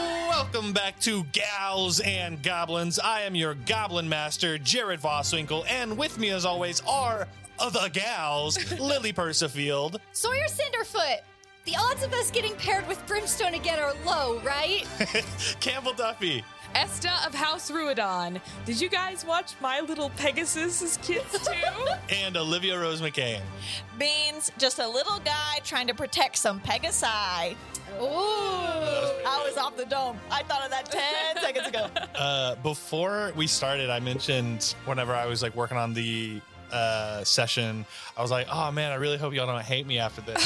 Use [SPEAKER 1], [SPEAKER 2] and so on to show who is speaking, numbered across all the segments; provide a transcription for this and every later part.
[SPEAKER 1] Welcome back to Gals and Goblins. I am your Goblin Master, Jared Vosswinkle, and with me, as always, are the gals, Lily Persifield,
[SPEAKER 2] Sawyer Cinderfoot. The odds of us getting paired with Brimstone again are low, right?
[SPEAKER 1] Campbell Duffy,
[SPEAKER 3] Esta of House Ruidon. Did you guys watch My Little Pegasus as kids too?
[SPEAKER 1] and Olivia Rose McCain.
[SPEAKER 4] Beans, just a little guy trying to protect some Pegasi. I
[SPEAKER 2] Ooh.
[SPEAKER 4] was off the dome. I thought of that 10 seconds ago.
[SPEAKER 1] Uh, before we started, I mentioned whenever I was like working on the uh, session, I was like, "Oh man, I really hope y'all don't hate me after this."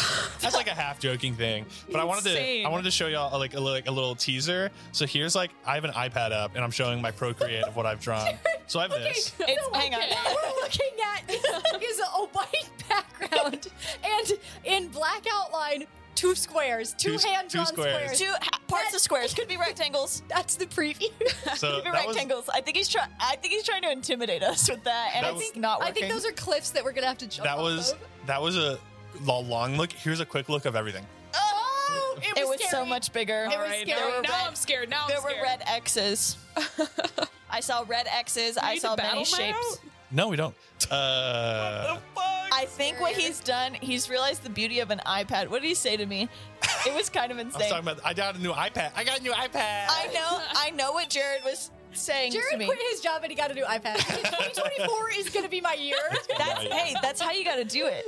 [SPEAKER 1] That's like a half joking thing, but I wanted to
[SPEAKER 3] Insane.
[SPEAKER 1] I wanted to show y'all like a, li- like a little teaser. So here's like I have an iPad up and I'm showing my Procreate of what I've drawn. So I have this.
[SPEAKER 4] It's, hang on.
[SPEAKER 2] What we're looking at is, is a white background and in black outline, two squares, two,
[SPEAKER 1] Two-
[SPEAKER 2] hand
[SPEAKER 1] two
[SPEAKER 2] drawn
[SPEAKER 1] squares.
[SPEAKER 2] squares.
[SPEAKER 4] Two ha- parts of squares could be rectangles.
[SPEAKER 2] That's the preview.
[SPEAKER 1] So
[SPEAKER 4] Could be
[SPEAKER 1] that was
[SPEAKER 4] rectangles. I think he's trying. I think he's trying to intimidate us with that, and
[SPEAKER 1] That
[SPEAKER 4] it's
[SPEAKER 1] was-
[SPEAKER 4] not
[SPEAKER 2] I
[SPEAKER 4] working.
[SPEAKER 2] think those are cliffs that we're gonna have to jump.
[SPEAKER 1] that
[SPEAKER 2] off
[SPEAKER 1] was
[SPEAKER 2] of.
[SPEAKER 1] that was a lo- long look. Here's a quick look of everything.
[SPEAKER 2] Oh, it was,
[SPEAKER 4] it was so
[SPEAKER 2] scary.
[SPEAKER 4] much bigger.
[SPEAKER 2] It was
[SPEAKER 3] Alright,
[SPEAKER 2] scary.
[SPEAKER 3] Now, now
[SPEAKER 4] Red-
[SPEAKER 3] I'm scared. Now
[SPEAKER 4] There
[SPEAKER 3] I'm
[SPEAKER 4] were
[SPEAKER 3] scared.
[SPEAKER 4] red X's. I saw red X's.
[SPEAKER 3] Do we
[SPEAKER 4] I
[SPEAKER 3] need
[SPEAKER 4] saw
[SPEAKER 3] the
[SPEAKER 4] many
[SPEAKER 3] battle map?
[SPEAKER 4] shapes.
[SPEAKER 1] No, we don't. Uh,
[SPEAKER 4] I think what he's done, he's realized the beauty of an iPad. What did he say to me? It was kind of
[SPEAKER 1] I was
[SPEAKER 4] insane.
[SPEAKER 1] talking about. I got a new iPad. I got a new iPad.
[SPEAKER 4] I know, I know what Jared was saying to
[SPEAKER 2] Jared
[SPEAKER 4] me.
[SPEAKER 2] quit his job and he got a new iPad. 2024 is gonna be my year.
[SPEAKER 4] That's
[SPEAKER 1] Right.
[SPEAKER 4] hey, that's how you got to do it.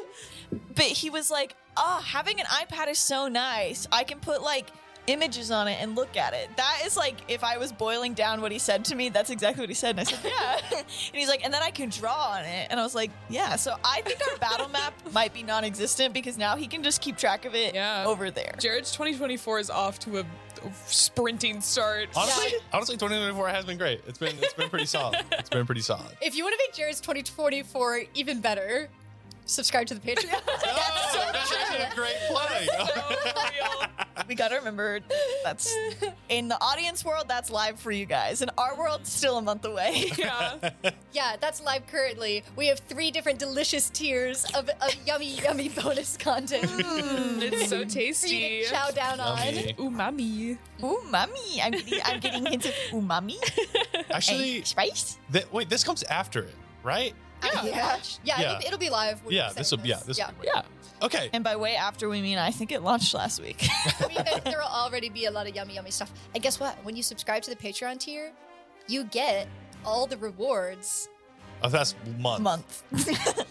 [SPEAKER 4] But he was like, "Oh, having an iPad is so nice. I can put like images on it and look at it." That is like if I was boiling down what he said to me, that's exactly what he said. And I said, "Yeah." and he's like, "And then I can draw on it." And I was like, "Yeah." So I think our battle map might be non-existent because now he can just keep track of it
[SPEAKER 3] Yeah.
[SPEAKER 4] over there.
[SPEAKER 3] Jared's 2024 is off to a sprinting start.
[SPEAKER 1] Honestly, honestly, 2024 has been great. It's been it's been pretty solid. It's been pretty solid.
[SPEAKER 2] If you want to make Jared's 2024 even better, subscribe to the Patreon.
[SPEAKER 1] Oh, that's actually a great plug.
[SPEAKER 4] we gotta remember that's in the audience world that's live for you guys in our world still a month away
[SPEAKER 3] yeah.
[SPEAKER 2] yeah, that's live currently. We have three different delicious tiers of, of yummy, yummy bonus content
[SPEAKER 3] It's Mm, so
[SPEAKER 2] for you
[SPEAKER 3] tasty.
[SPEAKER 2] to chow down on.
[SPEAKER 1] Yummy.
[SPEAKER 3] Umami.
[SPEAKER 4] umami i'm getting, I'm getting hints of umami
[SPEAKER 1] Actually,
[SPEAKER 4] and spice
[SPEAKER 1] th- wait, this comes after it, right?
[SPEAKER 2] Yeah, yeah,
[SPEAKER 1] Yeah.
[SPEAKER 2] It'll, it'll be live. when
[SPEAKER 1] yeah,
[SPEAKER 2] we
[SPEAKER 1] this will
[SPEAKER 2] send
[SPEAKER 1] yeah, this will be-
[SPEAKER 3] Yeah.
[SPEAKER 1] Okay.
[SPEAKER 4] and by way after we mean i think it launched last week
[SPEAKER 2] because there will already be a lot of yummy, yummy stuff. And guess what? When you subscribe to the Patreon tier, you get all the rewards.
[SPEAKER 1] Oh, that's month.
[SPEAKER 4] month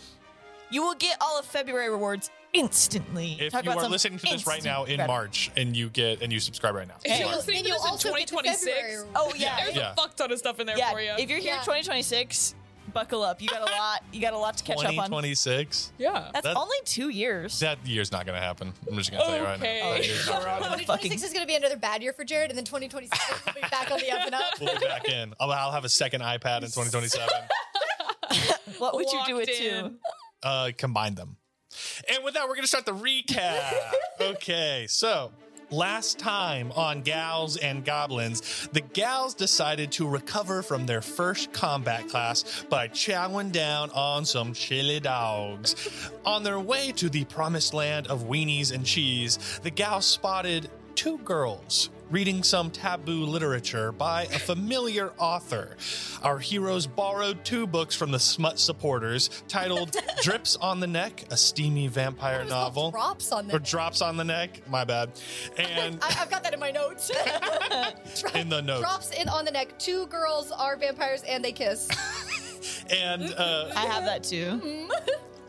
[SPEAKER 4] you will get all of february rewards instantly
[SPEAKER 1] If
[SPEAKER 4] Talk
[SPEAKER 1] you
[SPEAKER 4] about
[SPEAKER 1] are
[SPEAKER 4] some
[SPEAKER 1] listening to this right
[SPEAKER 4] instant
[SPEAKER 1] now in
[SPEAKER 4] grab-
[SPEAKER 1] March and you get and you subscribe right now.
[SPEAKER 3] If
[SPEAKER 2] Then
[SPEAKER 3] you're
[SPEAKER 2] you'll-
[SPEAKER 3] listening
[SPEAKER 2] then
[SPEAKER 3] to
[SPEAKER 2] you'll
[SPEAKER 3] this in
[SPEAKER 2] also get the February
[SPEAKER 3] 2026,
[SPEAKER 2] rewards.
[SPEAKER 4] oh yeah
[SPEAKER 3] There's
[SPEAKER 1] Yeah.
[SPEAKER 3] a fuck ton of stuff in there
[SPEAKER 4] yeah
[SPEAKER 3] for you.
[SPEAKER 4] if you're here
[SPEAKER 2] Yeah.
[SPEAKER 4] 2026 buckle up you got a lot you got a lot to catch up on
[SPEAKER 1] 2026.
[SPEAKER 3] yeah.
[SPEAKER 4] that's
[SPEAKER 1] That-
[SPEAKER 4] only two years
[SPEAKER 1] That year's not gonna happen. I'm just gonna tell you right now.
[SPEAKER 3] Okay.
[SPEAKER 1] That year's not gonna happen.
[SPEAKER 2] 2026 is going to be another bad year for Jared, and then 2026 will be back on the up and up.
[SPEAKER 1] We'll be back in. I'll, I'll have a second iPad in 2027.
[SPEAKER 4] what would you do it
[SPEAKER 3] Locked
[SPEAKER 4] to
[SPEAKER 3] in.
[SPEAKER 1] uh, combine them. And with that, we're going to start the recap. okay, so last time on Gals and Goblins, the Gals decided to recover from their first combat class by chowing down on some chili dogs. on their way to the promised land of weenies and cheese, the Gals spotted two girls. Reading some taboo literature by a familiar author. Our heroes borrowed two books from the smut supporters titled Drips on the Neck, a steamy
[SPEAKER 2] It
[SPEAKER 1] vampire
[SPEAKER 2] was called
[SPEAKER 1] novel
[SPEAKER 2] Drops on
[SPEAKER 1] or
[SPEAKER 2] the.
[SPEAKER 1] drops on the neck. My bad. And
[SPEAKER 2] I, I've got that in my notes. Drop-
[SPEAKER 1] in the notes,
[SPEAKER 2] drops in on the neck. Two girls are vampires and they kiss.
[SPEAKER 1] and uh,
[SPEAKER 4] I have that too.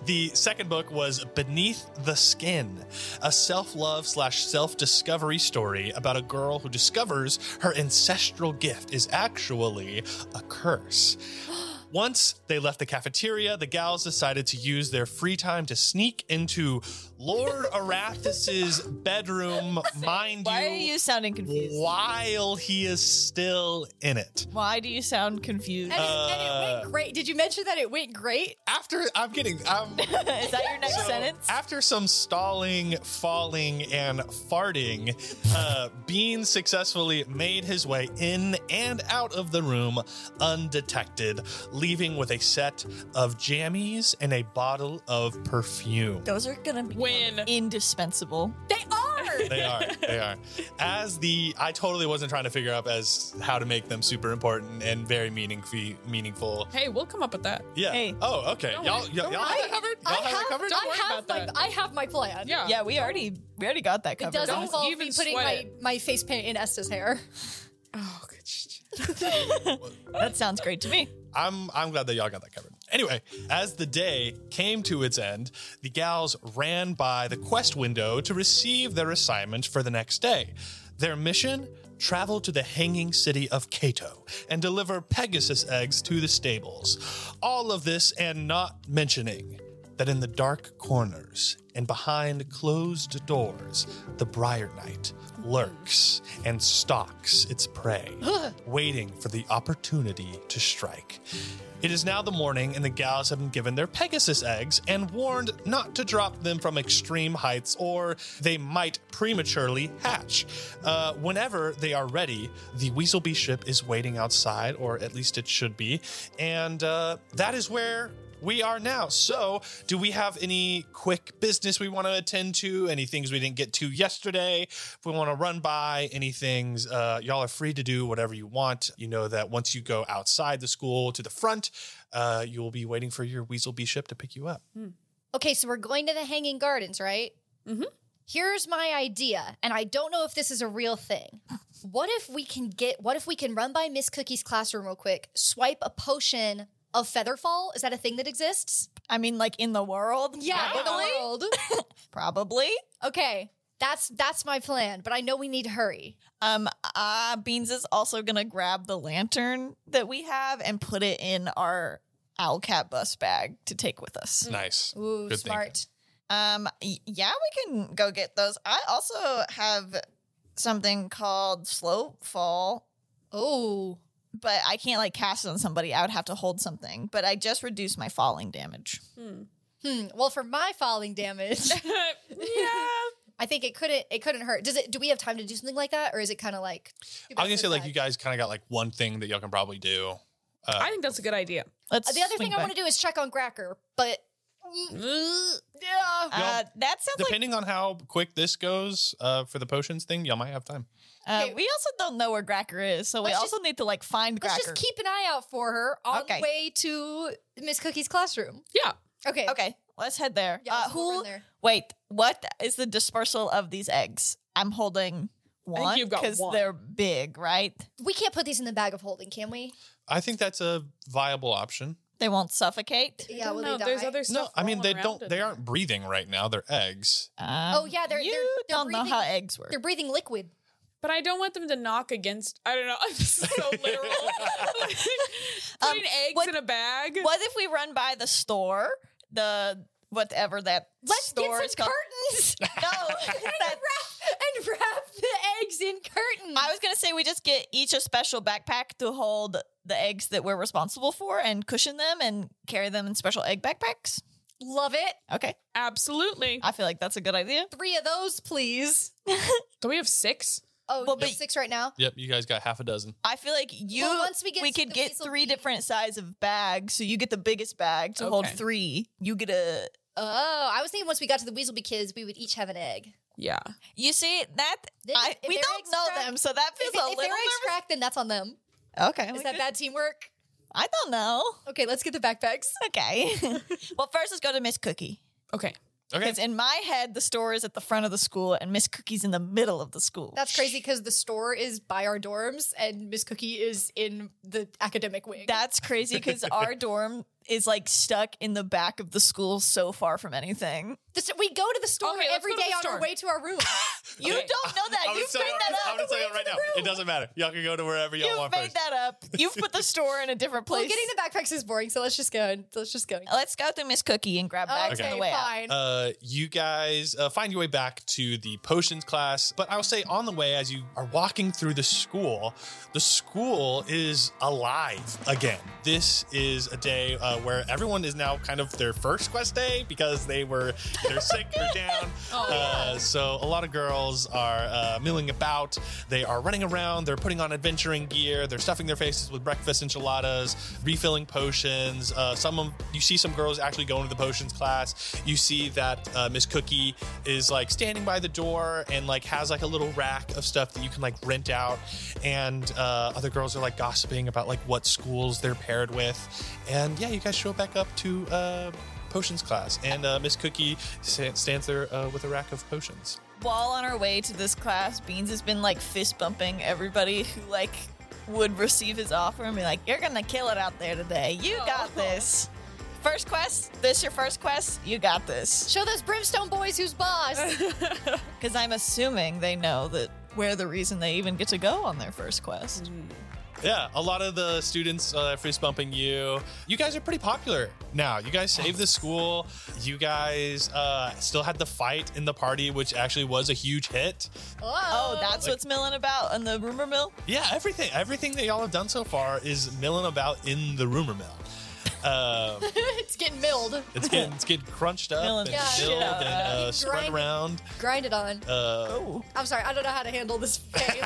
[SPEAKER 1] the second book was Beneath the Skin, a self-love slash self-discovery story about a girl who discovers her ancestral gift is actually a curse. Once they left the cafeteria, the gals decided to use their free time to sneak into Lord Arathas's bedroom, mind
[SPEAKER 4] Why are
[SPEAKER 1] you,
[SPEAKER 4] you sounding confused?
[SPEAKER 1] while he is still in it.
[SPEAKER 4] Why do you sound confused?
[SPEAKER 2] And, it, and it went great. Did you mention that it went great?
[SPEAKER 1] after I'm getting I'm
[SPEAKER 4] Is that your next
[SPEAKER 1] so,
[SPEAKER 4] sentence?
[SPEAKER 1] after some stalling, falling, and farting, uh, Bean successfully made his way in and out of the room undetected, leaving with a set of jammies and a bottle of perfume.
[SPEAKER 4] Those are gonna be
[SPEAKER 3] Win.
[SPEAKER 4] indispensable.
[SPEAKER 2] They are.
[SPEAKER 4] hard.
[SPEAKER 1] They are. They are. As the I totally wasn't trying to figure out as how to make them super important and very meaningful meaningful.
[SPEAKER 3] Hey, we'll come up with that.
[SPEAKER 1] Yeah.
[SPEAKER 4] Hey.
[SPEAKER 1] Oh, okay.
[SPEAKER 3] Don't
[SPEAKER 1] y'all
[SPEAKER 3] worry.
[SPEAKER 1] y'all,
[SPEAKER 3] Don't
[SPEAKER 1] y'all have
[SPEAKER 3] worry.
[SPEAKER 1] that covered?
[SPEAKER 2] I
[SPEAKER 1] Y'all have that
[SPEAKER 2] have,
[SPEAKER 1] covered?
[SPEAKER 3] Don't worry
[SPEAKER 2] I have
[SPEAKER 3] about
[SPEAKER 2] my
[SPEAKER 3] that.
[SPEAKER 2] I have my plan.
[SPEAKER 3] Yeah.
[SPEAKER 4] yeah, we already we already got that
[SPEAKER 2] It
[SPEAKER 4] covered.
[SPEAKER 2] doesn't
[SPEAKER 3] Don't
[SPEAKER 2] involve me
[SPEAKER 3] even
[SPEAKER 2] putting
[SPEAKER 3] sweat
[SPEAKER 2] my,
[SPEAKER 3] it.
[SPEAKER 2] my face paint in Esta's hair.
[SPEAKER 3] Oh, good. sh-
[SPEAKER 4] that sounds great to me.
[SPEAKER 1] I'm I'm glad that y'all got that covered. Anyway, as the day came to its end, the gals ran by the quest window to receive their assignment for the next day. Their mission: travel to the hanging city of Cato and deliver Pegasus eggs to the stables. All of this and not mentioning that in the dark corners and behind closed doors, the Briar Knight lurks and stalks its prey, waiting for the opportunity to strike. It is now the morning, and the gals have been given their Pegasus eggs and warned not to drop them from extreme heights, or they might prematurely hatch. Uh, whenever they are ready, the Weaselbee ship is waiting outside, or at least it should be, and uh, that is where we are now. So, do we have any quick business we want to attend to? Any things we didn't get to yesterday? If we want to run by any things, uh, y'all are free to do whatever you want. You know that once you go outside the school to the front, uh, you will be waiting for your Weasel Bee ship to pick you up.
[SPEAKER 2] Okay, so we're going to the Hanging Gardens, right?
[SPEAKER 3] Mhm.
[SPEAKER 2] Here's my idea, and I don't know if this is a real thing. What if we can get? What if we can run by Miss Cookie's classroom real quick? Swipe a potion of Featherfall. Is that a thing that exists?
[SPEAKER 4] I mean, like in the world,
[SPEAKER 2] in the
[SPEAKER 4] probably.
[SPEAKER 2] world.
[SPEAKER 4] probably.
[SPEAKER 2] okay, that's that's my plan, but I know we need to hurry.
[SPEAKER 4] Um, uh, Beans is also gonna grab the lantern that we have and put it in our Owlcat bus bag to take with us.
[SPEAKER 1] Nice.
[SPEAKER 2] Ooh,
[SPEAKER 1] Good
[SPEAKER 2] smart.
[SPEAKER 4] Um, y- yeah, we can go get those. I also have something called slow fall,
[SPEAKER 2] Oh,
[SPEAKER 4] but I can't like cast it on somebody. I would have to hold something, but I just reduce my falling damage.
[SPEAKER 3] Hmm.
[SPEAKER 2] hmm. Well, for my falling damage,
[SPEAKER 3] yeah.
[SPEAKER 2] I think it couldn't it couldn't hurt. Does it? Do we have time to do something like that, or is it kind of like?
[SPEAKER 1] I was gonna say like you guys kind of got like one thing that y'all can probably do. Uh,
[SPEAKER 3] I think that's a good idea.
[SPEAKER 4] Let's.
[SPEAKER 2] Uh, the other thing I want
[SPEAKER 4] to.
[SPEAKER 2] to do is check on Gracker, but yeah.
[SPEAKER 4] Uh, that sounds like
[SPEAKER 1] depending on how quick this goes uh, for the potions thing, y'all might have time.
[SPEAKER 4] uh,
[SPEAKER 2] Okay.
[SPEAKER 4] we also don't know where Gracker is, so we
[SPEAKER 2] Let's
[SPEAKER 4] also need to like find
[SPEAKER 2] Let's
[SPEAKER 4] Gracker.
[SPEAKER 2] just keep an eye out for her on
[SPEAKER 4] Okay.
[SPEAKER 2] the way to Miss Cookie's classroom.
[SPEAKER 3] Yeah.
[SPEAKER 2] Okay.
[SPEAKER 4] okay, let's head there.
[SPEAKER 2] Yeah,
[SPEAKER 4] uh,
[SPEAKER 2] let's go run
[SPEAKER 4] who?
[SPEAKER 2] there.
[SPEAKER 4] Wait, what is the dispersal of these eggs? I'm holding one
[SPEAKER 3] you've got
[SPEAKER 4] because
[SPEAKER 3] one.
[SPEAKER 4] they're big, right?
[SPEAKER 2] We can't put these in the bag of holding, can we?
[SPEAKER 1] I think that's a viable option.
[SPEAKER 4] They won't suffocate.
[SPEAKER 2] Yeah, will
[SPEAKER 3] no,
[SPEAKER 2] they die?
[SPEAKER 3] there's other stuff.
[SPEAKER 1] No, I mean
[SPEAKER 3] rolling
[SPEAKER 1] they
[SPEAKER 3] around
[SPEAKER 1] don't.
[SPEAKER 3] in
[SPEAKER 1] They
[SPEAKER 3] there.
[SPEAKER 1] aren't breathing right now. They're eggs.
[SPEAKER 4] Um,
[SPEAKER 2] yeah, they're-
[SPEAKER 4] You
[SPEAKER 2] they're- they're
[SPEAKER 4] don't know how
[SPEAKER 2] breathing-
[SPEAKER 4] eggs work.
[SPEAKER 2] They're breathing liquid.
[SPEAKER 3] But I don't want them to knock against. I don't know. I'm so literal. Putting eggs
[SPEAKER 4] what-
[SPEAKER 3] in a bag.
[SPEAKER 4] What if we run by the store, the whatever that
[SPEAKER 2] Let's
[SPEAKER 4] store
[SPEAKER 2] get
[SPEAKER 4] is
[SPEAKER 2] some
[SPEAKER 4] called?
[SPEAKER 2] curtains
[SPEAKER 4] No, that-
[SPEAKER 2] and wrap the eggs in curtains.
[SPEAKER 4] I was gonna say we just get each a special backpack to hold the eggs that we're responsible for and cushion them and carry them in special egg backpacks.
[SPEAKER 2] Love it.
[SPEAKER 4] Okay,
[SPEAKER 3] Absolutely.
[SPEAKER 4] I feel like that's a good idea.
[SPEAKER 2] Three of those, please.
[SPEAKER 3] Do we have six?
[SPEAKER 2] Oh,
[SPEAKER 4] Well,
[SPEAKER 2] you have
[SPEAKER 4] but-
[SPEAKER 2] six right now.
[SPEAKER 1] Yep, you guys got half a dozen.
[SPEAKER 4] I feel like you
[SPEAKER 2] Well, once we get to
[SPEAKER 4] could
[SPEAKER 2] the
[SPEAKER 4] get
[SPEAKER 2] weasel
[SPEAKER 4] three
[SPEAKER 2] bee-
[SPEAKER 4] different size of bags, so you get the biggest bag to hold
[SPEAKER 3] Okay.
[SPEAKER 4] three. You get a
[SPEAKER 2] Oh, I was thinking once we got to the Weaselby kids, we would each have an egg.
[SPEAKER 3] Yeah.
[SPEAKER 4] you see that
[SPEAKER 2] Then
[SPEAKER 4] I,
[SPEAKER 2] if
[SPEAKER 4] we
[SPEAKER 2] their
[SPEAKER 4] don't
[SPEAKER 2] eggs
[SPEAKER 4] know
[SPEAKER 2] crack-
[SPEAKER 4] them, so that
[SPEAKER 2] If,
[SPEAKER 4] feels
[SPEAKER 2] it-
[SPEAKER 4] a
[SPEAKER 2] if
[SPEAKER 4] little
[SPEAKER 2] they're
[SPEAKER 4] nervous.
[SPEAKER 2] cracked, then that's on them.
[SPEAKER 4] okay, we
[SPEAKER 2] Is that
[SPEAKER 4] could-
[SPEAKER 2] bad teamwork?
[SPEAKER 4] I don't know.
[SPEAKER 2] Okay, let's get the backpacks.
[SPEAKER 4] Okay, well first let's go to Miss Cookie.
[SPEAKER 3] Okay.
[SPEAKER 1] Okay.
[SPEAKER 4] Because in my head, the store is at the front of the school and Miss Cookie's in the middle of the school.
[SPEAKER 2] That's crazy because the store is by our dorms and Miss Cookie is in the academic wing.
[SPEAKER 4] That's crazy because our dorm is like stuck in the back of the school so far from anything.
[SPEAKER 2] This- we go to the store
[SPEAKER 3] Okay, let's
[SPEAKER 2] every
[SPEAKER 3] go to
[SPEAKER 2] day
[SPEAKER 3] the
[SPEAKER 2] on our
[SPEAKER 3] store.
[SPEAKER 2] way to our room.
[SPEAKER 4] You
[SPEAKER 3] Okay.
[SPEAKER 4] don't know that.
[SPEAKER 1] I'm
[SPEAKER 4] You've made that
[SPEAKER 1] I'm
[SPEAKER 4] up.
[SPEAKER 1] gonna tell you right now. It doesn't matter. Y'all can go to wherever y'all
[SPEAKER 4] You've
[SPEAKER 1] want
[SPEAKER 4] made
[SPEAKER 1] first.
[SPEAKER 4] that up. You've put the store in a different
[SPEAKER 2] well,
[SPEAKER 4] place.
[SPEAKER 2] getting the backpacks is boring, so let's just go. And, let's just go.
[SPEAKER 4] Let's go through Miss Cookie and grab bags on
[SPEAKER 2] Okay,
[SPEAKER 4] the way out.
[SPEAKER 2] fine.
[SPEAKER 1] Uh, you guys uh, find your way back to the potions class, but I'll say on the way as you are walking through the school, the school is alive again. This is a day uh, where everyone is now kind of their first quest day because they were they're sick, they're down.
[SPEAKER 3] Oh,
[SPEAKER 1] Uh, so a lot of girls gals are uh, milling about. They are running around. They're putting on adventuring gear. They're stuffing their faces with breakfast enchiladas, refilling potions. Uh, some of you see some girls actually going to the potions class. You see that uh, Miss Cookie is like standing by the door and like has like a little rack of stuff that you can like rent out. And uh, other girls are like gossiping about like what schools they're paired with. And yeah, you guys show back up to. Uh, potions class, and uh, Miss Cookie sa- stands there uh, with a rack of potions.
[SPEAKER 4] While on our way to this class, Beans has been like fist bumping everybody who like would receive his offer and be like, "You're gonna kill it out there today.
[SPEAKER 2] Oh.
[SPEAKER 4] You got this. First quest. This your first quest. You got this."
[SPEAKER 2] Show those brimstone boys who's boss.
[SPEAKER 4] Because I'm assuming they know that we're the reason they even get to go on their first quest.
[SPEAKER 2] Mm.
[SPEAKER 1] Yeah, a lot of the students uh, fist bumping you. You guys are pretty popular now. You guys saved the school. You guys uh, still had the fight in the party, which actually was a huge hit.
[SPEAKER 4] Oh, that's
[SPEAKER 1] Like-
[SPEAKER 4] what's milling about in the rumor mill.
[SPEAKER 1] Yeah, everything, everything that y'all have done so far is milling about in the rumor mill. Um,
[SPEAKER 2] it's getting milled,
[SPEAKER 1] it's getting it's getting crunched up
[SPEAKER 4] Milling
[SPEAKER 1] and
[SPEAKER 2] the shit
[SPEAKER 1] milled and
[SPEAKER 4] out of that.
[SPEAKER 1] uh, spread
[SPEAKER 2] Grind-
[SPEAKER 1] around.
[SPEAKER 2] grinded on.
[SPEAKER 1] Uh,
[SPEAKER 4] Oh,
[SPEAKER 2] I'm sorry, I don't know how to handle this game.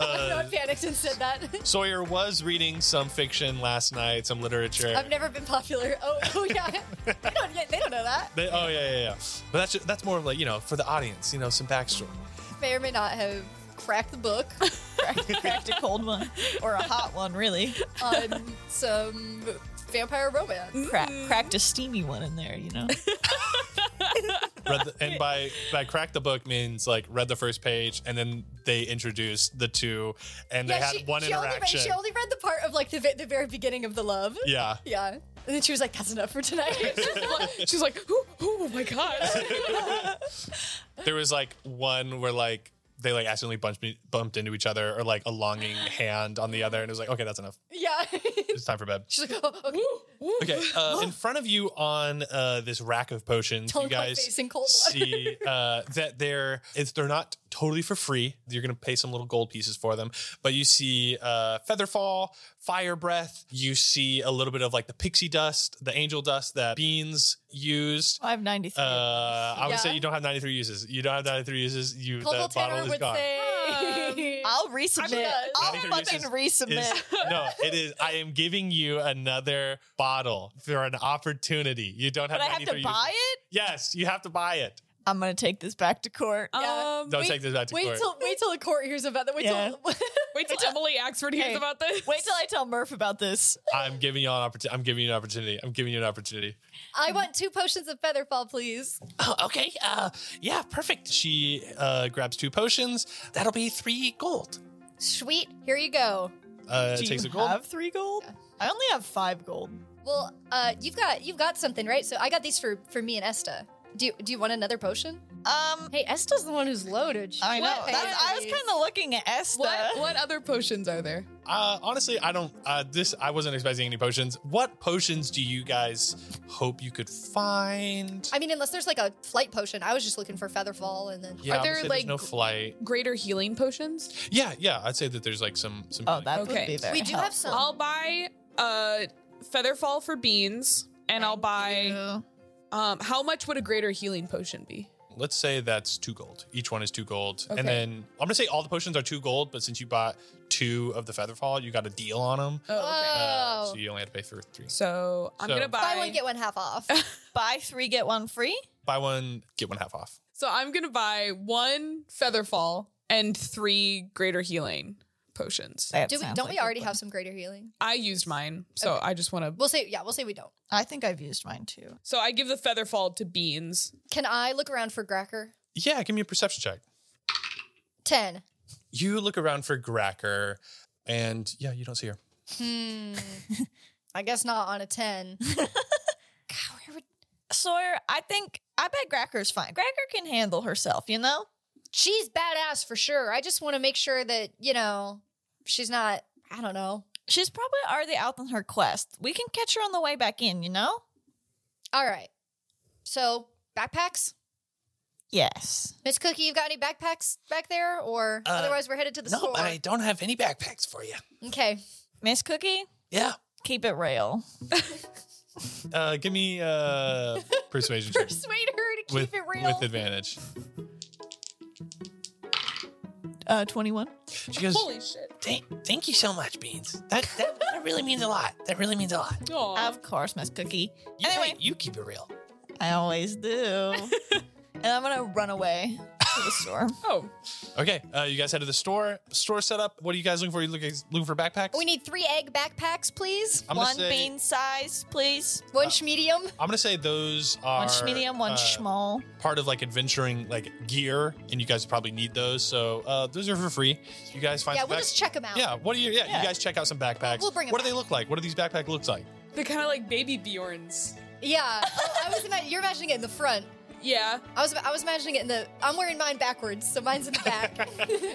[SPEAKER 1] Uh,
[SPEAKER 2] I panicked and said that.
[SPEAKER 1] Sawyer was reading some fiction last night, some literature.
[SPEAKER 2] I've never been popular. Oh, oh yeah, they don't. They don't know that.
[SPEAKER 1] They, oh yeah, yeah, yeah. But that's that's more of like you know for the audience, you know, some backstory.
[SPEAKER 2] May or may not have cracked the book
[SPEAKER 4] cracked, cracked a cold one or a hot one, really.
[SPEAKER 2] on some vampire romance.
[SPEAKER 4] Crack, cracked a steamy one in there, you know.
[SPEAKER 1] Read the, and by by crack the book means like read the first page, and then they introduced the two, and they had one
[SPEAKER 2] she only, read,
[SPEAKER 1] interaction.
[SPEAKER 2] she only read the part of like the, ve- the very beginning of the love.
[SPEAKER 1] yeah.
[SPEAKER 2] Yeah. And then she was like, that's enough for tonight.
[SPEAKER 3] She's like, oh, oh my god.
[SPEAKER 1] there was like one where like they like accidentally bumped me, bumped into each other, or like a longing hand on the other, and it was like, okay, that's enough.
[SPEAKER 2] yeah.
[SPEAKER 1] It's time for bed.
[SPEAKER 2] She's like, oh, okay.
[SPEAKER 1] Okay, uh, in front of you on uh, this rack of potions,
[SPEAKER 2] Don't
[SPEAKER 1] you
[SPEAKER 2] look my
[SPEAKER 1] guys
[SPEAKER 2] face in cold water.
[SPEAKER 1] see uh, that they're it's they're not totally for free. You're gonna pay some little gold pieces for them, but you see uh, Featherfall, Fire Breath. You see a little bit of like the pixie dust, the angel dust that Beans used.
[SPEAKER 4] I have 93.
[SPEAKER 1] Uh, I would say
[SPEAKER 2] Yeah.
[SPEAKER 1] you don't have 93 uses. You don't have 93 uses. You
[SPEAKER 2] Cobalt
[SPEAKER 1] the bottle
[SPEAKER 2] Tanner
[SPEAKER 1] is
[SPEAKER 2] would
[SPEAKER 1] gone.
[SPEAKER 2] say.
[SPEAKER 4] I'll resubmit.
[SPEAKER 2] done.
[SPEAKER 4] I'll
[SPEAKER 1] 93
[SPEAKER 4] fucking
[SPEAKER 1] is-
[SPEAKER 4] resubmit.
[SPEAKER 1] no, it is. I am giving you another bottle for an opportunity. You don't have.
[SPEAKER 4] But I have
[SPEAKER 1] 93
[SPEAKER 4] to
[SPEAKER 1] uses.
[SPEAKER 4] buy it?
[SPEAKER 1] Yes, you have to buy it.
[SPEAKER 4] I'm going to take this back to court.
[SPEAKER 2] Yeah.
[SPEAKER 3] Um,
[SPEAKER 1] Don't
[SPEAKER 2] Wait-
[SPEAKER 1] take this back to
[SPEAKER 2] wait
[SPEAKER 1] court.
[SPEAKER 2] till wait till the court hears about that. Wait
[SPEAKER 4] Yeah.
[SPEAKER 2] till
[SPEAKER 3] wait till Emily Axford hears
[SPEAKER 4] Hey,
[SPEAKER 3] about this.
[SPEAKER 4] Wait till I tell Murph about this.
[SPEAKER 1] I'm giving you an opportunity. I'm giving you an opportunity. I'm giving you an opportunity.
[SPEAKER 2] I want two potions of featherfall, please.
[SPEAKER 1] Oh, okay. Uh, yeah, perfect. She uh, grabs two potions. That'll be three gold.
[SPEAKER 2] Sweet, here you go.
[SPEAKER 1] Uh,
[SPEAKER 4] Do
[SPEAKER 1] takes
[SPEAKER 4] you
[SPEAKER 1] a gold.
[SPEAKER 4] have three gold? I only have five gold.
[SPEAKER 2] Well, uh, you've got you've got something, right? So I got these for for me and Esta. Do you, do you want another potion?
[SPEAKER 4] Um,
[SPEAKER 2] Hey, Esta's the one who's loaded.
[SPEAKER 4] I know.
[SPEAKER 2] What
[SPEAKER 4] That's, I was
[SPEAKER 2] pays?
[SPEAKER 4] kind of looking at Esther.
[SPEAKER 2] uh,
[SPEAKER 5] What what other potions are there?
[SPEAKER 1] Uh, honestly, I don't. Uh, this I wasn't expecting any potions. What potions do you guys hope you could find?
[SPEAKER 2] I mean, unless there's like a flight potion. I was just looking for featherfall, and then
[SPEAKER 1] yeah,
[SPEAKER 5] Are there,
[SPEAKER 1] honestly,
[SPEAKER 5] like,
[SPEAKER 1] there's no flight.
[SPEAKER 5] Greater healing potions?
[SPEAKER 1] Yeah, yeah. I'd say that there's like some some.
[SPEAKER 4] Oh, that would
[SPEAKER 3] Okay.
[SPEAKER 4] be very
[SPEAKER 2] we do have some.
[SPEAKER 3] I'll buy uh Featherfall for beans, and I'll buy
[SPEAKER 4] helpful.
[SPEAKER 3] um how much would a greater healing potion be?
[SPEAKER 1] Let's say that's two gold. Each one is two gold,
[SPEAKER 3] Okay.
[SPEAKER 1] and then I'm gonna say all the potions are two gold. But since you bought two of the featherfall, you got a deal on them.
[SPEAKER 3] Oh, okay.
[SPEAKER 1] Uh,
[SPEAKER 2] Oh.
[SPEAKER 1] so you only had to pay for three.
[SPEAKER 3] So I'm
[SPEAKER 1] So-
[SPEAKER 3] gonna buy.
[SPEAKER 2] buy one get one half off.
[SPEAKER 4] Buy three, get one free.
[SPEAKER 1] Buy one, get one half off.
[SPEAKER 3] so I'm gonna buy one Featherfall and three Greater Healing potions.
[SPEAKER 4] That
[SPEAKER 2] Do we?
[SPEAKER 4] sounds
[SPEAKER 2] Don't
[SPEAKER 4] like
[SPEAKER 2] we already
[SPEAKER 4] a
[SPEAKER 2] have some greater healing?
[SPEAKER 3] I used mine, so I just want to.
[SPEAKER 2] We'll say yeah. We'll say we don't.
[SPEAKER 4] plan. I think I've used mine too.
[SPEAKER 3] So I give the Featherfall to beans.
[SPEAKER 2] Can I look around for Gracker?
[SPEAKER 1] Yeah, give me a perception check.
[SPEAKER 2] Ten.
[SPEAKER 1] You look around for Gracker, and yeah, you don't see her.
[SPEAKER 2] Hmm. I guess not on a ten.
[SPEAKER 4] God, where would- Sawyer, I think I bet Gracker's fine. Gracker can handle herself, you know?
[SPEAKER 2] she's badass for sure. I just want to make sure that, you know, she's not, I don't know.
[SPEAKER 4] She's probably already out on her quest. We can catch her on the way back in, you know?
[SPEAKER 2] All right. So, backpacks?
[SPEAKER 4] Yes.
[SPEAKER 2] Miss Cookie, you got any backpacks back there? Or
[SPEAKER 1] Uh,
[SPEAKER 2] otherwise, we're headed to the store.
[SPEAKER 1] don't have any backpacks for you.
[SPEAKER 2] Okay.
[SPEAKER 4] Miss Cookie,
[SPEAKER 1] Yeah.
[SPEAKER 4] keep it real.
[SPEAKER 1] Uh, give me uh, persuasion check
[SPEAKER 2] Persuade her to keep
[SPEAKER 1] with,
[SPEAKER 2] it real.
[SPEAKER 1] with advantage.
[SPEAKER 4] uh, 21.
[SPEAKER 6] She goes,
[SPEAKER 5] Holy shit.
[SPEAKER 6] "Thank, thank you so much, Beans. That, that that really means a lot. That really means a lot.
[SPEAKER 5] Aw.
[SPEAKER 4] Of course, Miss Cookie.
[SPEAKER 6] You,
[SPEAKER 4] Anyway.
[SPEAKER 6] hey, you keep it real.
[SPEAKER 4] I always do. and I'm going to run away to the store.
[SPEAKER 5] oh.
[SPEAKER 1] Okay, uh, you guys head to the store. Store setup. What are you guys looking for? You looking, looking for backpacks?
[SPEAKER 2] We need three egg backpacks, please.
[SPEAKER 1] I'm gonna
[SPEAKER 4] One
[SPEAKER 1] say-
[SPEAKER 4] bean size, please.
[SPEAKER 2] One medium.
[SPEAKER 1] I'm gonna say those are
[SPEAKER 4] One medium, one
[SPEAKER 1] uh,
[SPEAKER 4] small.
[SPEAKER 1] part of like adventuring like gear, and you guys probably need those. So uh, those are for free. You guys find
[SPEAKER 2] Yeah,
[SPEAKER 1] some
[SPEAKER 2] we'll
[SPEAKER 1] back-
[SPEAKER 2] just check them out.
[SPEAKER 1] Yeah, what are you? Yeah,
[SPEAKER 4] Yeah.
[SPEAKER 1] you guys check out some backpacks.
[SPEAKER 2] We'll bring 'em
[SPEAKER 1] what do
[SPEAKER 2] back.
[SPEAKER 1] they look like? What do these backpack looks like?
[SPEAKER 5] They're kind of like baby Bjorns.
[SPEAKER 2] Yeah. Oh, I was ima- you're imagining it in the front.
[SPEAKER 5] Yeah.
[SPEAKER 2] I was I was imagining it in the I'm wearing mine backwards, so mine's in the back.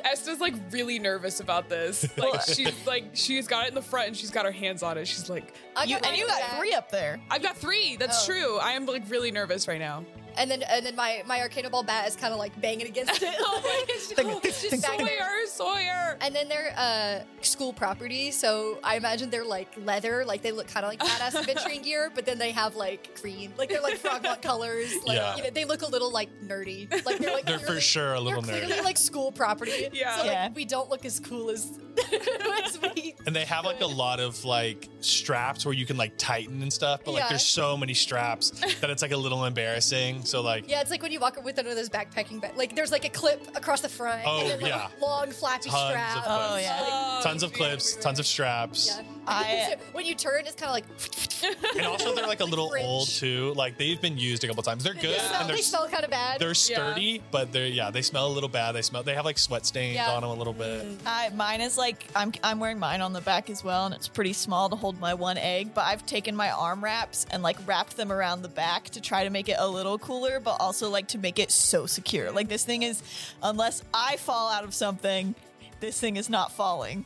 [SPEAKER 5] Esther's like really nervous about this. Like she's like she's got it in the front and she's got her hands on it. She's like,
[SPEAKER 2] I
[SPEAKER 4] You,
[SPEAKER 2] got mine
[SPEAKER 4] and
[SPEAKER 2] in
[SPEAKER 4] you
[SPEAKER 2] the
[SPEAKER 4] got
[SPEAKER 2] back.
[SPEAKER 4] three up there.
[SPEAKER 5] I've got three. That's
[SPEAKER 2] Oh.
[SPEAKER 5] true. I am like really nervous right now.
[SPEAKER 2] And then and then my my arcana ball bat is kind of like banging against it.
[SPEAKER 5] oh my gosh.
[SPEAKER 2] It's just back there.
[SPEAKER 5] Sawyer, Sawyer.
[SPEAKER 2] And then they're uh, school property, so I imagine they're like leather, like they look kind of like badass adventuring gear, but then they have like green, like they're like frogmont colors. Like
[SPEAKER 1] Yeah.
[SPEAKER 2] you know, they look a little like nerdy. Like they're like
[SPEAKER 1] They're for
[SPEAKER 2] clearly-
[SPEAKER 1] sure a little
[SPEAKER 2] they're clearly
[SPEAKER 1] nerdy,
[SPEAKER 2] like school property.
[SPEAKER 5] Yeah.
[SPEAKER 2] so like,
[SPEAKER 4] Yeah.
[SPEAKER 2] we don't look as cool as, as we.
[SPEAKER 1] and they have like a lot of like straps where you can like tighten and stuff. But like,
[SPEAKER 2] Yeah.
[SPEAKER 1] there's so many straps that it's like a little embarrassing. So like,
[SPEAKER 2] Yeah, it's like when you walk with one of those backpacking bags. Like there's like a clip across the front.
[SPEAKER 1] Oh,
[SPEAKER 2] and then, like,
[SPEAKER 1] yeah.
[SPEAKER 2] long flappy
[SPEAKER 1] Tons of
[SPEAKER 2] strap.
[SPEAKER 1] clips.
[SPEAKER 4] Oh, yeah.
[SPEAKER 5] Oh,
[SPEAKER 1] tons of
[SPEAKER 5] yeah,
[SPEAKER 1] clips,
[SPEAKER 5] everywhere.
[SPEAKER 1] tons of straps.
[SPEAKER 2] Yeah.
[SPEAKER 4] I-
[SPEAKER 2] So when you turn, it's kind of like
[SPEAKER 1] And also, they're like a little
[SPEAKER 2] Fringe.
[SPEAKER 1] old too. Like they've been used a couple times. They're good
[SPEAKER 2] they smell,
[SPEAKER 1] and they're
[SPEAKER 2] they smell kind of bad.
[SPEAKER 1] they're sturdy, but they're yeah, they smell a little bad. They smell. They have like sweat stains
[SPEAKER 2] Yeah. Mm-hmm.
[SPEAKER 1] on them a little bit.
[SPEAKER 4] I, mine is like I'm I'm wearing mine on the back as well, and it's pretty small to hold my one egg. But I've taken my arm wraps and like wrapped them around the back to try to make it a little cooler, but also like to make it so secure. Like this thing is, unless I fall out of something, this thing is not falling.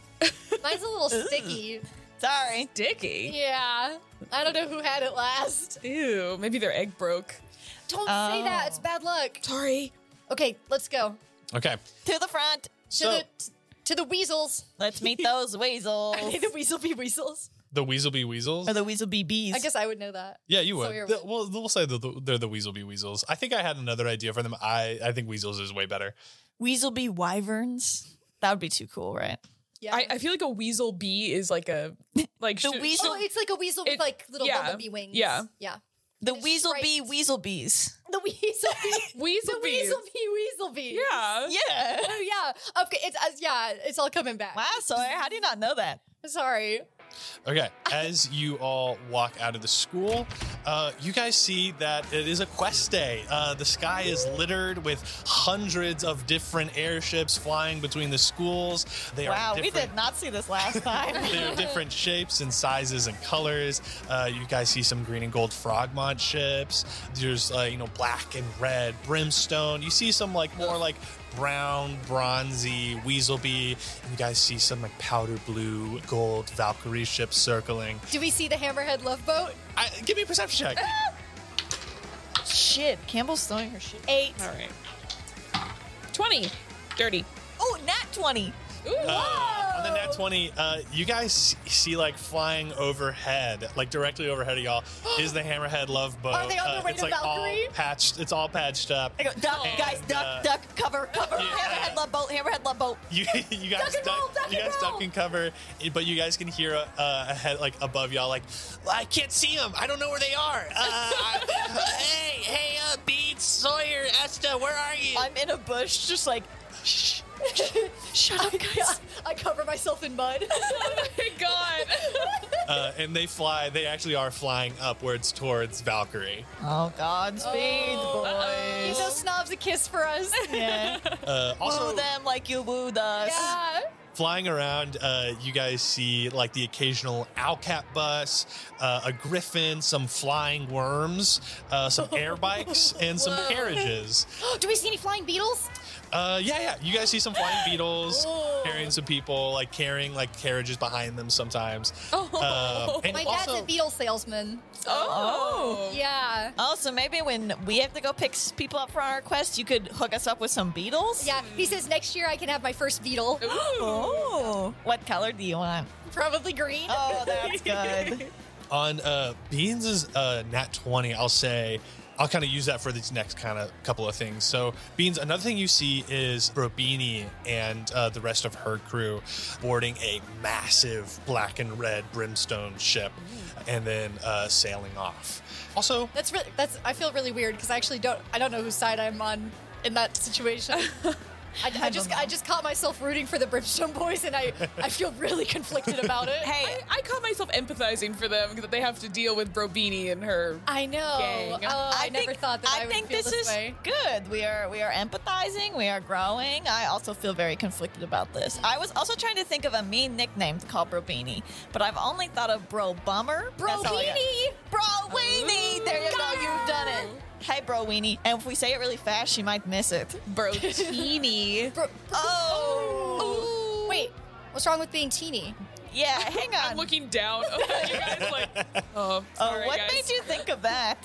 [SPEAKER 2] Mine's a little sticky.
[SPEAKER 4] Sorry.
[SPEAKER 5] Dicky.
[SPEAKER 2] Yeah, I don't know who had it last.
[SPEAKER 5] Ew. Maybe their egg broke.
[SPEAKER 2] Don't say
[SPEAKER 4] Oh.
[SPEAKER 2] that. It's bad luck.
[SPEAKER 5] Sorry.
[SPEAKER 2] Okay, let's go
[SPEAKER 1] Okay,
[SPEAKER 4] To the front.
[SPEAKER 2] to
[SPEAKER 1] so
[SPEAKER 2] the to the weasels.
[SPEAKER 4] Let's meet those weasels.
[SPEAKER 2] May the weasel be weasels.
[SPEAKER 1] the weasel be weasels.
[SPEAKER 4] Or the weasel be bees.
[SPEAKER 2] I guess I would know that.
[SPEAKER 1] Yeah, you would.
[SPEAKER 2] Sawyer
[SPEAKER 1] The- well, we'll say the, the, they're the Weasel Bee Weasels. I think I had another idea for them. I, I think Weasels is way better.
[SPEAKER 4] weasel be wyverns. That would be too cool, right?
[SPEAKER 2] Yeah.
[SPEAKER 5] I, I feel like a weasel bee is like a like
[SPEAKER 4] The
[SPEAKER 5] should-
[SPEAKER 4] weasel-
[SPEAKER 2] oh, it's like a weasel with
[SPEAKER 5] It-
[SPEAKER 2] like little
[SPEAKER 5] yeah.
[SPEAKER 2] bumblebee wings.
[SPEAKER 5] Yeah.
[SPEAKER 2] Yeah.
[SPEAKER 4] The
[SPEAKER 2] It's
[SPEAKER 4] weasel
[SPEAKER 2] striped.
[SPEAKER 4] bee weasel bees.
[SPEAKER 2] The weasel bee.
[SPEAKER 5] weasel
[SPEAKER 2] the
[SPEAKER 5] bee.
[SPEAKER 2] weasel bee. Weasel bee.
[SPEAKER 5] Yeah.
[SPEAKER 4] Yeah.
[SPEAKER 2] Oh yeah. Okay. It's uh, yeah. It's all coming back.
[SPEAKER 4] Wow, Sawyer, how do you not know that?
[SPEAKER 2] Sorry.
[SPEAKER 1] Okay, as you all walk out of the school, uh, you guys see that it is a quest day. Uh, the sky is littered with hundreds of different airships flying between the schools. They
[SPEAKER 4] Wow,
[SPEAKER 1] are
[SPEAKER 4] we
[SPEAKER 1] different.
[SPEAKER 4] did not see this last time.
[SPEAKER 1] They're different shapes and sizes and colors. Uh, you guys see some green and gold frogmont ships. There's uh, you know black and red brimstone. You see some like more like brown bronzy weaselbee. And you guys see some like powder blue gold Valkyrie ships circling.
[SPEAKER 2] Do we see the hammerhead love boat?
[SPEAKER 1] I, give me a perception check.
[SPEAKER 4] shit, Campbell's throwing her shit.
[SPEAKER 2] Eight.
[SPEAKER 5] All right. Twenty. Dirty.
[SPEAKER 4] Oh, nat 20.
[SPEAKER 5] Ooh.
[SPEAKER 1] Uh, on the nat 20, uh, you guys see like flying overhead, like directly overhead of y'all, is the Hammerhead Love Boat.
[SPEAKER 2] Are they on their
[SPEAKER 1] Uh,
[SPEAKER 2] way
[SPEAKER 1] it's
[SPEAKER 2] to
[SPEAKER 1] like
[SPEAKER 2] Valkyrie?
[SPEAKER 1] all patched. It's all patched up.
[SPEAKER 4] I go, duck,
[SPEAKER 1] And,
[SPEAKER 4] guys, duck,
[SPEAKER 1] uh,
[SPEAKER 4] duck, cover, cover.
[SPEAKER 1] yeah.
[SPEAKER 4] Hammerhead love boat, hammerhead love boat.
[SPEAKER 1] You, you guys
[SPEAKER 2] Duck and
[SPEAKER 1] duck,
[SPEAKER 2] roll, duck
[SPEAKER 1] you
[SPEAKER 2] and
[SPEAKER 1] guys
[SPEAKER 2] roll.
[SPEAKER 1] duck and cover, but you guys can hear uh, ahead, like above y'all, like I can't see them. I don't know where they are. Uh, I- hey, hey, uh, Beats, Sawyer, Esta, where are you?
[SPEAKER 4] I'm in a bush, just like, shh.
[SPEAKER 2] Shut up, guys. I cover myself in mud.
[SPEAKER 5] Oh my god.
[SPEAKER 1] Uh, and they fly. They actually are flying upwards towards Valkyrie.
[SPEAKER 4] Oh, Godspeed,
[SPEAKER 2] Give
[SPEAKER 4] boys.
[SPEAKER 2] those snobs a kiss for us.
[SPEAKER 4] Yeah.
[SPEAKER 1] Uh, also,
[SPEAKER 4] woo them like you wooed us.
[SPEAKER 2] yeah.
[SPEAKER 1] flying around, uh, you guys see like the occasional Owlcat bus, uh, a griffin, some flying worms, uh, some air bikes, and some carriages.
[SPEAKER 2] Do we see any flying beetles?
[SPEAKER 1] Uh, yeah, yeah. You guys see some flying beetles
[SPEAKER 2] Ooh.
[SPEAKER 1] carrying some people, like carrying like carriages behind them sometimes. Uh, and
[SPEAKER 2] My
[SPEAKER 1] also,
[SPEAKER 2] dad's a beetle salesman.
[SPEAKER 5] Oh.
[SPEAKER 2] Yeah.
[SPEAKER 4] Also, maybe when we have to go pick s- people up for our quest, you could hook us up with some beetles.
[SPEAKER 2] Yeah. He says next year I can have my first beetle.
[SPEAKER 4] Oh, what color do you want?
[SPEAKER 2] Probably green.
[SPEAKER 4] Oh, that's good.
[SPEAKER 1] on uh, Beans's uh, nat twenty, I'll say. I'll kind of use that for these next kind of couple of things. So, Beans, another thing you see is Robini and uh, the rest of her crew boarding a massive black and red brimstone ship and then uh, sailing off. Also,
[SPEAKER 2] That's really that's. I feel really weird because I actually don't. I don't know whose side I'm on in that situation. I, I just I just caught myself rooting for the Brimstone Boys, and I I feel really conflicted about it.
[SPEAKER 4] Hey,
[SPEAKER 5] I caught myself empathizing for them that they have to deal with Brobini and her.
[SPEAKER 2] I know.
[SPEAKER 5] Gang.
[SPEAKER 2] Oh, I, never
[SPEAKER 4] think,
[SPEAKER 2] thought that I, would
[SPEAKER 4] think
[SPEAKER 2] feel
[SPEAKER 4] this,
[SPEAKER 2] this,
[SPEAKER 4] is
[SPEAKER 2] way.
[SPEAKER 4] good. We are we are empathizing. We are growing. I also feel very conflicted about this. I was also trying to think of a mean nickname to call Brobini, but I've only thought of Bro Bummer. That's all I got.
[SPEAKER 2] Brobini.
[SPEAKER 4] Bro Weenie. There you go. You've done it. Hey, Bro Weenie. And if we say it really fast, she might miss it.
[SPEAKER 5] Brotini.
[SPEAKER 2] Bro-
[SPEAKER 4] Oh.
[SPEAKER 2] Wait, what's wrong with being teeny?
[SPEAKER 4] Yeah. Hang
[SPEAKER 5] I'm
[SPEAKER 4] on.
[SPEAKER 5] looking down. Okay, you guys like. Oh,
[SPEAKER 4] Oh,
[SPEAKER 5] sorry,
[SPEAKER 4] what
[SPEAKER 5] guys.
[SPEAKER 4] made you think of that?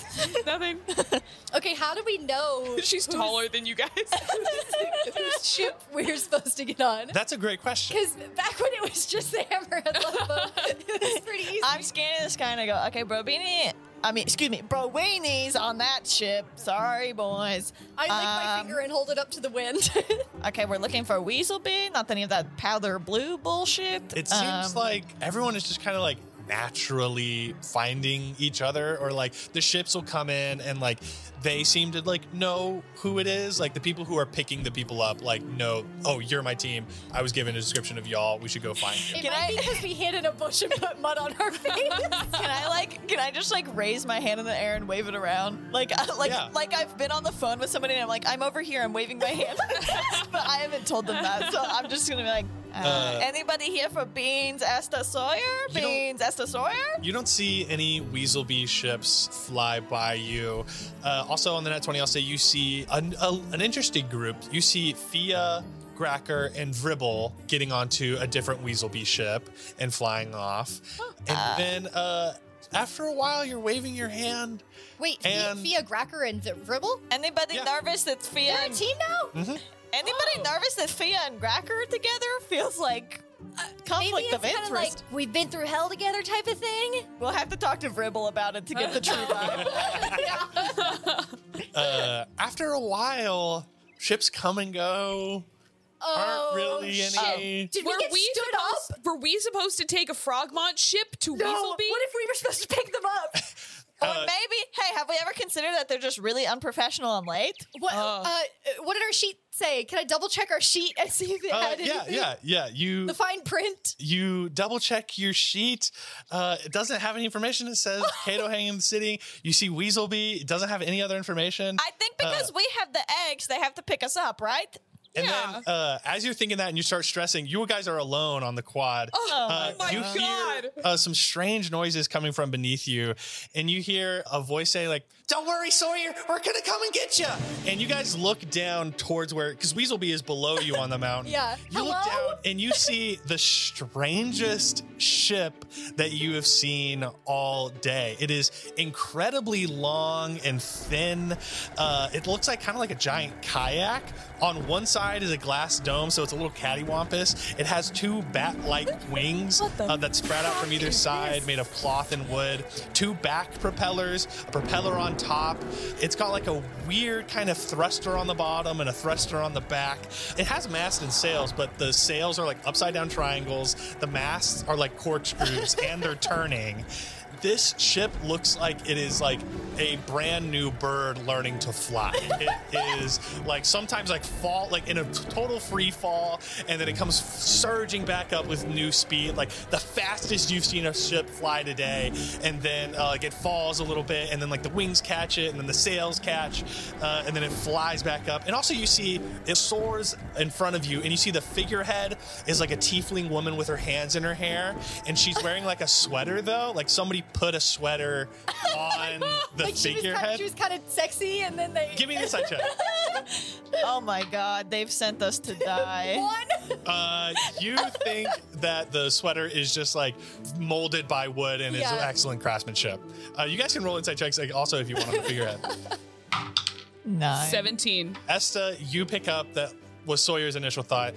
[SPEAKER 5] Nothing.
[SPEAKER 2] Okay, how do we know
[SPEAKER 5] She's taller than you guys.
[SPEAKER 2] whose ship we're supposed to get on?
[SPEAKER 1] that's a great question.
[SPEAKER 2] Because back when it was just the hammerhead love boat, it was pretty easy.
[SPEAKER 4] I'm scanning this guy and I go, okay, Bro Beanie. I mean, excuse me, Bro Weenie's on that ship. Sorry, boys.
[SPEAKER 2] I lick my
[SPEAKER 4] Um,
[SPEAKER 2] finger and hold it up to the wind.
[SPEAKER 4] Okay, we're looking for Weaselby, not any of that powder blue bullshit.
[SPEAKER 1] It seems
[SPEAKER 4] Um,
[SPEAKER 1] like everyone is just kind of like naturally finding each other or like the ships will come in and like they seem to like know who it is like the people who are picking the people up like know oh you're my team i was given a description of y'all we should go find you
[SPEAKER 2] It
[SPEAKER 4] Can
[SPEAKER 2] might
[SPEAKER 4] I-
[SPEAKER 2] be because we hid in a bush and put mud on our face.
[SPEAKER 4] Can I like? Can I just like raise my hand in the air and wave it around? Like, like,
[SPEAKER 1] Yeah.
[SPEAKER 4] like I've been on the phone with somebody and I'm like, I'm over here, I'm waving my hand, but I haven't told them that, so I'm just gonna be like, uh,
[SPEAKER 1] Uh,
[SPEAKER 4] anybody here for Beans Esther Sawyer?
[SPEAKER 1] You don't-
[SPEAKER 4] Beans Esther Sawyer?
[SPEAKER 1] You don't see any Weaselbee ships fly by you. Uh, also on the net 20, I'll say you see an, a, an interesting group. You see Fia, Gracker, and Vribble getting onto a different Weaselbee ship and flying off. And then uh, after a while, you're waving your hand.
[SPEAKER 2] Wait,
[SPEAKER 1] And-
[SPEAKER 2] Fia Gracker and Vribble?
[SPEAKER 4] Anybody
[SPEAKER 1] Yeah.
[SPEAKER 4] nervous that Fia?
[SPEAKER 2] They're a
[SPEAKER 4] and-
[SPEAKER 2] team now?
[SPEAKER 4] anybody
[SPEAKER 2] Oh.
[SPEAKER 4] nervous that Fia and Gracker are together? Feels like
[SPEAKER 2] Uh, Maybe
[SPEAKER 4] conflict
[SPEAKER 2] it's
[SPEAKER 4] of
[SPEAKER 2] kind
[SPEAKER 4] interest.
[SPEAKER 2] of like we've been through hell together type of thing.
[SPEAKER 4] We'll have to talk to Vribble about it to get the true vibe.
[SPEAKER 1] Uh, after a while, ships come and go.
[SPEAKER 2] Oh,
[SPEAKER 1] Aren't really any.
[SPEAKER 2] Did we get stood
[SPEAKER 5] supposed,
[SPEAKER 2] up?
[SPEAKER 5] Were we supposed to take a Frogmont ship to
[SPEAKER 2] No.
[SPEAKER 5] Weaselby?
[SPEAKER 2] What if we were supposed to pick them up?
[SPEAKER 4] or maybe, hey, have we ever considered that they're just really unprofessional and late?
[SPEAKER 2] What?
[SPEAKER 1] Oh.
[SPEAKER 5] Uh.
[SPEAKER 2] Uh, what did our sheet say? Can I double check our sheet and see if it
[SPEAKER 1] Uh,
[SPEAKER 2] had
[SPEAKER 1] yeah,
[SPEAKER 2] anything?
[SPEAKER 1] yeah, yeah. You
[SPEAKER 2] The fine print.
[SPEAKER 1] you double check your sheet. Uh, it doesn't have any information. It says Cato hanging in the city. You see Weaselby. It doesn't have any other information.
[SPEAKER 4] I think because we have the eggs, they have to pick us up, right?
[SPEAKER 1] and
[SPEAKER 5] yeah.
[SPEAKER 1] then uh, as you're thinking that and you start stressing, you guys are alone on the quad.
[SPEAKER 4] Oh,
[SPEAKER 1] Uh,
[SPEAKER 5] my
[SPEAKER 1] you hear uh, some strange noises coming from beneath you, and you hear a voice say, "Like, don't worry, Sawyer, we're gonna come and get you." And you guys look down towards where, because Weaselby is below you on the mountain.
[SPEAKER 2] Yeah.
[SPEAKER 1] You look
[SPEAKER 2] Hello?
[SPEAKER 1] down and you see the strangest ship that you have seen all day. It is incredibly long and thin. Uh, it looks like kind of like a giant kayak. On one side is a glass dome, so it's a little cattywampus. It has two bat-like wings uh, that spread out from either side, made of cloth and wood. Two back propellers, a propeller on top. It's got like a weird kind of thruster on the bottom and a thruster on the back. It has masts and sails, but the sails are like upside down triangles. The masts are like corkscrews and they're turning. This ship looks like it is like a brand new bird learning to fly. It is like sometimes like fall, like in a t- total free fall, and then it comes surging back up with new speed, like the fastest you've seen a ship fly today. And then uh, like it falls a little bit, and then like the wings catch it, and then the sails catch, uh, and then it flies back up. And also you see it soars in front of you, and you see the figurehead is like a tiefling woman with her hands in her hair, and she's wearing like a sweater though, like somebody put a sweater on the
[SPEAKER 2] like she was, kind of,
[SPEAKER 1] figurehead.
[SPEAKER 2] she was kind of sexy, and then they
[SPEAKER 1] Give me an insight check.
[SPEAKER 4] Oh my god, they've sent us to die.
[SPEAKER 2] one.
[SPEAKER 1] Uh, you think that the sweater is just like molded by wood and is
[SPEAKER 2] Yeah.
[SPEAKER 1] excellent craftsmanship. Uh, you guys can roll insight checks like, also if you want on the figurehead.
[SPEAKER 4] Nine.
[SPEAKER 5] Seventeen.
[SPEAKER 1] Esta, you pick up that was Sawyer's initial thought.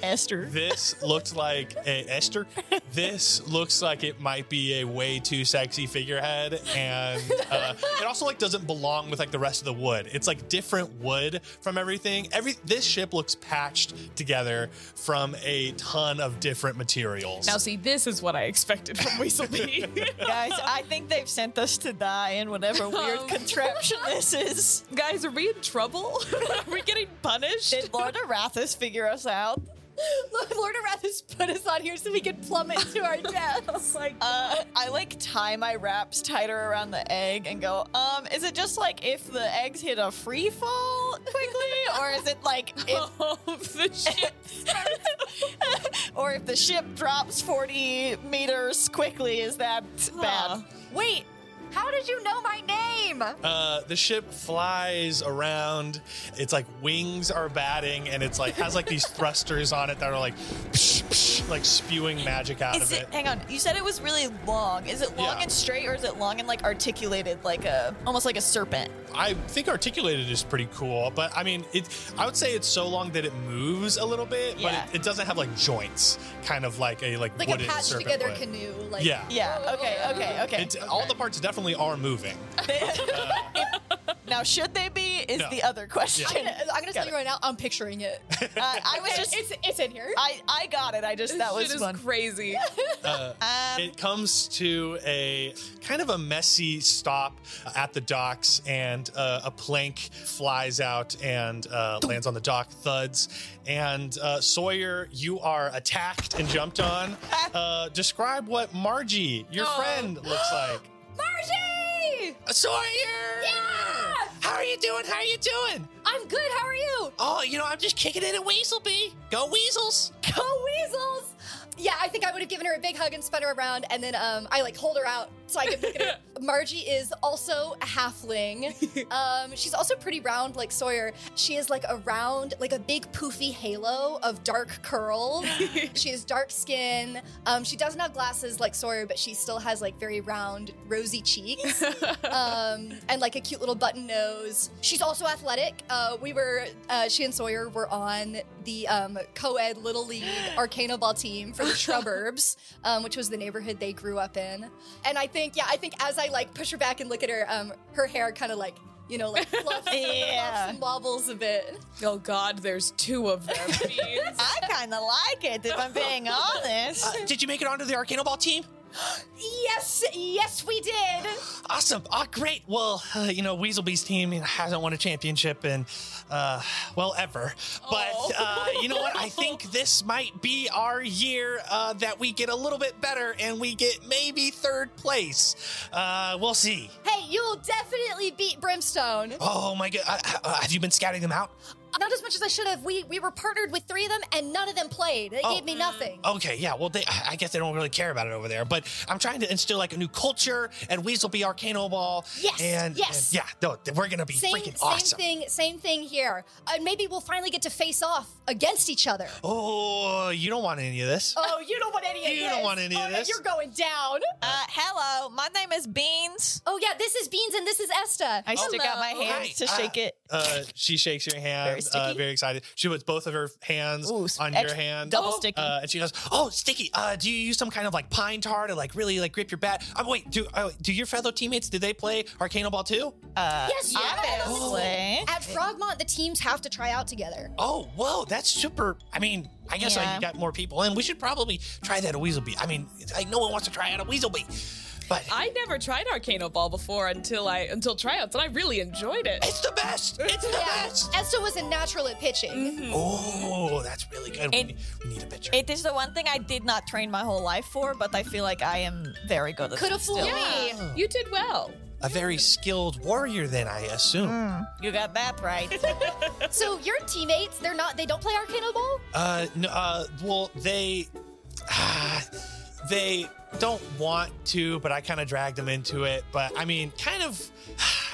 [SPEAKER 4] Esther.
[SPEAKER 1] This looked like a Esther. This looks like it might be a way too sexy figurehead, and uh, it also like doesn't belong with like the rest of the wood. It's like different wood from everything. Every this ship looks patched together from a ton of different materials.
[SPEAKER 5] Now, see, this is what I expected from Weaselby.
[SPEAKER 4] Guys, I think they've sent us to die in whatever weird
[SPEAKER 5] Um.
[SPEAKER 4] contraption this is.
[SPEAKER 5] Guys, are we in trouble? are we getting punished?
[SPEAKER 4] Did Lord Arathis figure us out?
[SPEAKER 2] Lord Arathis put us on here so we could plummet to our deaths. like,
[SPEAKER 4] Uh, I like tie my wraps tighter around the egg and go, um, is it just like if the eggs hit a free fall quickly? Or is it like if.
[SPEAKER 5] Oh, the ship.
[SPEAKER 4] or if the ship drops 40 meters quickly, is that bad?
[SPEAKER 2] wait, how did you know my name?
[SPEAKER 1] Uh, the ship flies around. It's like wings are batting, and it's like has like these thrusters on it that are like psh, psh, like spewing magic out
[SPEAKER 4] Is
[SPEAKER 1] of
[SPEAKER 4] it,
[SPEAKER 1] it.
[SPEAKER 4] Hang on. You said it was really long. Is it long
[SPEAKER 1] Yeah.
[SPEAKER 4] and straight, or is it long and like articulated, like a almost like a serpent?
[SPEAKER 1] I think articulated is pretty cool, but I mean, it. I would say it's so long that it moves a little bit,
[SPEAKER 4] Yeah.
[SPEAKER 1] but it, it doesn't have like joints, kind of like a like,
[SPEAKER 2] Like a
[SPEAKER 1] wooden
[SPEAKER 2] patched
[SPEAKER 1] serpent
[SPEAKER 2] together
[SPEAKER 1] would.
[SPEAKER 2] canoe. Like,
[SPEAKER 1] Yeah.
[SPEAKER 4] Yeah. Okay. Okay. Okay.
[SPEAKER 1] It, all the parts definitely are moving.
[SPEAKER 4] now, should they be? Is
[SPEAKER 1] No.
[SPEAKER 4] the other question.
[SPEAKER 2] I'm gonna tell
[SPEAKER 4] Got
[SPEAKER 2] you right now, I'm picturing it.
[SPEAKER 4] Uh, I was just.
[SPEAKER 2] it's it's in here.
[SPEAKER 4] I I got it. I just that
[SPEAKER 5] This
[SPEAKER 4] was
[SPEAKER 5] shit is
[SPEAKER 4] fun.
[SPEAKER 5] crazy.
[SPEAKER 1] Uh,
[SPEAKER 4] Um,
[SPEAKER 1] it comes to a kind of a messy stop at the docks, and uh, a plank flies out and uh, lands on the dock, thuds. And uh, Sawyer, you are attacked and jumped on. Uh, describe what Margie, your
[SPEAKER 5] Oh.
[SPEAKER 1] friend, looks like.
[SPEAKER 2] Margie!
[SPEAKER 6] Sawyer!
[SPEAKER 2] Yeah!
[SPEAKER 6] How are you doing? How are you doing?
[SPEAKER 2] I'm good. How are you?
[SPEAKER 6] Oh, you know, I'm just kicking it at Weaselby. Go Weasels!
[SPEAKER 2] Go Oh, Weasels! Yeah, I think I would have given her a big hug and spun her around, and then um, I like hold her out so I could look at her. Margie is also a halfling. Um, she's also pretty round, like Sawyer. She is like a round, like a big poofy halo of dark curls. she has dark skin. Um, she doesn't have glasses like Sawyer, but she still has like very round, rosy cheeks um, and like a cute little button nose. She's also athletic. Uh, we were, uh, she and Sawyer were on the um, co ed Little League Arcana Ball team for the Shrubberbs, um, which was the neighborhood they grew up in. And I think, yeah, I think as I like push her back and look at her, um, her hair kind of like, you know, like fluffs,
[SPEAKER 4] Yeah.
[SPEAKER 2] fluffs and wobbles a bit.
[SPEAKER 5] oh God, there's two of them. Beans.
[SPEAKER 4] I kind of like it if I'm being honest.
[SPEAKER 6] Uh, did you make it onto the Arcano Ball team?
[SPEAKER 2] Yes, yes, we did.
[SPEAKER 6] Awesome. Ah, great. Well, uh, you know, Weaselby's team hasn't won a championship in, uh, well, ever. But
[SPEAKER 4] Oh.
[SPEAKER 6] uh, you know what? I think this might be our year uh, that we get a little bit better and we get maybe third place. Uh, we'll see.
[SPEAKER 2] Hey, you'll definitely beat Brimstone.
[SPEAKER 6] Oh my god! Uh, uh, have you been scouting them out?
[SPEAKER 2] Not as much as I should have. We we were partnered with three of them, and none of them played. They
[SPEAKER 6] Oh.
[SPEAKER 2] gave me nothing.
[SPEAKER 6] Okay, yeah. Well, they, I guess they don't really care about it over there. But I'm trying to instill like a new culture and Weaselby Arcano Ball.
[SPEAKER 2] Yes,
[SPEAKER 6] And,
[SPEAKER 2] yes.
[SPEAKER 6] and yeah, no, th- we're gonna be
[SPEAKER 2] Same,
[SPEAKER 6] freaking
[SPEAKER 2] same
[SPEAKER 6] awesome.
[SPEAKER 2] thing, same thing here. Uh, maybe we'll finally get to face off against each other.
[SPEAKER 6] Oh, you don't want any of this.
[SPEAKER 2] Oh, you don't want any
[SPEAKER 6] You don't want any
[SPEAKER 2] no,
[SPEAKER 6] of this.
[SPEAKER 2] You're going down.
[SPEAKER 4] Uh, hello, my name is Beans.
[SPEAKER 2] Oh yeah, this is Beans and this is Esta.
[SPEAKER 4] I stick out my
[SPEAKER 2] Hello.
[SPEAKER 4] hand
[SPEAKER 6] Hi,
[SPEAKER 4] to
[SPEAKER 6] uh,
[SPEAKER 4] shake it.
[SPEAKER 1] Uh, she shakes your hand,
[SPEAKER 4] Very
[SPEAKER 1] very,
[SPEAKER 4] sticky.
[SPEAKER 1] uh, very excited. She puts both of her hands
[SPEAKER 4] Ooh, sp-
[SPEAKER 1] on
[SPEAKER 4] ex-
[SPEAKER 1] your hand.
[SPEAKER 4] double sticky.
[SPEAKER 6] Uh, and she goes, "Oh, sticky. Uh, do you use some kind of like pine tar to like really like grip your bat? Oh, wait, do oh, do your fellow teammates do they play Arcano Ball too?
[SPEAKER 4] Uh,
[SPEAKER 2] yes, yeah.
[SPEAKER 4] obviously.
[SPEAKER 2] At Frogmont, the teams have to try out together.
[SPEAKER 6] Oh, whoa, that's super. I mean, I guess I
[SPEAKER 4] Yeah.
[SPEAKER 6] got more people, and we should probably try that at Weaselby. I mean, it's like no one wants to try out a Weaselby, but
[SPEAKER 5] I never tried Arcano Ball before until I until tryouts, and I really enjoyed it.
[SPEAKER 6] it's the best. It's the
[SPEAKER 2] Yeah,
[SPEAKER 6] best.
[SPEAKER 2] Esta was a natural at pitching.
[SPEAKER 6] Mm-hmm. Oh, that's really good. We
[SPEAKER 4] It-
[SPEAKER 6] need, we need a picture.
[SPEAKER 4] It is the one thing I did not train my whole life for, but I feel like I am very good at
[SPEAKER 2] Could
[SPEAKER 4] it
[SPEAKER 2] have fooled
[SPEAKER 4] still.
[SPEAKER 2] me.
[SPEAKER 5] You did well.
[SPEAKER 6] a very skilled warrior, then I assume.
[SPEAKER 2] Mm.
[SPEAKER 4] You got that right.
[SPEAKER 2] So your teammates, they're not. They don't play Arcano Ball.
[SPEAKER 6] Uh, no, uh, well, they, ah, they don't want to, but I kind of dragged them into it. But I mean, kind of,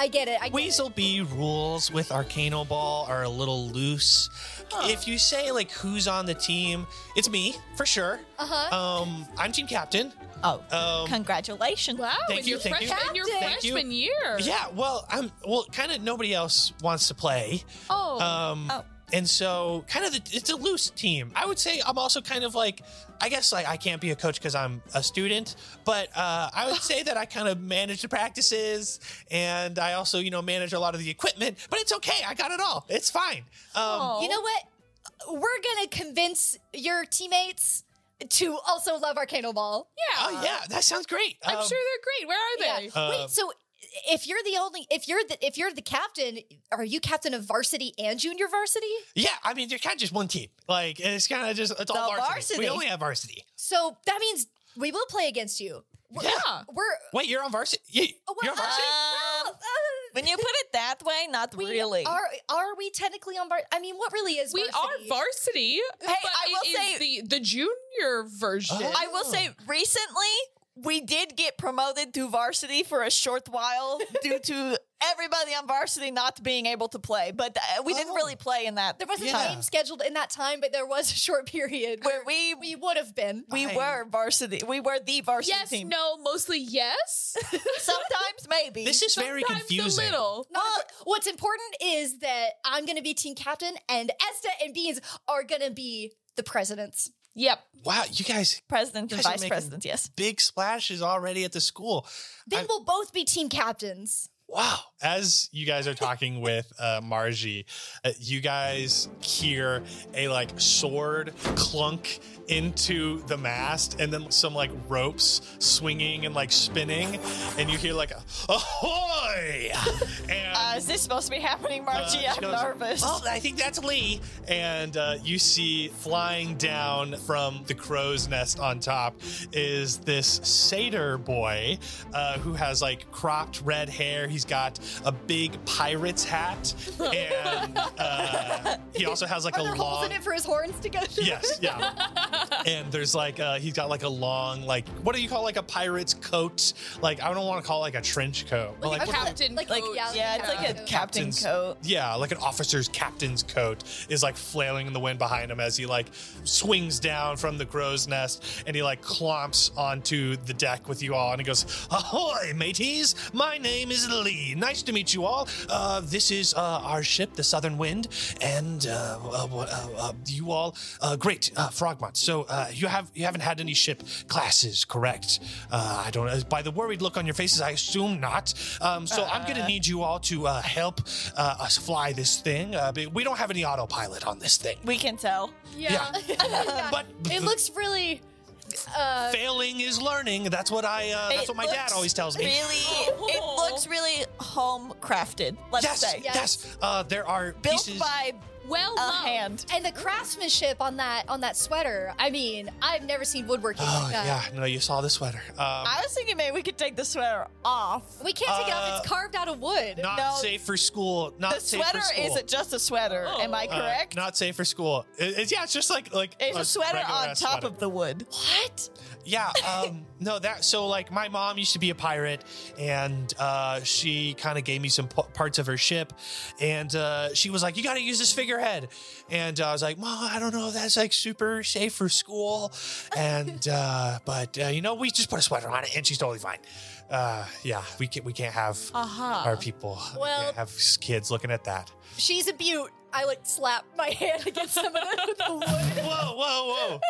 [SPEAKER 2] I get it. I get
[SPEAKER 6] Weasel B rules with Arcano Ball are a little loose. If you say like who's on the team, it's me for sure.
[SPEAKER 2] Uh huh.
[SPEAKER 6] Um, I'm team captain.
[SPEAKER 4] Oh,
[SPEAKER 6] Um,
[SPEAKER 4] congratulations.
[SPEAKER 5] Wow,
[SPEAKER 6] Thank
[SPEAKER 5] in
[SPEAKER 6] you,
[SPEAKER 5] your,
[SPEAKER 6] thank
[SPEAKER 5] fresh-
[SPEAKER 2] you.
[SPEAKER 5] in your
[SPEAKER 2] Captain.
[SPEAKER 6] Thank you.
[SPEAKER 5] freshman year.
[SPEAKER 6] yeah, well, I'm well, kind of nobody else wants to play.
[SPEAKER 5] Oh.
[SPEAKER 6] Um,
[SPEAKER 4] Oh.
[SPEAKER 6] and so kind of the, it's a loose team. I would say I'm also kind of like I guess like I can't be a coach because I'm a student, but uh, I would say that I kind of manage the practices and I also you know manage a lot of the equipment. But it's okay, I got it all. It's fine. Um,
[SPEAKER 2] You know what? We're gonna convince your teammates to also love Arcano Ball.
[SPEAKER 1] Uh,
[SPEAKER 6] oh yeah, that sounds great.
[SPEAKER 5] I'm
[SPEAKER 6] Um,
[SPEAKER 5] sure they're great. Where are they?
[SPEAKER 2] Yeah. Wait, so if you're the only if you're the if you're the captain, are you captain of varsity and junior varsity?
[SPEAKER 6] Yeah, I mean they're kind of just one team. Like it's kind of just it's all
[SPEAKER 4] The
[SPEAKER 6] varsity. We
[SPEAKER 4] varsity.
[SPEAKER 6] only have varsity.
[SPEAKER 2] So that means we will play against you. We're,
[SPEAKER 6] Yeah.
[SPEAKER 2] We're
[SPEAKER 6] Wait, you're on varsity. You,
[SPEAKER 2] oh, well,
[SPEAKER 6] you're on varsity.
[SPEAKER 2] well,
[SPEAKER 4] Um,
[SPEAKER 2] uh,
[SPEAKER 4] When you put it that way, not
[SPEAKER 2] we
[SPEAKER 4] really.
[SPEAKER 2] Are are we technically on var? I mean, what really is
[SPEAKER 5] We
[SPEAKER 2] varsity?
[SPEAKER 5] are varsity. but
[SPEAKER 4] I will
[SPEAKER 5] it is
[SPEAKER 4] say-
[SPEAKER 5] the the junior version.
[SPEAKER 6] Oh.
[SPEAKER 4] I will say, recently we did get promoted to varsity for a short while due to everybody on varsity not being able to play, but uh, we didn't really play in that
[SPEAKER 2] There wasn't
[SPEAKER 6] Yeah.
[SPEAKER 2] a game scheduled in that time, but there was a short period where
[SPEAKER 4] where we
[SPEAKER 2] we would have been.
[SPEAKER 4] we
[SPEAKER 6] I-
[SPEAKER 4] were varsity. We were the varsity
[SPEAKER 5] yes,
[SPEAKER 4] team.
[SPEAKER 5] no, mostly yes.
[SPEAKER 4] Sometimes maybe.
[SPEAKER 6] This is very
[SPEAKER 5] Sometimes
[SPEAKER 6] confusing.
[SPEAKER 5] A little.
[SPEAKER 2] Not impor- what's important is that I'm going to be team captain, and Esta and Beans are going to be the presidents.
[SPEAKER 5] Yep.
[SPEAKER 6] Wow, you guys
[SPEAKER 4] president and
[SPEAKER 6] Guys are
[SPEAKER 4] vice
[SPEAKER 6] making-
[SPEAKER 4] president. Yes.
[SPEAKER 6] big splashes already at the school.
[SPEAKER 2] Then
[SPEAKER 6] I-
[SPEAKER 2] we'll both be team captains.
[SPEAKER 6] Wow.
[SPEAKER 1] As you guys are talking with uh, Margie, uh, you guys hear a like sword clunk into the mast, and then some like ropes swinging and like spinning, and you hear like a ahoy, and
[SPEAKER 4] Uh, is this supposed to be happening, Margie?
[SPEAKER 6] Uh, she
[SPEAKER 4] I'm
[SPEAKER 6] goes,
[SPEAKER 4] nervous.
[SPEAKER 6] Well, I think that's Lee.
[SPEAKER 1] and uh, you see flying down from the crow's nest on top is this satyr boy uh, who has like cropped red hair. He's got a big pirate's hat, and uh, he also has like
[SPEAKER 2] Are
[SPEAKER 1] a
[SPEAKER 2] there holes
[SPEAKER 1] long.
[SPEAKER 2] in it for his horns to go through?
[SPEAKER 1] Yes, yeah. and there's like uh he's got like a long like what do you call like a pirate's coat? Like I don't want to call it like a trench coat. but,
[SPEAKER 2] Like
[SPEAKER 1] like
[SPEAKER 2] a
[SPEAKER 1] what-
[SPEAKER 5] Captain
[SPEAKER 2] like,
[SPEAKER 5] coat.
[SPEAKER 2] yeah,
[SPEAKER 4] yeah, it's like a
[SPEAKER 2] coat.
[SPEAKER 4] captain
[SPEAKER 1] Captain's-
[SPEAKER 4] coat.
[SPEAKER 1] yeah, like an officer's captain's coat is like flailing in the wind behind him as he like swings down from the crow's nest and he like clomps onto the deck with you all and he goes, Ahoy, mateys! My name is Lee. Nice to meet you all. Uh, this is uh, our ship, the Southern Wind, and uh, uh, uh, uh, you all, uh, great, uh, Frogmont. So uh, you have you haven't had any ship classes, correct? Uh, I don't. Uh, by the worried look on your faces, I assume not. Um, so I'm gonna need you all to uh, help uh, us fly this thing. Uh, but we don't have any autopilot on this thing.
[SPEAKER 4] We can tell.
[SPEAKER 5] Yeah.
[SPEAKER 1] But
[SPEAKER 2] It looks really. Uh,
[SPEAKER 1] failing is learning. That's what I. Uh, that's
[SPEAKER 4] It
[SPEAKER 1] what my dad
[SPEAKER 4] looks
[SPEAKER 1] always tells me.
[SPEAKER 4] Really, it
[SPEAKER 5] Oh.
[SPEAKER 4] looks really home crafted. Let's
[SPEAKER 1] Yes,
[SPEAKER 4] say
[SPEAKER 1] yes. Uh, there are
[SPEAKER 4] built
[SPEAKER 1] pieces.
[SPEAKER 4] by
[SPEAKER 5] Well
[SPEAKER 4] a
[SPEAKER 5] loved.
[SPEAKER 4] hand.
[SPEAKER 2] and the craftsmanship on that on that sweater. I mean, I've never seen woodworking
[SPEAKER 1] oh
[SPEAKER 2] like that.
[SPEAKER 1] yeah, no, you saw the sweater. Um,
[SPEAKER 4] I was thinking maybe we could take the sweater off.
[SPEAKER 2] We can't take it off. It's
[SPEAKER 1] Uh,
[SPEAKER 2] carved out of wood.
[SPEAKER 1] not
[SPEAKER 4] No.
[SPEAKER 1] safe for school. Not
[SPEAKER 4] The
[SPEAKER 1] safe
[SPEAKER 4] sweater
[SPEAKER 1] for school.
[SPEAKER 4] isn't just a sweater.
[SPEAKER 5] Oh.
[SPEAKER 4] Am I
[SPEAKER 1] Uh,
[SPEAKER 4] correct?
[SPEAKER 1] not safe for school. It- it's, yeah, it's just like like
[SPEAKER 4] it's a sweater
[SPEAKER 1] regular
[SPEAKER 4] on
[SPEAKER 1] ass
[SPEAKER 4] top
[SPEAKER 1] sweater.
[SPEAKER 4] of the wood.
[SPEAKER 2] what?
[SPEAKER 1] Yeah, um, no, that so like my mom used to be a pirate, and uh, she kind of gave me some p- parts of her ship, and uh, she was like, "You got to use this figurehead," and uh, I was like, "Mom, I don't know if that's like super safe for school," and uh, but uh, you know, we just put a sweater on it, and she's totally fine. Uh, yeah, we can't we can't have
[SPEAKER 5] Uh-huh.
[SPEAKER 1] our people we
[SPEAKER 2] Well-
[SPEAKER 1] can't have kids looking at that.
[SPEAKER 2] She's a beaut. I like slap my hand against some of the, the wood.
[SPEAKER 1] whoa, whoa, whoa.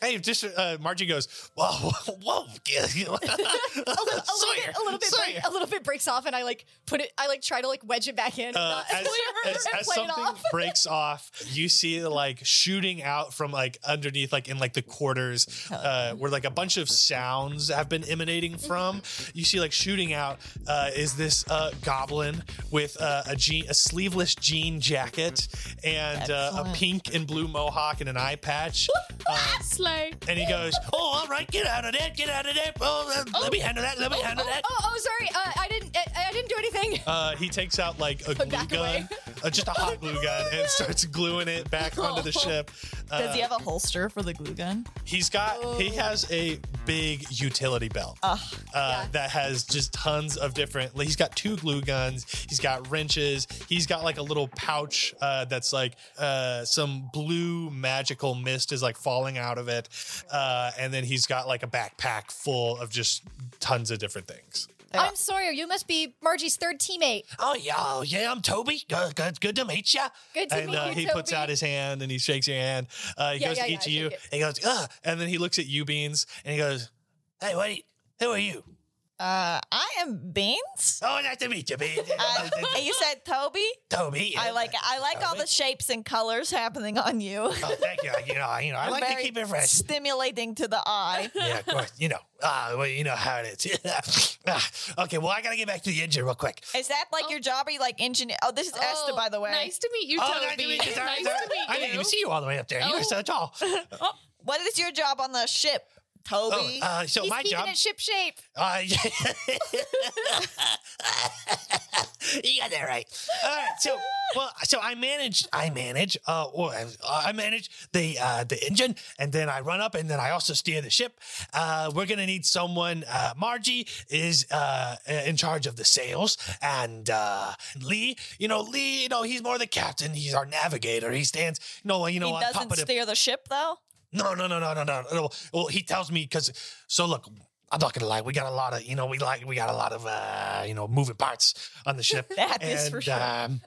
[SPEAKER 1] Hey, just uh, Margie goes, whoa, whoa. Sawyer,
[SPEAKER 2] A little, a little bit, a little bit,
[SPEAKER 1] Sawyer.
[SPEAKER 2] break, a little bit breaks off, and I like put it. I like try to like wedge it back in. and
[SPEAKER 1] Uh,
[SPEAKER 2] not-
[SPEAKER 1] as, as, as
[SPEAKER 2] play it
[SPEAKER 1] something
[SPEAKER 2] off.
[SPEAKER 1] breaks off, you see like shooting out from like underneath, like in like the quarters,
[SPEAKER 2] Oh,
[SPEAKER 1] uh, where like a bunch of sounds have been emanating from. You see like shooting out uh, is this uh, goblin with uh, a jean, a sleeveless jean jacket, and uh, a
[SPEAKER 4] Excellent.
[SPEAKER 1] pink and blue mohawk and an eye patch. Um,
[SPEAKER 5] Ah, Slay.
[SPEAKER 1] And he goes, "Oh, all right, get out of there, get out of there. Oh, let, let me handle that. Let me handle
[SPEAKER 2] oh,
[SPEAKER 1] that."
[SPEAKER 2] oh, oh, sorry. Uh, I didn't. I, I didn't do anything.
[SPEAKER 1] Uh, he takes out like a glue
[SPEAKER 2] back away.
[SPEAKER 1] gun, uh, just a hot glue gun, and starts gluing it back onto the ship. Uh,
[SPEAKER 4] Does he have a holster for the glue gun?
[SPEAKER 1] he's got he has a big utility belt uh, that has just tons of different. He's got two glue guns. He's got wrenches. He's got like a little pouch uh, that's like uh, some blue magical mist is like falling out of it, uh, and then he's got like a backpack full of just tons of different things.
[SPEAKER 2] I'm Sawyer. You must be Margie's third teammate.
[SPEAKER 6] Oh yeah, oh, yeah. I'm Toby. Good, good, good to meet ya.
[SPEAKER 2] Good to
[SPEAKER 1] and
[SPEAKER 2] meet
[SPEAKER 1] uh,
[SPEAKER 2] you,
[SPEAKER 1] he
[SPEAKER 2] Toby.
[SPEAKER 1] puts out his hand and he shakes your hand. Uh, he
[SPEAKER 2] Yeah,
[SPEAKER 1] goes
[SPEAKER 2] yeah,
[SPEAKER 1] to
[SPEAKER 2] yeah,
[SPEAKER 1] each
[SPEAKER 2] I
[SPEAKER 1] of you
[SPEAKER 2] shake
[SPEAKER 1] and he goes, Ugh, and then he looks at you, Beans, and he goes, "Hey, what? Are you, who are you?
[SPEAKER 4] Uh, I am Beans.
[SPEAKER 6] Oh, nice to meet you, Beans.
[SPEAKER 4] Uh, and you said Toby.
[SPEAKER 6] Toby.
[SPEAKER 4] I like I like all
[SPEAKER 6] Toby.
[SPEAKER 4] the shapes and colors happening on you.
[SPEAKER 6] Oh, thank you. You know, I- you know, I like to
[SPEAKER 4] Very
[SPEAKER 6] keep it fresh.
[SPEAKER 4] Stimulating to the eye.
[SPEAKER 6] yeah, of course. You know, uh, well, you know how it is. Ah, okay, well, I gotta get back to the engine real quick.
[SPEAKER 4] Is that like your job? Are you like engineer? Oh, this is Esther,
[SPEAKER 5] Oh,
[SPEAKER 4] by the way.
[SPEAKER 5] Nice to meet you,
[SPEAKER 6] oh,
[SPEAKER 5] Toby.
[SPEAKER 6] nice to meet you. Sorry,
[SPEAKER 5] Nice
[SPEAKER 6] sorry.
[SPEAKER 5] to meet
[SPEAKER 6] I didn't
[SPEAKER 5] you.
[SPEAKER 6] even see you all the way up there. You were
[SPEAKER 5] Oh.
[SPEAKER 6] so tall.
[SPEAKER 4] What is your job on the ship, Toby?
[SPEAKER 6] Oh, uh, so
[SPEAKER 2] He's
[SPEAKER 6] my
[SPEAKER 2] keeping
[SPEAKER 6] job.
[SPEAKER 2] it ship shape.
[SPEAKER 6] Uh, you got that right. All right. So, well, so I manage, I manage, uh, or uh, I manage the uh, the engine, and then I run up, and then I also steer the ship. Uh, we're gonna need someone. Uh, Margie is uh, in charge of the sails, and uh, Lee, you know, Lee, you know, he's more the captain. He's our navigator. He stands, you know, you know,
[SPEAKER 4] he
[SPEAKER 6] on top
[SPEAKER 4] doesn't
[SPEAKER 6] of the
[SPEAKER 4] steer the ship though.
[SPEAKER 6] no, no, no, no, no, no, no. Well, he tells me because. So look, I'm not gonna lie. We got a lot of, you know, we like we got a lot of, uh, you know, moving parts on the ship.
[SPEAKER 4] That is for sure.
[SPEAKER 6] Um,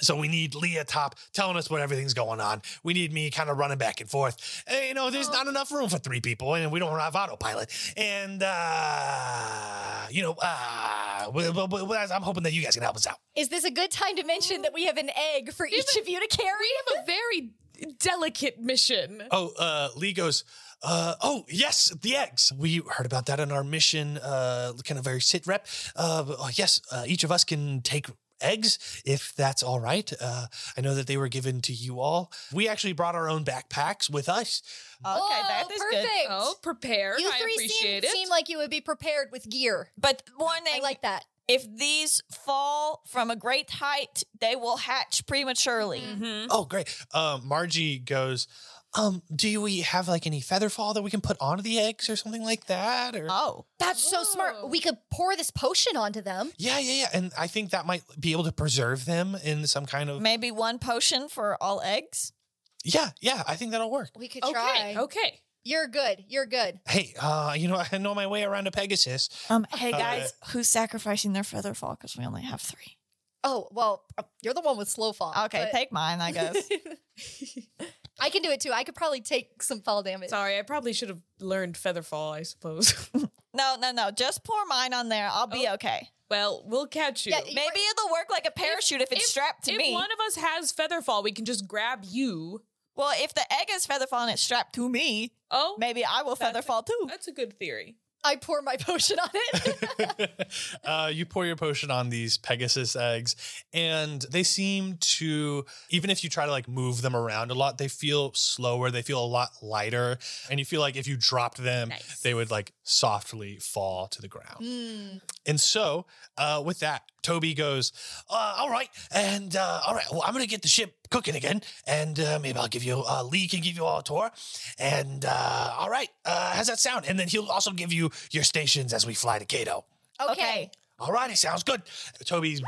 [SPEAKER 6] so we need Leah top telling us what everything's going on. We need me kind of running back and forth. And, you know, there's
[SPEAKER 4] Oh.
[SPEAKER 6] not enough room for three people, and we don't have autopilot. And uh, you know, uh, we- we- we- I'm hoping that you guys can help us out.
[SPEAKER 2] Is this a good time to mention that we have an egg for each of you to carry?
[SPEAKER 5] We have a very delicate mission.
[SPEAKER 1] Oh, uh, Lee goes, uh, oh, yes, the eggs. We heard about that on our mission, uh, kind of very sit rep. Uh, oh, yes, uh, each of us can take eggs if that's all right. Uh, I know that they were given to you all. We actually brought our own backpacks with us.
[SPEAKER 4] Okay,
[SPEAKER 2] Whoa,
[SPEAKER 4] that is
[SPEAKER 2] Oh, perfect.
[SPEAKER 4] good.
[SPEAKER 5] Oh, prepare.
[SPEAKER 2] You
[SPEAKER 5] I
[SPEAKER 2] three seem,
[SPEAKER 5] appreciate it.
[SPEAKER 2] seem like you would be prepared with gear.
[SPEAKER 4] But warning,
[SPEAKER 2] I like that.
[SPEAKER 4] if these fall from a great height, they will hatch prematurely.
[SPEAKER 2] Mm-hmm.
[SPEAKER 4] Mm-hmm.
[SPEAKER 1] Oh, great. Uh, Margie goes, um, do we have like any feather fall that we can put onto the eggs or something like that? Or
[SPEAKER 4] Oh,
[SPEAKER 2] That's so
[SPEAKER 5] Oh.
[SPEAKER 2] smart. We could pour this potion onto them.
[SPEAKER 1] yeah, yeah, yeah. And I think that might be able to preserve them in some kind of
[SPEAKER 4] maybe one potion for all eggs.
[SPEAKER 1] yeah, yeah. I think that'll work.
[SPEAKER 2] We could try.
[SPEAKER 5] Okay. Okay.
[SPEAKER 2] You're good. You're good.
[SPEAKER 1] Hey, uh, you know I know my way around a Pegasus.
[SPEAKER 4] Um, hey guys, who's sacrificing their feather fall? Because we only have three.
[SPEAKER 2] Oh, well, uh, you're the one with slow fall.
[SPEAKER 4] Okay,
[SPEAKER 2] but
[SPEAKER 4] take mine, I guess.
[SPEAKER 2] I can do it too. I could probably take some fall damage.
[SPEAKER 5] Sorry, I probably should have learned featherfall, I suppose.
[SPEAKER 4] no, no, no. Just pour mine on there. I'll be
[SPEAKER 5] Oh.
[SPEAKER 4] okay.
[SPEAKER 5] well, we'll catch you.
[SPEAKER 2] Yeah,
[SPEAKER 4] Maybe it'll work like a parachute if, it's strapped to
[SPEAKER 5] if
[SPEAKER 4] me.
[SPEAKER 5] one of us has featherfall, we can just grab you.
[SPEAKER 4] well, if the egg is feather fall and it's strapped to me,
[SPEAKER 5] Oh,
[SPEAKER 4] maybe I will feather fall too.
[SPEAKER 5] that's a good theory.
[SPEAKER 2] I pour my potion on it.
[SPEAKER 1] uh, you pour your potion on these Pegasus eggs, and they seem to, even if you try to like move them around a lot, they feel slower. They feel a lot lighter, and you feel like if you dropped them,
[SPEAKER 5] Nice.
[SPEAKER 1] they would like softly fall to the ground.
[SPEAKER 2] Mm.
[SPEAKER 1] And so, uh, with that, Toby goes,
[SPEAKER 6] uh, all right, and uh, all right. Well, I'm gonna get the ship cooking again, and uh, maybe I'll give you uh, Lee can give you all a tour, and uh, all right, uh, how's that sound? And then he'll also give you your stations as we fly to Cato.
[SPEAKER 2] Okay.
[SPEAKER 4] Okay.
[SPEAKER 6] All right, it sounds good.
[SPEAKER 1] Toby's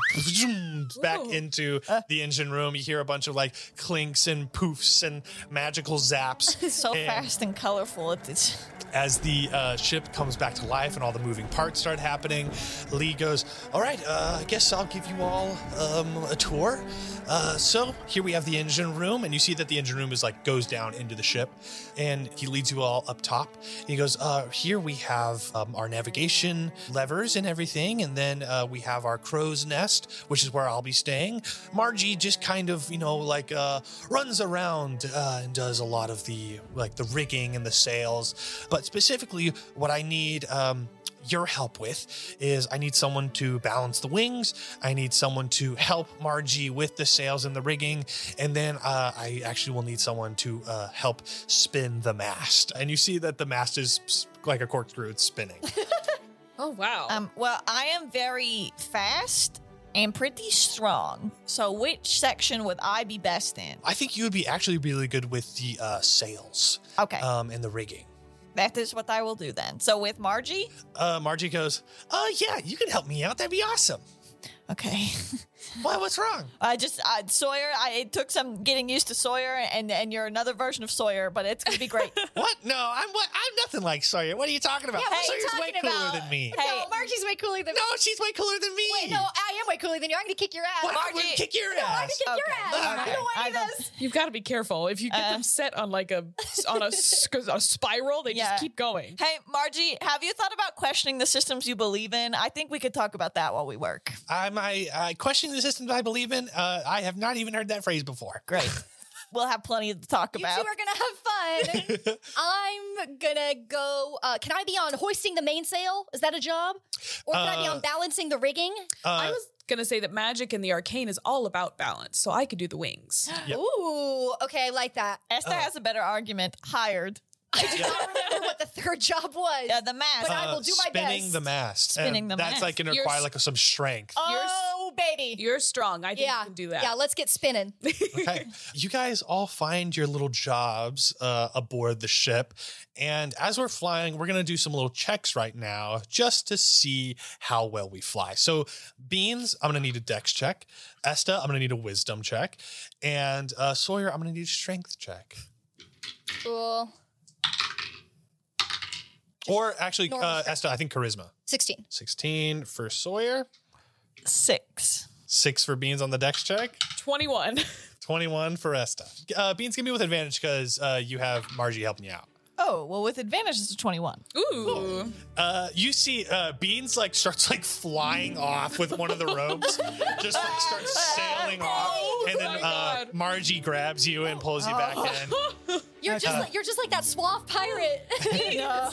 [SPEAKER 1] back
[SPEAKER 5] Ooh.
[SPEAKER 1] into the engine room. You hear a bunch of like clinks and poofs and magical zaps.
[SPEAKER 4] So
[SPEAKER 1] And-
[SPEAKER 4] fast and colorful. It's, it's
[SPEAKER 1] as the uh, ship comes back to life and all the moving parts start happening, Lee goes, All right, uh, I guess I'll give you all um, a tour. Uh, so here we have the engine room, and you see that the engine room is like goes down into the ship, and he leads you all up top. He goes, uh, Here we have um, our navigation levers and everything, and then uh, we have our crow's nest, which is where I'll be staying. Margie just kind of, you know, like uh, runs around uh, and does a lot of the like the rigging and the sails. But specifically, what I need um, your help with is I need someone to balance the wings. I need someone to help Margie with the sails and the rigging, and then uh, I actually will need someone to uh, help spin the mast. And you see that the mast is s- like a corkscrew; it's spinning.
[SPEAKER 5] Oh, wow.
[SPEAKER 4] um. Well, I am very fast and pretty strong. So, which section would I be best in?
[SPEAKER 1] I think you would be actually really good with the uh, sails
[SPEAKER 4] Okay,
[SPEAKER 1] um, and the rigging.
[SPEAKER 4] that is what I will do then. So, with Margie.
[SPEAKER 1] Uh, Margie goes, "Oh yeah, you can help me out. That'd be awesome."
[SPEAKER 4] Okay.
[SPEAKER 1] Why? What's wrong?
[SPEAKER 4] I just I, Sawyer. I it took some getting used to Sawyer, and and you're another version of Sawyer, but it's gonna be great.
[SPEAKER 1] What? No, I'm what? I'm nothing like Sawyer. What are you talking about?
[SPEAKER 2] Yeah, what are you
[SPEAKER 1] Sawyer's way
[SPEAKER 2] talking
[SPEAKER 1] cooler
[SPEAKER 2] about?
[SPEAKER 1] than me.
[SPEAKER 4] Hey.
[SPEAKER 2] No, Margie's way cooler than
[SPEAKER 1] No, she's way cooler than me.
[SPEAKER 2] Wait, no, I am way cooler than you. I'm gonna kick your ass.
[SPEAKER 1] What? I
[SPEAKER 2] Margie,
[SPEAKER 1] would kick your
[SPEAKER 2] I'm gonna
[SPEAKER 1] ass.
[SPEAKER 2] kick your
[SPEAKER 4] Okay.
[SPEAKER 2] ass. I
[SPEAKER 1] Okay.
[SPEAKER 2] don't want
[SPEAKER 4] I
[SPEAKER 2] any of
[SPEAKER 4] don't-
[SPEAKER 2] this.
[SPEAKER 5] You've got to be careful. If you get
[SPEAKER 4] Uh,
[SPEAKER 5] them set on like a on a, sc- a spiral, they
[SPEAKER 4] Yeah.
[SPEAKER 5] just keep going.
[SPEAKER 4] hey, Margie, have you thought about questioning the systems you believe in? I think we could talk about that while we work.
[SPEAKER 1] I'm I, I question the systems I believe in. Uh, I have not even heard that phrase before.
[SPEAKER 4] Great. we'll have plenty to talk
[SPEAKER 2] You two
[SPEAKER 4] about.
[SPEAKER 2] are gonna have fun. I'm gonna go. Uh, can I be on hoisting the mainsail? Is that a job? Or can I be
[SPEAKER 1] Uh,
[SPEAKER 2] on balancing the rigging?
[SPEAKER 5] I
[SPEAKER 1] Uh,
[SPEAKER 5] was gonna say that magic and the arcane is all about balance, so I could do the wings.
[SPEAKER 1] yep.
[SPEAKER 2] Ooh, okay, I like that.
[SPEAKER 4] Esther has a better argument. Hired.
[SPEAKER 2] I do not remember what the third job was.
[SPEAKER 4] Yeah, the mask.
[SPEAKER 2] But I will do my
[SPEAKER 1] Uh, spinning
[SPEAKER 2] best.
[SPEAKER 1] the mast.
[SPEAKER 4] Spinning
[SPEAKER 1] And
[SPEAKER 4] the
[SPEAKER 1] that's
[SPEAKER 4] mast.
[SPEAKER 1] like gonna
[SPEAKER 5] You're
[SPEAKER 1] require
[SPEAKER 5] s-
[SPEAKER 1] like some strength.
[SPEAKER 2] oh, baby.
[SPEAKER 5] You're strong. I think
[SPEAKER 2] yeah,
[SPEAKER 5] you can do that.
[SPEAKER 2] yeah. Let's get spinning.
[SPEAKER 1] Okay. you guys all find your little jobs uh, aboard the ship. And as we're flying, we're going to do some little checks right now just to see how well we fly. So, Beans, I'm going to need a dex check. Esta, I'm going to need a wisdom check. And uh, Sawyer, I'm going to need a strength check.
[SPEAKER 2] Cool.
[SPEAKER 1] Or actually,
[SPEAKER 2] Normal
[SPEAKER 1] uh,
[SPEAKER 2] strength.
[SPEAKER 1] Esta, I think charisma.
[SPEAKER 2] Sixteen.
[SPEAKER 1] 16 for Sawyer,
[SPEAKER 4] Six.
[SPEAKER 1] 6 for Beans on the dex check,
[SPEAKER 5] Twenty-one.
[SPEAKER 1] 21 for Esta. Uh, Beans, give me with advantage because uh, you have Margie helping you out.
[SPEAKER 4] Oh, well, with advantage, it's a 21.
[SPEAKER 5] Ooh.
[SPEAKER 1] Uh, you see, uh, Beans like starts like flying off with one of the ropes, just like starts sailing off, and
[SPEAKER 5] my
[SPEAKER 1] then uh,
[SPEAKER 5] God.
[SPEAKER 1] Margie grabs you and pulls you back in.
[SPEAKER 2] You're just like, you're just like that suave pirate.
[SPEAKER 4] Uh,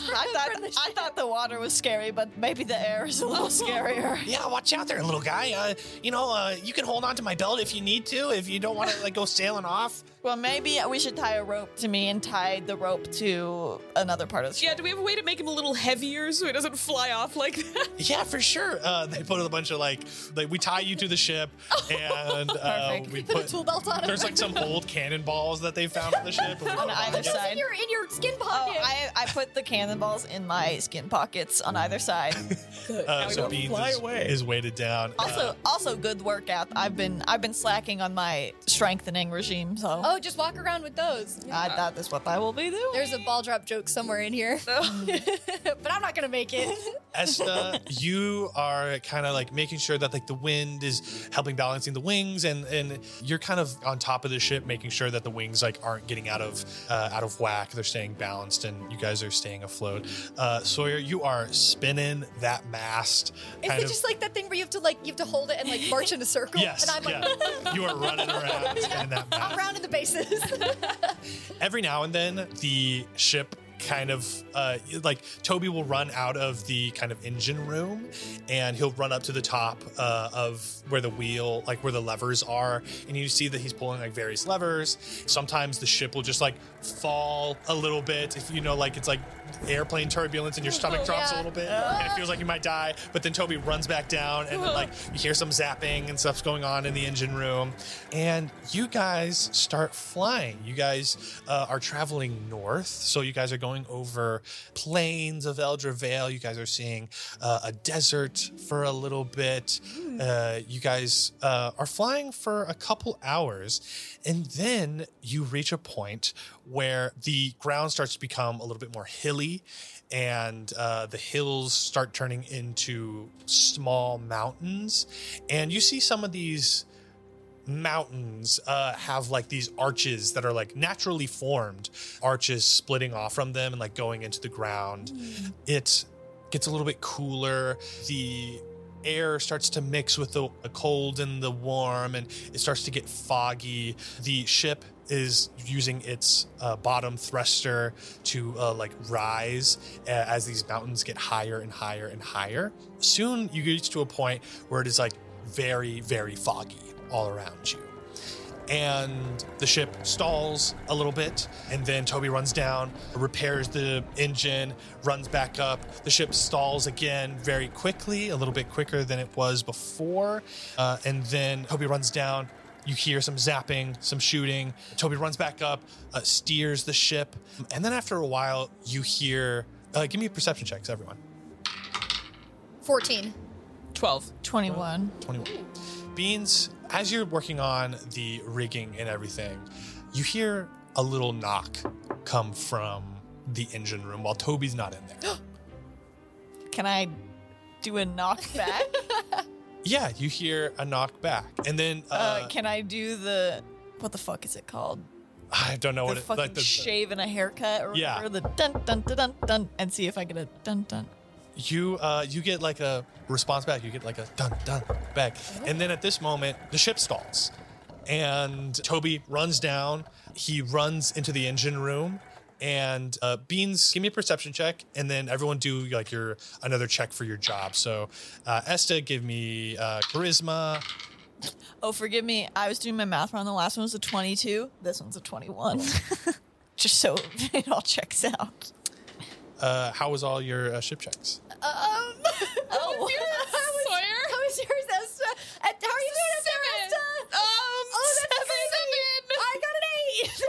[SPEAKER 4] I,
[SPEAKER 2] from the Oh.
[SPEAKER 4] thought, I thought the water was scary, but maybe the air is a little scarier.
[SPEAKER 1] Yeah, watch out there, little guy. Uh, you know, uh, you can hold on to my belt if you need to, if you don't want to like go sailing off.
[SPEAKER 4] Well, maybe we should tie a rope to me and tie the rope to another part of the
[SPEAKER 5] Yeah. Do we have a way to make him a little heavier so he doesn't fly off like that?
[SPEAKER 1] Yeah, for sure. Uh, they put a bunch of like, like we tie you to the ship, and uh,
[SPEAKER 4] Perfect.
[SPEAKER 1] we
[SPEAKER 2] Put a tool belt on him.
[SPEAKER 1] There's like some old cannonballs that they found on the ship. and we put them
[SPEAKER 4] either
[SPEAKER 1] together.
[SPEAKER 4] side.
[SPEAKER 2] in your in your skin
[SPEAKER 4] Oh,
[SPEAKER 2] pocket.
[SPEAKER 4] I, I put the cannonballs in my skin pockets on either side.
[SPEAKER 5] Good.
[SPEAKER 1] Uh,
[SPEAKER 5] Now we
[SPEAKER 1] so
[SPEAKER 5] don't
[SPEAKER 1] Beans
[SPEAKER 5] fly
[SPEAKER 1] is,
[SPEAKER 5] away.
[SPEAKER 1] is weighted down. Uh,
[SPEAKER 4] Also, also good workout. I've been I've been slacking on my strengthening regime, so
[SPEAKER 2] oh, just walk around with those.
[SPEAKER 4] I, that is what I will be doing.
[SPEAKER 2] There's a ball drop joke somewhere in here, but I'm not gonna make it.
[SPEAKER 1] Esta, you are kind of like making sure that like the wind is helping balancing the wings, and and you're kind of on top of the ship, making sure that the wings like aren't getting out of uh, out of whack. They're staying balanced, and you guys are staying afloat. Uh, Sawyer, you are spinning that mast.
[SPEAKER 2] Is it just like that thing where you have to like you have to hold it and like march in a circle?
[SPEAKER 1] yes,
[SPEAKER 2] And I'm like
[SPEAKER 1] yeah. you are running around spinning that
[SPEAKER 2] I'm
[SPEAKER 1] mast.
[SPEAKER 2] rounding the bases.
[SPEAKER 1] every now and then the ship kind of uh, like toby will run out of the kind of engine room and he'll run up to the top uh, of where the wheel like where the levers are and you see that he's pulling like various levers sometimes the ship will just like fall a little bit if you know like it's like airplane turbulence and your stomach drops a
[SPEAKER 2] yeah.
[SPEAKER 1] little bit and it feels like you might die but then toby runs back down and then like you hear some zapping and stuff's going on in the engine room and you guys start flying you guys uh, are traveling north so you guys are going over plains of eldra vale you guys are seeing uh, a desert for a little bit uh, you guys uh, are flying for a couple hours and then you reach a point where the ground starts to become a little bit more hilly and uh, the hills start turning into small mountains. And you see some of these mountains uh, have like these arches that are like naturally formed, arches splitting off from them and like going into the ground. It gets a little bit cooler. The air starts to mix with the, the cold and the warm, and it starts to get foggy. The ship is using its uh, bottom thruster to uh, like rise uh, as these mountains get higher and higher and higher. Soon you reach to a point where it is like very, very foggy all around you. And the ship stalls a little bit, and then Toby runs down, repairs the engine, runs back up. The ship stalls again very quickly, a little bit quicker than it was before. Uh, and then Toby runs down. You hear some zapping, some shooting. Toby runs back up, uh, steers the ship. And then after a while, you hear uh, give me perception checks, everyone.
[SPEAKER 2] Fourteen.
[SPEAKER 5] Twelve.
[SPEAKER 4] Twenty-one.
[SPEAKER 1] 21. Beans, as you're working on the rigging and everything, you hear a little knock come from the engine room while Toby's not in there.
[SPEAKER 4] Can I do a knockback?
[SPEAKER 1] yeah, you hear a knock back. And then uh,
[SPEAKER 4] uh, can I do the what the fuck is it called?
[SPEAKER 1] I don't know
[SPEAKER 4] The
[SPEAKER 1] what it
[SPEAKER 4] fucking
[SPEAKER 1] like the,
[SPEAKER 4] shave and a haircut or
[SPEAKER 1] Yeah.
[SPEAKER 4] whatever, the dun dun dun dun dun and see if I get a dun dun.
[SPEAKER 1] you uh you get like a response back. You get like a dun dun back. And then at this moment, the ship stalls. And Toby runs down. He runs into the engine room. And uh, Beans, give me a perception check, and then everyone do like your another check for your job. So, uh, Esta, give me uh, charisma.
[SPEAKER 4] Oh, forgive me. I was doing my math wrong. The last one was a 22. This one's a 21. Just so it all checks out.
[SPEAKER 1] Uh, how was all your uh, ship checks?
[SPEAKER 2] Um,
[SPEAKER 4] Oh,
[SPEAKER 5] Sawyer?
[SPEAKER 2] how is yours, Esta? Uh, How are you doing up there, Esta? oh, that's amazing. I got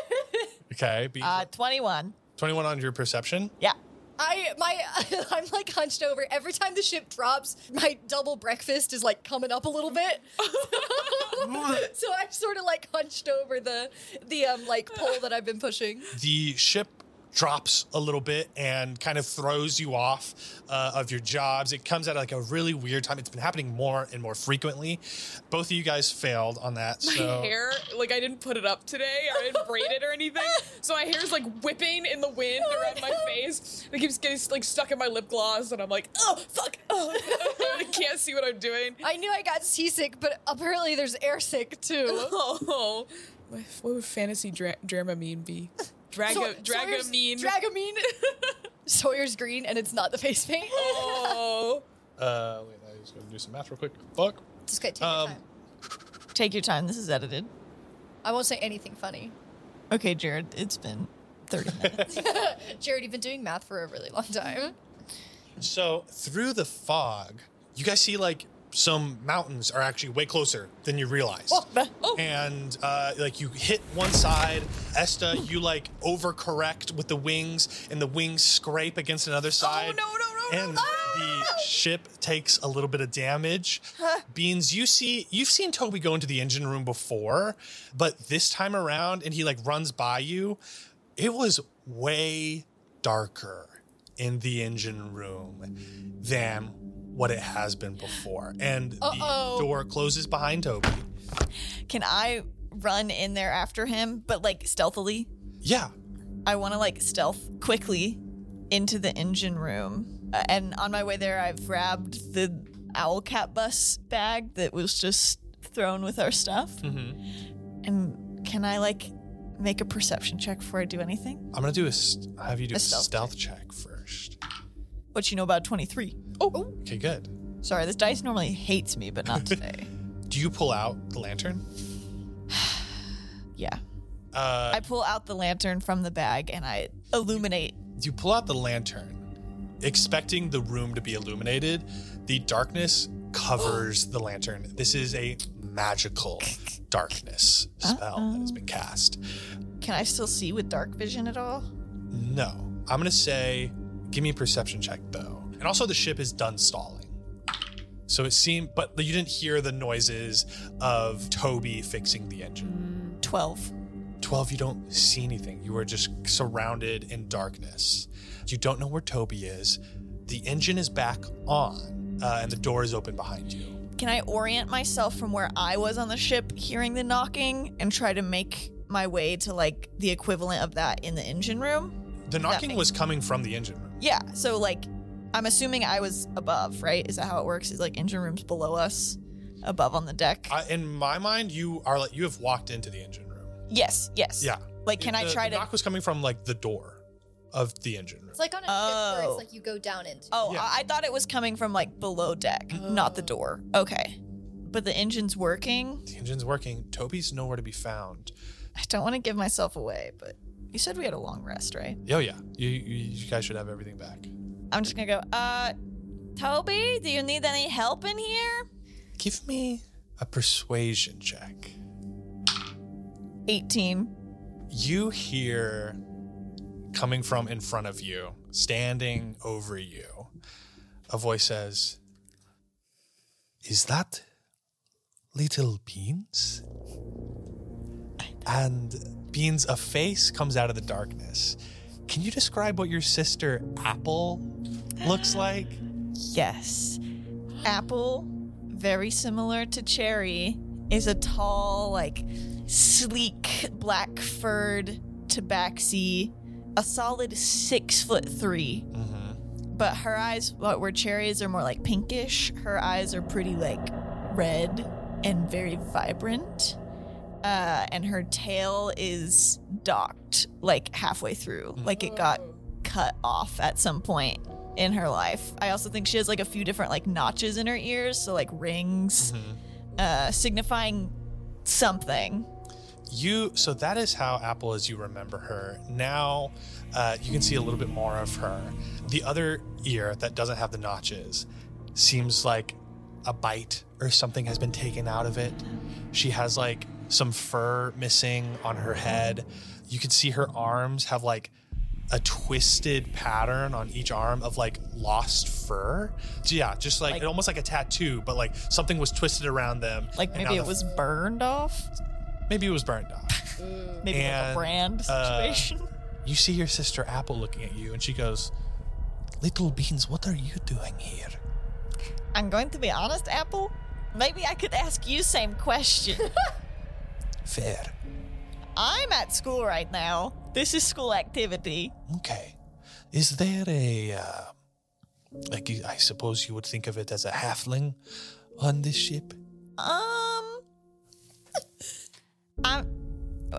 [SPEAKER 2] an eight.
[SPEAKER 1] Okay, Beans,
[SPEAKER 4] uh, 21.
[SPEAKER 1] twenty-one on your perception.
[SPEAKER 4] Yeah.
[SPEAKER 2] I my I'm like hunched over. Every time the ship drops, my double breakfast is like coming up a little bit. so I'm sort of like hunched over the the um like pole that I've been pushing.
[SPEAKER 1] the ship drops a little bit and kind of throws you off uh, of your jobs. It comes at like a really weird time. It's been happening more and more frequently. Both of you guys failed on that.
[SPEAKER 5] My
[SPEAKER 1] So
[SPEAKER 5] hair, like I didn't put it up today, or I didn't braid it or anything, so my hair's like whipping in the wind
[SPEAKER 1] Oh,
[SPEAKER 5] around my face. It keeps getting like stuck in my lip gloss, and I'm like, oh fuck, oh. I can't see what I'm doing.
[SPEAKER 2] I knew I got seasick, but apparently there's air sick too.
[SPEAKER 5] Oh, my, what would fantasy dra- Dramamine be? Draga,
[SPEAKER 2] Sawyer's-
[SPEAKER 5] Dragamine.
[SPEAKER 2] Dragamine. Sawyer's green and it's not the face paint.
[SPEAKER 5] oh,
[SPEAKER 1] uh, wait, I just gotta do some math real quick. Fuck.
[SPEAKER 2] Just good. Take
[SPEAKER 1] Um,
[SPEAKER 2] your time.
[SPEAKER 4] Take your time. This is edited.
[SPEAKER 2] I won't say anything funny.
[SPEAKER 4] Okay, Jared, it's been 30 minutes.
[SPEAKER 2] Jared, you've been doing math for a really long time.
[SPEAKER 1] So through the fog, you guys see like some mountains are actually way closer than you realized.
[SPEAKER 4] Oh.
[SPEAKER 1] And uh, like you hit one side, Esta, you like overcorrect with the wings, and the wings scrape against another side.
[SPEAKER 4] Oh, no, no, no, Ah! no,
[SPEAKER 1] And
[SPEAKER 4] no.
[SPEAKER 1] the ship takes a little bit of damage. Beans, you see, you've seen Toby go into the engine room before, but this time around, and he like runs by you. It was way darker in the engine room than what it has been before. And
[SPEAKER 2] Uh-oh.
[SPEAKER 1] the door closes behind Toby.
[SPEAKER 4] Can I run in there after him, but like stealthily?
[SPEAKER 1] Yeah.
[SPEAKER 4] I want to like stealth quickly into the engine room. Uh, and on my way there, I've grabbed the owl cat bus bag that was just thrown with our stuff.
[SPEAKER 1] Mm-hmm.
[SPEAKER 4] And can I like make a perception check before I do anything?
[SPEAKER 1] I'm going to do a, st- have you do
[SPEAKER 4] A
[SPEAKER 1] a,
[SPEAKER 4] stealth
[SPEAKER 1] stealth, check first.
[SPEAKER 4] What you know about 23? Oh,
[SPEAKER 1] Okay, good.
[SPEAKER 4] sorry, this dice normally hates me, but not today.
[SPEAKER 1] Do you pull out the lantern?
[SPEAKER 4] yeah.
[SPEAKER 1] Uh,
[SPEAKER 4] I pull out the lantern from the bag and I illuminate.
[SPEAKER 1] you pull out the lantern, expecting the room to be illuminated. The darkness covers the lantern. This is a magical darkness spell that has been cast.
[SPEAKER 4] Can I still see with dark vision at all?
[SPEAKER 1] No, I'm gonna say, give me a perception check though. And also, the ship is done stalling. So it seemed, but you didn't hear the noises of Toby fixing the engine.
[SPEAKER 4] 12.
[SPEAKER 1] 12, you don't see anything. You are just surrounded in darkness. You don't know where Toby is. The engine is back on, uh, and the door is open behind you.
[SPEAKER 4] Can I orient myself from where I was on the ship hearing the knocking and try to make my way to like the equivalent of that in the engine room?
[SPEAKER 1] The knocking
[SPEAKER 4] makes-
[SPEAKER 1] was coming from the engine room.
[SPEAKER 4] Yeah, so like I'm assuming I was above, right? Is that how it works? Is like engine rooms below us, above on the deck?
[SPEAKER 1] I, in my mind, you are like you have walked into the engine room.
[SPEAKER 4] yes, yes.
[SPEAKER 1] Yeah.
[SPEAKER 4] Like can I
[SPEAKER 1] The-
[SPEAKER 4] try
[SPEAKER 1] the
[SPEAKER 4] to
[SPEAKER 1] knock was coming from like the door of the engine room.
[SPEAKER 2] It's like on a ship where
[SPEAKER 4] Oh.
[SPEAKER 2] it's like you go down into.
[SPEAKER 4] Oh,
[SPEAKER 1] Yeah.
[SPEAKER 4] I-, I thought it was coming from like below deck, not the door. Okay. But the engine's working.
[SPEAKER 1] The engine's working. Toby's nowhere to be found.
[SPEAKER 4] I don't want to give myself away, but you said we had a long rest, right?
[SPEAKER 1] Oh yeah, you, you, you guys should have everything back.
[SPEAKER 4] I'm just gonna go, uh, Toby, do you need any help in here?
[SPEAKER 1] Give me a persuasion check.
[SPEAKER 4] 18.
[SPEAKER 1] You hear coming from in front of you, standing over you. A voice says, "Is that little beans. And Beans, a face comes out of the darkness. Can you describe what your sister Apple looks like?
[SPEAKER 4] Yes. Apple, very similar to Cherry, is a tall, like sleek, black furred tabaxi, a solid six foot three.
[SPEAKER 1] Mm-hmm.
[SPEAKER 4] But her eyes, what were Cherry's, are more like pinkish. Her eyes are pretty like red and very vibrant. Uh, and her tail is docked like halfway through,
[SPEAKER 1] Mm.
[SPEAKER 4] like it got cut off at some point in her life. I also think she has like a few different like notches in her ears, so like rings,
[SPEAKER 1] Mm-hmm.
[SPEAKER 4] uh, signifying something.
[SPEAKER 1] You so that is how Apple as you remember her. Now uh, you can see a little bit more of her. The other ear that doesn't have the notches seems like a bite or something has been taken out of it. She has like some fur missing on her head. You can see her arms have like a twisted pattern on each arm of like lost fur. So yeah, just like, it almost like a tattoo, but like something was twisted around them.
[SPEAKER 4] Like
[SPEAKER 1] and now
[SPEAKER 4] maybe it
[SPEAKER 1] the-
[SPEAKER 4] was burned off,
[SPEAKER 1] maybe it was burned off.
[SPEAKER 4] maybe like
[SPEAKER 1] And,
[SPEAKER 4] a brand
[SPEAKER 1] uh,
[SPEAKER 4] situation.
[SPEAKER 1] you see your sister Apple looking at you, and she goes, "Little beans, what are you doing here?"
[SPEAKER 4] I'm going to be honest, Apple. Maybe I could ask you same question.
[SPEAKER 1] Fair.
[SPEAKER 4] I'm at school right now. This is school activity.
[SPEAKER 1] Okay. Is there a, uh, like you- I suppose you would think of it as a halfling on this ship?
[SPEAKER 4] Um, I'm.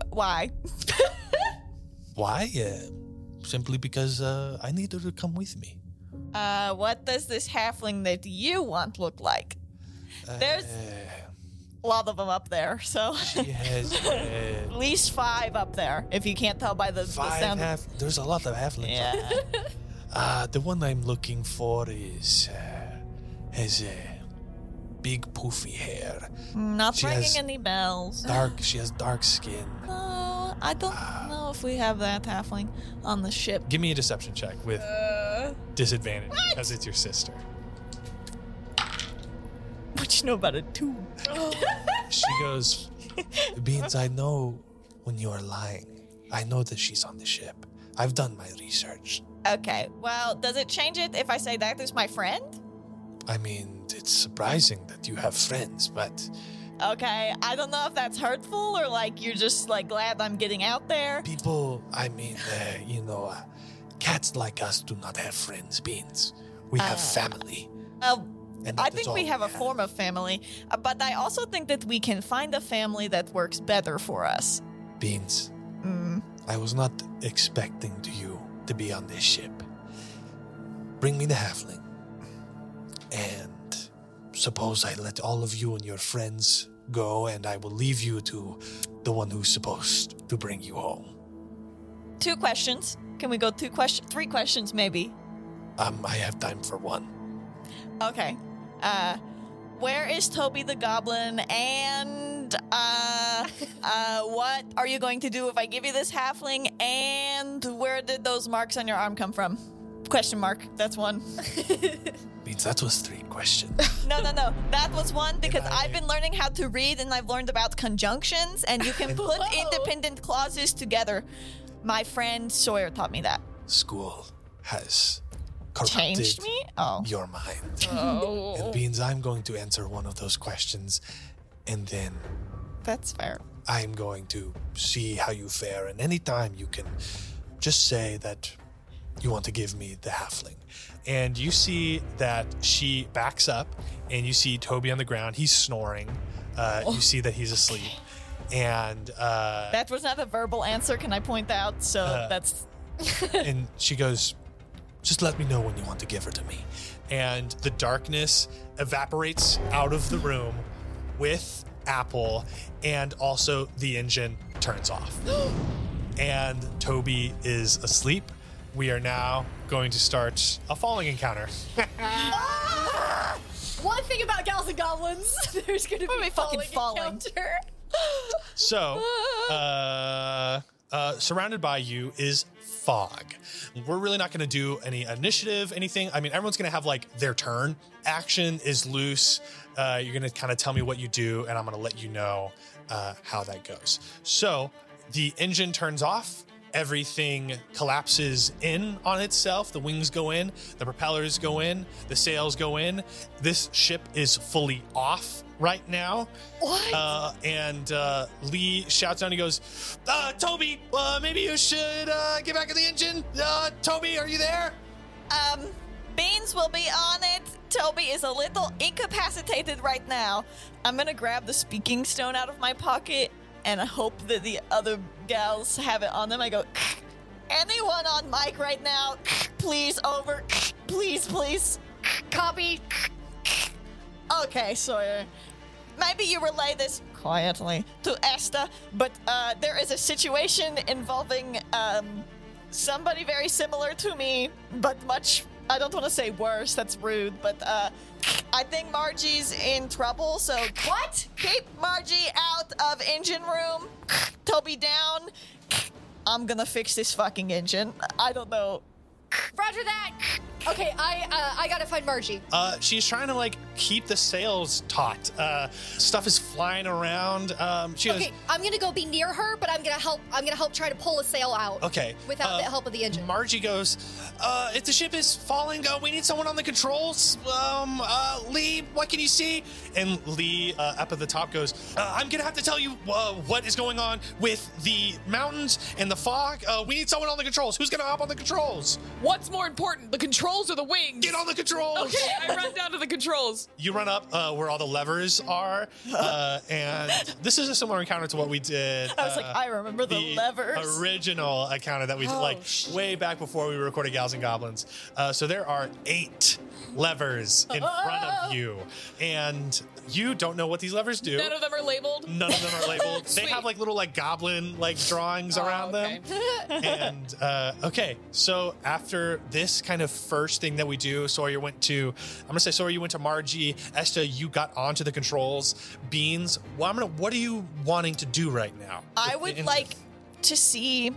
[SPEAKER 4] Why?
[SPEAKER 1] Why? Uh, simply because uh, I need her to come with me.
[SPEAKER 4] Uh, what does this halfling that you want look like? There's
[SPEAKER 1] Uh,
[SPEAKER 4] a lot of them up there, so
[SPEAKER 1] She has uh,
[SPEAKER 4] at least five up there. If you can't tell by the, the
[SPEAKER 1] five
[SPEAKER 4] sound,
[SPEAKER 1] half. There's a lot of halflings.
[SPEAKER 4] yeah.
[SPEAKER 1] Uh, the one I'm looking for is uh, has a big poofy hair.
[SPEAKER 4] Not
[SPEAKER 1] She
[SPEAKER 4] ringing
[SPEAKER 1] has-
[SPEAKER 4] any bells.
[SPEAKER 1] Dark. she has dark skin.
[SPEAKER 4] Oh, I don't
[SPEAKER 1] Ah.
[SPEAKER 4] know if we have that halfling on the ship.
[SPEAKER 1] Give me a deception check with
[SPEAKER 4] Uh.
[SPEAKER 1] disadvantage because it's your sister.
[SPEAKER 4] What you know about a two?
[SPEAKER 1] She goes, Beans. I know when you are lying. I know that she's on the ship. I've done my research.
[SPEAKER 4] Okay. Well, does it change it if I say that is my friend?
[SPEAKER 1] I mean, it's surprising that you have friends, but
[SPEAKER 4] Okay. I don't know if that's hurtful or like you're just like glad I'm getting out there.
[SPEAKER 1] people. I mean, uh, you know, uh, cats like us do not have friends. Beans. We have family.
[SPEAKER 4] Uh,
[SPEAKER 1] And
[SPEAKER 4] I
[SPEAKER 1] that is
[SPEAKER 4] think
[SPEAKER 1] all
[SPEAKER 4] we have a form of family, uh, but I also think that we can find a family that works better for us. Hmm,
[SPEAKER 1] Beans, I was not expecting to you to be on this ship. Bring me the halfling. And suppose I let all of you and your friends go, and I will leave you to the one who's supposed to bring you home.
[SPEAKER 4] Two questions. Can we go two questions? Three questions, maybe.
[SPEAKER 1] Um, I have time for one.
[SPEAKER 4] Okay. Uh, where is Toby the Goblin? And uh, uh, what are you going to do if I give you this halfling? And where did those marks on your arm come from? Question mark. That's one.
[SPEAKER 1] Beans, that was three questions.
[SPEAKER 4] No, no, no. That was one because
[SPEAKER 1] I-
[SPEAKER 4] I've been learning how to read and I've learned about conjunctions and you can put independent clauses together. My friend Sawyer taught me that.
[SPEAKER 1] School has corrupted
[SPEAKER 4] Changed me? Oh.
[SPEAKER 1] your mind.
[SPEAKER 7] Oh.
[SPEAKER 1] And Beans, I'm going to answer one of those questions, and then
[SPEAKER 4] That's fair.
[SPEAKER 1] I'm going to see how you fare, and anytime you can just say that you want to give me the halfling. And you see that she backs up, and you see Toby on the ground. He's snoring. Uh, You see that he's asleep. And uh,
[SPEAKER 4] That was not a verbal answer, can I point out? So that's
[SPEAKER 1] and she goes, "Just let me know when you want to give her to me." And the darkness evaporates out of the room with Apple, and also the engine turns off. and Toby is asleep. We are now going to start a falling encounter.
[SPEAKER 8] Ah! One thing about gals and goblins, there's gonna be
[SPEAKER 4] Probably fucking falling.
[SPEAKER 8] encounter.
[SPEAKER 1] So, uh, uh, surrounded by you is fog. We're really not going to do any initiative, anything. I mean, everyone's going to have like their turn. Action is loose. Uh, you're going to kind of tell me what you do, and I'm going to let you know uh, how that goes. So the engine turns off. Everything collapses in on itself. The wings go in, the propellers go in, the sails go in. This ship is fully off right now.
[SPEAKER 2] What?
[SPEAKER 1] Uh, and uh, Lee shouts down. He goes, uh, "Toby, uh, maybe you should uh, get back in the engine. Uh, Toby, are you there?"
[SPEAKER 4] Um, Beans will be on it. Toby is a little incapacitated right now. I'm gonna grab the speaking stone out of my pocket and I hope that the other gals have it on them. I go, anyone on mic right now? Please, over. Please, please.
[SPEAKER 2] Copy.
[SPEAKER 4] Okay, Sawyer. Maybe you relay this quietly to Asta, but uh, there is a situation involving um, somebody very similar to me, but much. I don't want to say worse, that's rude, but uh, I think Margie's in trouble, so. What? Keep Margie out of engine room, Toby down. I'm gonna fix this fucking engine. I don't know.
[SPEAKER 2] Roger that. Okay, I uh, I gotta find Margie.
[SPEAKER 1] Uh, she's trying to like keep the sails taut. Uh, stuff is flying around. Um, she
[SPEAKER 2] Okay, I'm gonna go be near her, but I'm gonna help. I'm gonna help try to pull a sail out.
[SPEAKER 1] goes, "Okay."
[SPEAKER 2] Without
[SPEAKER 1] uh,
[SPEAKER 2] the help of the engine.
[SPEAKER 1] Margie goes, uh, "If the ship is falling, uh, we need someone on the controls." Um, uh, Lee, what can you see? And Lee uh, up at the top goes, uh, "I'm gonna have to tell you uh, what is going on with the mountains and the fog. Uh, we need someone on the controls. Who's gonna hop on the controls?
[SPEAKER 5] What's more important, the controls or the wings?
[SPEAKER 1] Get on the controls!"
[SPEAKER 5] Okay, I run down to the controls.
[SPEAKER 1] you run up uh, where all the levers are, uh, and this is a similar encounter to what we did.
[SPEAKER 4] I was
[SPEAKER 1] uh,
[SPEAKER 4] like, I remember the, levers.
[SPEAKER 1] original encounter that we did,
[SPEAKER 5] Oh,
[SPEAKER 1] like way back before we recorded Gals and Goblins. Uh, so there are eight levers in front of you, and you don't know what these levers do.
[SPEAKER 5] Oh. None of them are labeled.
[SPEAKER 1] None of them are labeled. they
[SPEAKER 5] Sweet.
[SPEAKER 1] have like little like goblin like drawings
[SPEAKER 5] Oh,
[SPEAKER 1] around them
[SPEAKER 5] okay.
[SPEAKER 1] and uh, okay, so after this kind of first thing that we do, Sawyer went to, I'm gonna say Sawyer, you went to Margie, Esta, you got onto the controls. Beans, well, I'm gonna, what are you wanting to do right now? With
[SPEAKER 4] I
[SPEAKER 1] the
[SPEAKER 4] would
[SPEAKER 1] engine?
[SPEAKER 4] like to see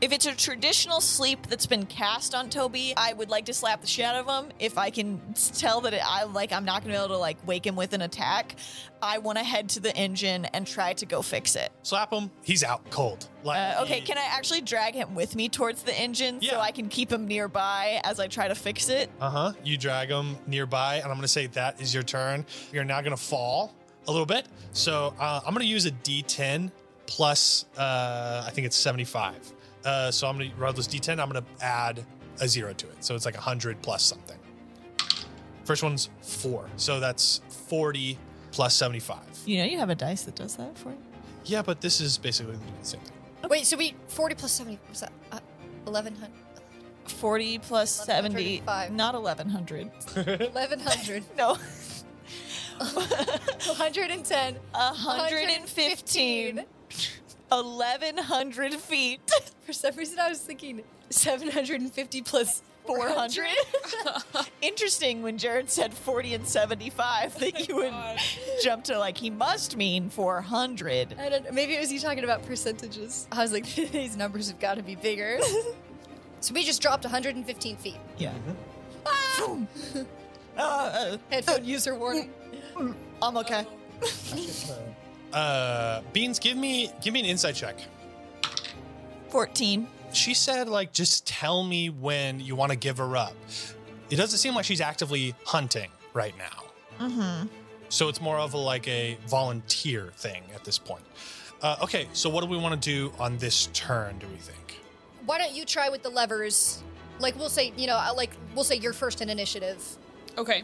[SPEAKER 4] if it's a traditional sleep that's been cast on Toby. I would like to slap the shit out of him. If I can s- tell that it, I like, I'm not gonna be able to like wake him with an attack. I want to head to the engine and try to go fix it.
[SPEAKER 1] slap him. He's out cold. Like,
[SPEAKER 4] Uh, okay, can I actually drag him with me towards the engine so
[SPEAKER 1] Yeah.
[SPEAKER 4] I can keep him nearby as I try to fix it?
[SPEAKER 1] Uh huh. You drag him nearby, and I'm gonna say that is your turn. You're now gonna fall a little bit. So uh, I'm gonna use a D10 plus, uh, I think it's 75. Uh, so I'm gonna roll this D10. I'm gonna add a zero to it. So it's like 100 plus something. First one's four. So that's 40 plus 75.
[SPEAKER 4] You know, you have a dice that does that for you.
[SPEAKER 1] Yeah, but this is basically the same thing.
[SPEAKER 2] Wait, so we forty plus seventy. What's that? Uh, Eleven hundred.
[SPEAKER 4] 40 plus 70,
[SPEAKER 2] 1105.
[SPEAKER 4] not 1100.
[SPEAKER 2] Eleven hundred.
[SPEAKER 4] No,
[SPEAKER 2] One hundred and ten.
[SPEAKER 4] 115. 1100 feet.
[SPEAKER 2] For some reason, I was thinking seven hundred and fifty plus
[SPEAKER 4] 400. Interesting when Jared said 40 and 75 that you would
[SPEAKER 5] God.
[SPEAKER 4] jump to like, he must mean 400.
[SPEAKER 2] I don't know. Maybe it was you talking about percentages. I was like, these numbers have got to be bigger. so we just dropped 115 feet.
[SPEAKER 4] Yeah. Ah! Uh,
[SPEAKER 2] Headphone user warning.
[SPEAKER 4] I'm okay.
[SPEAKER 1] Uh, Beans, give me give me an insight check.
[SPEAKER 4] 14.
[SPEAKER 1] she said like just tell me when you want to give her up it doesn't seem like she's actively hunting right now
[SPEAKER 4] Mm-hmm.
[SPEAKER 1] so it's more of a, like a volunteer thing at this point uh, okay so what do we want to do on this turn do we think
[SPEAKER 2] Why don't you try with the levers? Like we'll say, you know, I- like we'll say you're first in initiative.
[SPEAKER 5] Okay.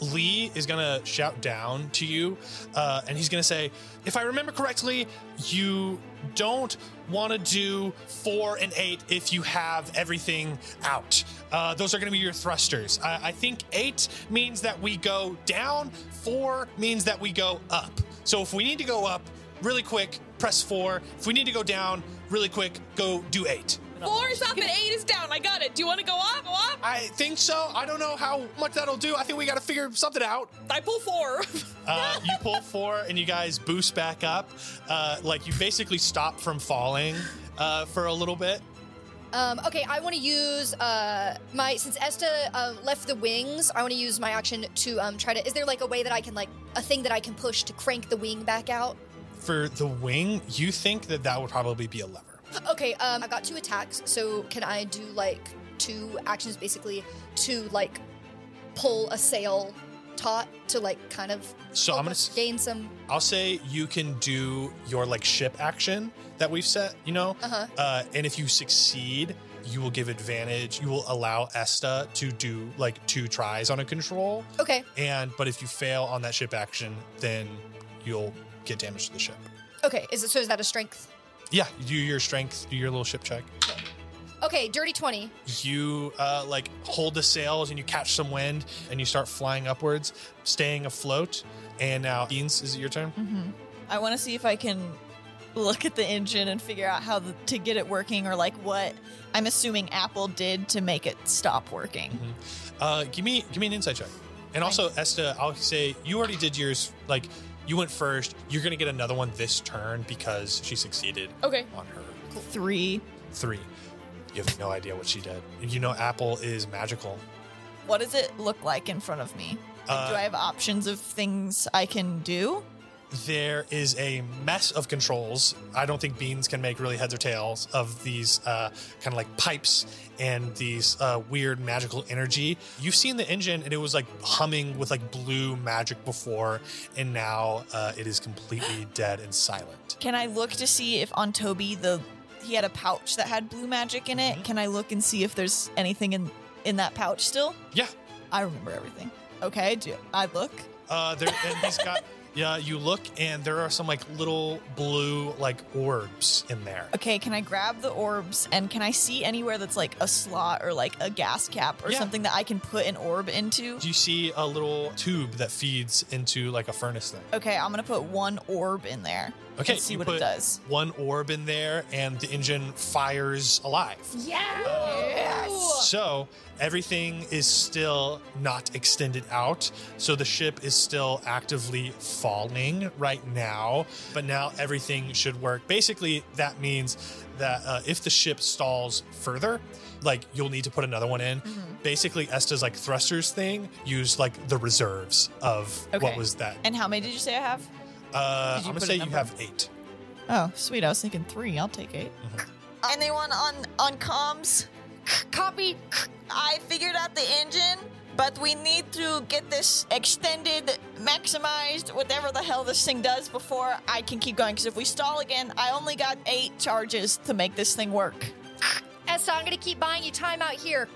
[SPEAKER 1] Lee is gonna shout down to you, uh, and he's gonna say, "If I remember correctly, you don't want to do four and eight if you have everything out. Uh, those are gonna be your thrusters. I, I think eight means that we go down. Four means that we go up. So if we need to go up really quick, press four. If we need to go down really quick, go do eight.
[SPEAKER 5] Four is up and eight is down. I got it. Do you want to go up? Up?
[SPEAKER 1] I think so. I don't know how much that'll do. I think we gotta figure something out."
[SPEAKER 5] I pull four.
[SPEAKER 1] Uh, you pull four and you guys boost back up. Uh, like you basically stop from falling uh, for a little bit.
[SPEAKER 2] Um, okay, I want to use uh, my since Esta uh, left the wings. I want to use my action to um, try to. Is there like a way that I can like a thing that I can push to crank the wing back out?
[SPEAKER 1] For the wing, you think that that would probably be a lever.
[SPEAKER 2] Okay, um, I've got two attacks, so can I do like two actions basically to like pull a sail taut to like kind of
[SPEAKER 1] So I'm
[SPEAKER 2] help
[SPEAKER 1] gonna
[SPEAKER 2] us
[SPEAKER 1] s-
[SPEAKER 2] gain some?
[SPEAKER 1] I'll say you can do your like ship action that we've set, you know?
[SPEAKER 2] Uh huh.
[SPEAKER 1] Uh, and if you succeed, you will give advantage. You will allow Esta to do like two tries on a control.
[SPEAKER 2] Okay.
[SPEAKER 1] And but if you fail on that ship action, then you'll get damage to the ship.
[SPEAKER 2] Okay. Is it so? Is that a strength?
[SPEAKER 1] Yeah, you do your strength, do your little ship check.
[SPEAKER 2] Okay, dirty twenty.
[SPEAKER 1] You uh, like hold the sails and you catch some wind and you start flying upwards, staying afloat. And now, Beans, is it your turn?
[SPEAKER 4] Mm-hmm. I want to see if I can look at the engine and figure out how the, to get it working or like what I'm assuming Apple did to make it stop working.
[SPEAKER 1] Uh, give me give me an insight check. And also, Esta, I'll say you already did yours. Like you went first. You're gonna get another one this turn because she succeeded
[SPEAKER 5] Okay.
[SPEAKER 1] on her
[SPEAKER 4] Three.
[SPEAKER 1] three. You have no idea what she did. You know, Apple is magical.
[SPEAKER 4] What does it look like in front of me?
[SPEAKER 1] Uh,
[SPEAKER 4] do I have options of things I can do?
[SPEAKER 1] there is a mess of controls. I don't think Beans can make really heads or tails of these uh, kind of like pipes and these uh, weird magical energy. You've seen the engine and it was like humming with like blue magic before, and now uh, it is completely dead and silent.
[SPEAKER 4] Can I look to see if on Toby the he had a pouch that had blue magic in it?
[SPEAKER 1] Mhm.
[SPEAKER 4] Can I look and see if there's anything in in that pouch still?
[SPEAKER 1] Yeah.
[SPEAKER 4] I remember everything. Okay, I do I look?
[SPEAKER 1] Uh, there, and he's got. Yeah, you look and there are some like little blue like orbs in there.
[SPEAKER 4] Okay, can I grab the orbs and can I see anywhere that's like a slot or like a gas cap or
[SPEAKER 1] Yeah.
[SPEAKER 4] something that I can put an orb into?
[SPEAKER 1] You see a little tube that feeds into like a furnace thing.
[SPEAKER 4] Okay, I'm gonna put one orb in there.
[SPEAKER 1] Okay,
[SPEAKER 4] and see
[SPEAKER 1] you
[SPEAKER 4] what
[SPEAKER 1] put-
[SPEAKER 4] it does.
[SPEAKER 1] one orb in there and the engine fires alive.
[SPEAKER 4] Yes.
[SPEAKER 1] So everything is still not extended out. So the ship is still actively falling right now. But now everything should work. Basically, that means that uh, if the ship stalls further, like you'll need to put another one in.
[SPEAKER 4] Mm-hmm.
[SPEAKER 1] Basically, Esta's like thrusters thing used like the reserves of what
[SPEAKER 4] Okay.
[SPEAKER 1] was that?
[SPEAKER 4] And how many did you say I have?
[SPEAKER 1] Uh, I'm
[SPEAKER 4] Did you
[SPEAKER 1] gonna
[SPEAKER 4] put a
[SPEAKER 1] say you
[SPEAKER 4] number?
[SPEAKER 1] have eight.
[SPEAKER 4] Oh, sweet. I was thinking three. I'll take 8
[SPEAKER 1] Mm-hmm.
[SPEAKER 4] Anyone on on comms? Copy. I figured out the engine, but we need to get this extended, maximized, whatever the hell this thing does before I can keep going. Because if we stall again, I only got eight charges to make this thing work.
[SPEAKER 2] Esta, I'm gonna keep buying you time out here.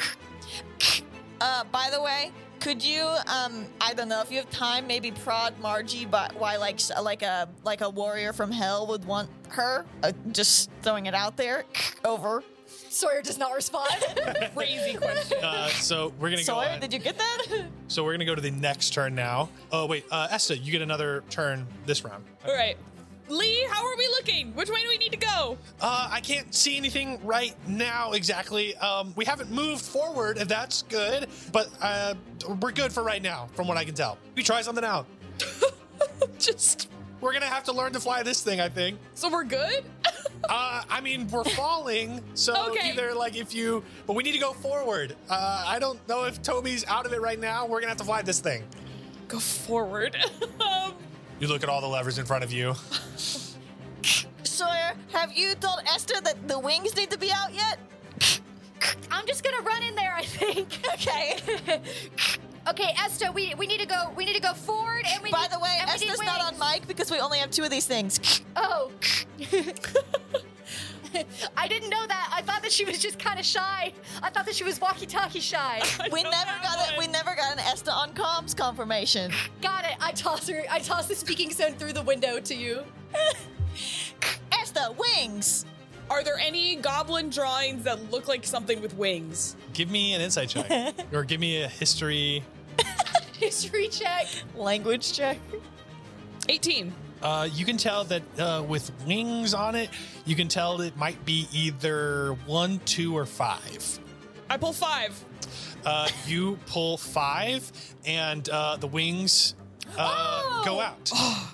[SPEAKER 4] Uh, by the way, could you um, I don't know if you have time, maybe prod Margie, but why like s- like a like a warrior from hell would want her? Uh, just throwing it out there. Over.
[SPEAKER 2] Sawyer does not respond.
[SPEAKER 5] Crazy question.
[SPEAKER 1] Uh, so we're gonna go.
[SPEAKER 4] Sawyer,
[SPEAKER 1] on-
[SPEAKER 4] did you get that?
[SPEAKER 1] So we're gonna go to the next turn now. Oh wait, uh, Esta, you get another turn this round.
[SPEAKER 5] All right. Lee, how are we looking? Which way do we need to go?
[SPEAKER 1] Uh, I can't see anything right now exactly. Um, we haven't moved forward, and that's good. But uh, we're good for right now, from what I can tell. We try something out.
[SPEAKER 5] Just
[SPEAKER 1] We're gonna have to learn to fly this thing, I think.
[SPEAKER 5] so we're good?
[SPEAKER 1] Uh, I mean, we're falling, so
[SPEAKER 5] Okay.
[SPEAKER 1] either like if you, but we need to go forward. Uh, I don't know if Toby's out of it right now. We're gonna have to fly this thing.
[SPEAKER 5] Go forward. um,
[SPEAKER 1] You look at all the levers in front of you.
[SPEAKER 4] Sawyer, have you told Esther that the wings need to be out yet?
[SPEAKER 2] I'm just gonna run in there, I think.
[SPEAKER 4] Okay.
[SPEAKER 2] Okay, Esta, we, we need to go we need to go forward and we
[SPEAKER 4] By
[SPEAKER 2] need,
[SPEAKER 4] the way,
[SPEAKER 2] and we need
[SPEAKER 4] Esther's not on
[SPEAKER 2] wings.
[SPEAKER 4] mic because we only have two of these things.
[SPEAKER 2] Oh I didn't know that. I thought that she was just kinda shy. I thought that she was walkie-talkie shy.
[SPEAKER 4] We
[SPEAKER 5] don't
[SPEAKER 4] never
[SPEAKER 5] have
[SPEAKER 4] got it.
[SPEAKER 5] one.
[SPEAKER 4] We never got an Esther on comms confirmation.
[SPEAKER 2] Got it. I toss her I toss the speaking stone through the window to you.
[SPEAKER 4] Esther, wings.
[SPEAKER 5] are there any goblin drawings that look like something with wings?
[SPEAKER 1] Give me an insight check, or give me a history
[SPEAKER 2] History check.
[SPEAKER 4] Language check.
[SPEAKER 5] 18.
[SPEAKER 1] Uh, you can tell that uh, with wings on it, you can tell that it might be either one, two, or five.
[SPEAKER 5] I pull five.
[SPEAKER 1] Uh, you pull five, and uh, the wings uh, go out.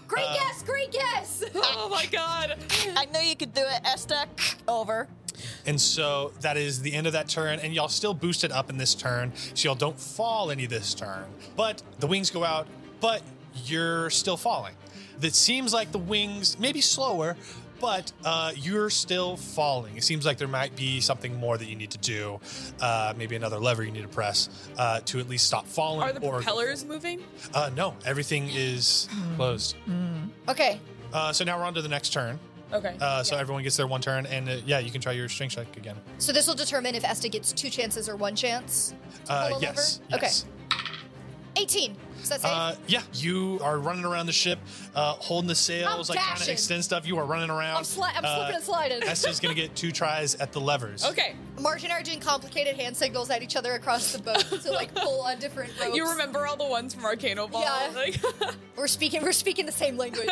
[SPEAKER 2] Great
[SPEAKER 4] Uh.
[SPEAKER 2] guess, great guess!
[SPEAKER 5] Oh my god.
[SPEAKER 4] I know you could do it, Esther. Over.
[SPEAKER 1] And so that is the end of that turn. And y'all still boost it up in this turn. So y'all don't fall any this turn. But the wings go out, but you're still falling. That seems like the wings, maybe slower, but uh, you're still falling. It seems like there might be something more that you need to do. Uh, maybe another lever you need to press uh, to at least stop falling.
[SPEAKER 5] Are the
[SPEAKER 1] or-
[SPEAKER 5] propellers moving?
[SPEAKER 1] Uh, no, everything is closed.
[SPEAKER 2] Okay.
[SPEAKER 1] Uh, so now we're on to the next turn.
[SPEAKER 5] Okay.
[SPEAKER 1] Uh, so everyone gets their one turn, and uh, yeah, you can try your strength check again.
[SPEAKER 2] So this will determine if Esta gets two chances or one chance.
[SPEAKER 1] Uh,
[SPEAKER 2] Pull a
[SPEAKER 1] yes,
[SPEAKER 2] lever?
[SPEAKER 1] yes.
[SPEAKER 2] 18. Is that safe?
[SPEAKER 1] Uh, yeah, you are running around the ship, uh, holding the sails,
[SPEAKER 2] I'm
[SPEAKER 1] like trying to
[SPEAKER 2] dashing.
[SPEAKER 1] extend stuff. You are running around.
[SPEAKER 2] I'm, sli- I'm
[SPEAKER 1] uh,
[SPEAKER 2] slipping and sliding.
[SPEAKER 1] Esther's gonna get two tries at the levers.
[SPEAKER 5] okay.
[SPEAKER 2] Marge and I are doing complicated hand signals at each other across the boat to like pull on different ropes.
[SPEAKER 5] You remember all the ones from Arcano Ball?
[SPEAKER 2] Yeah.
[SPEAKER 5] Like,
[SPEAKER 2] We're speaking. We're speaking the same language.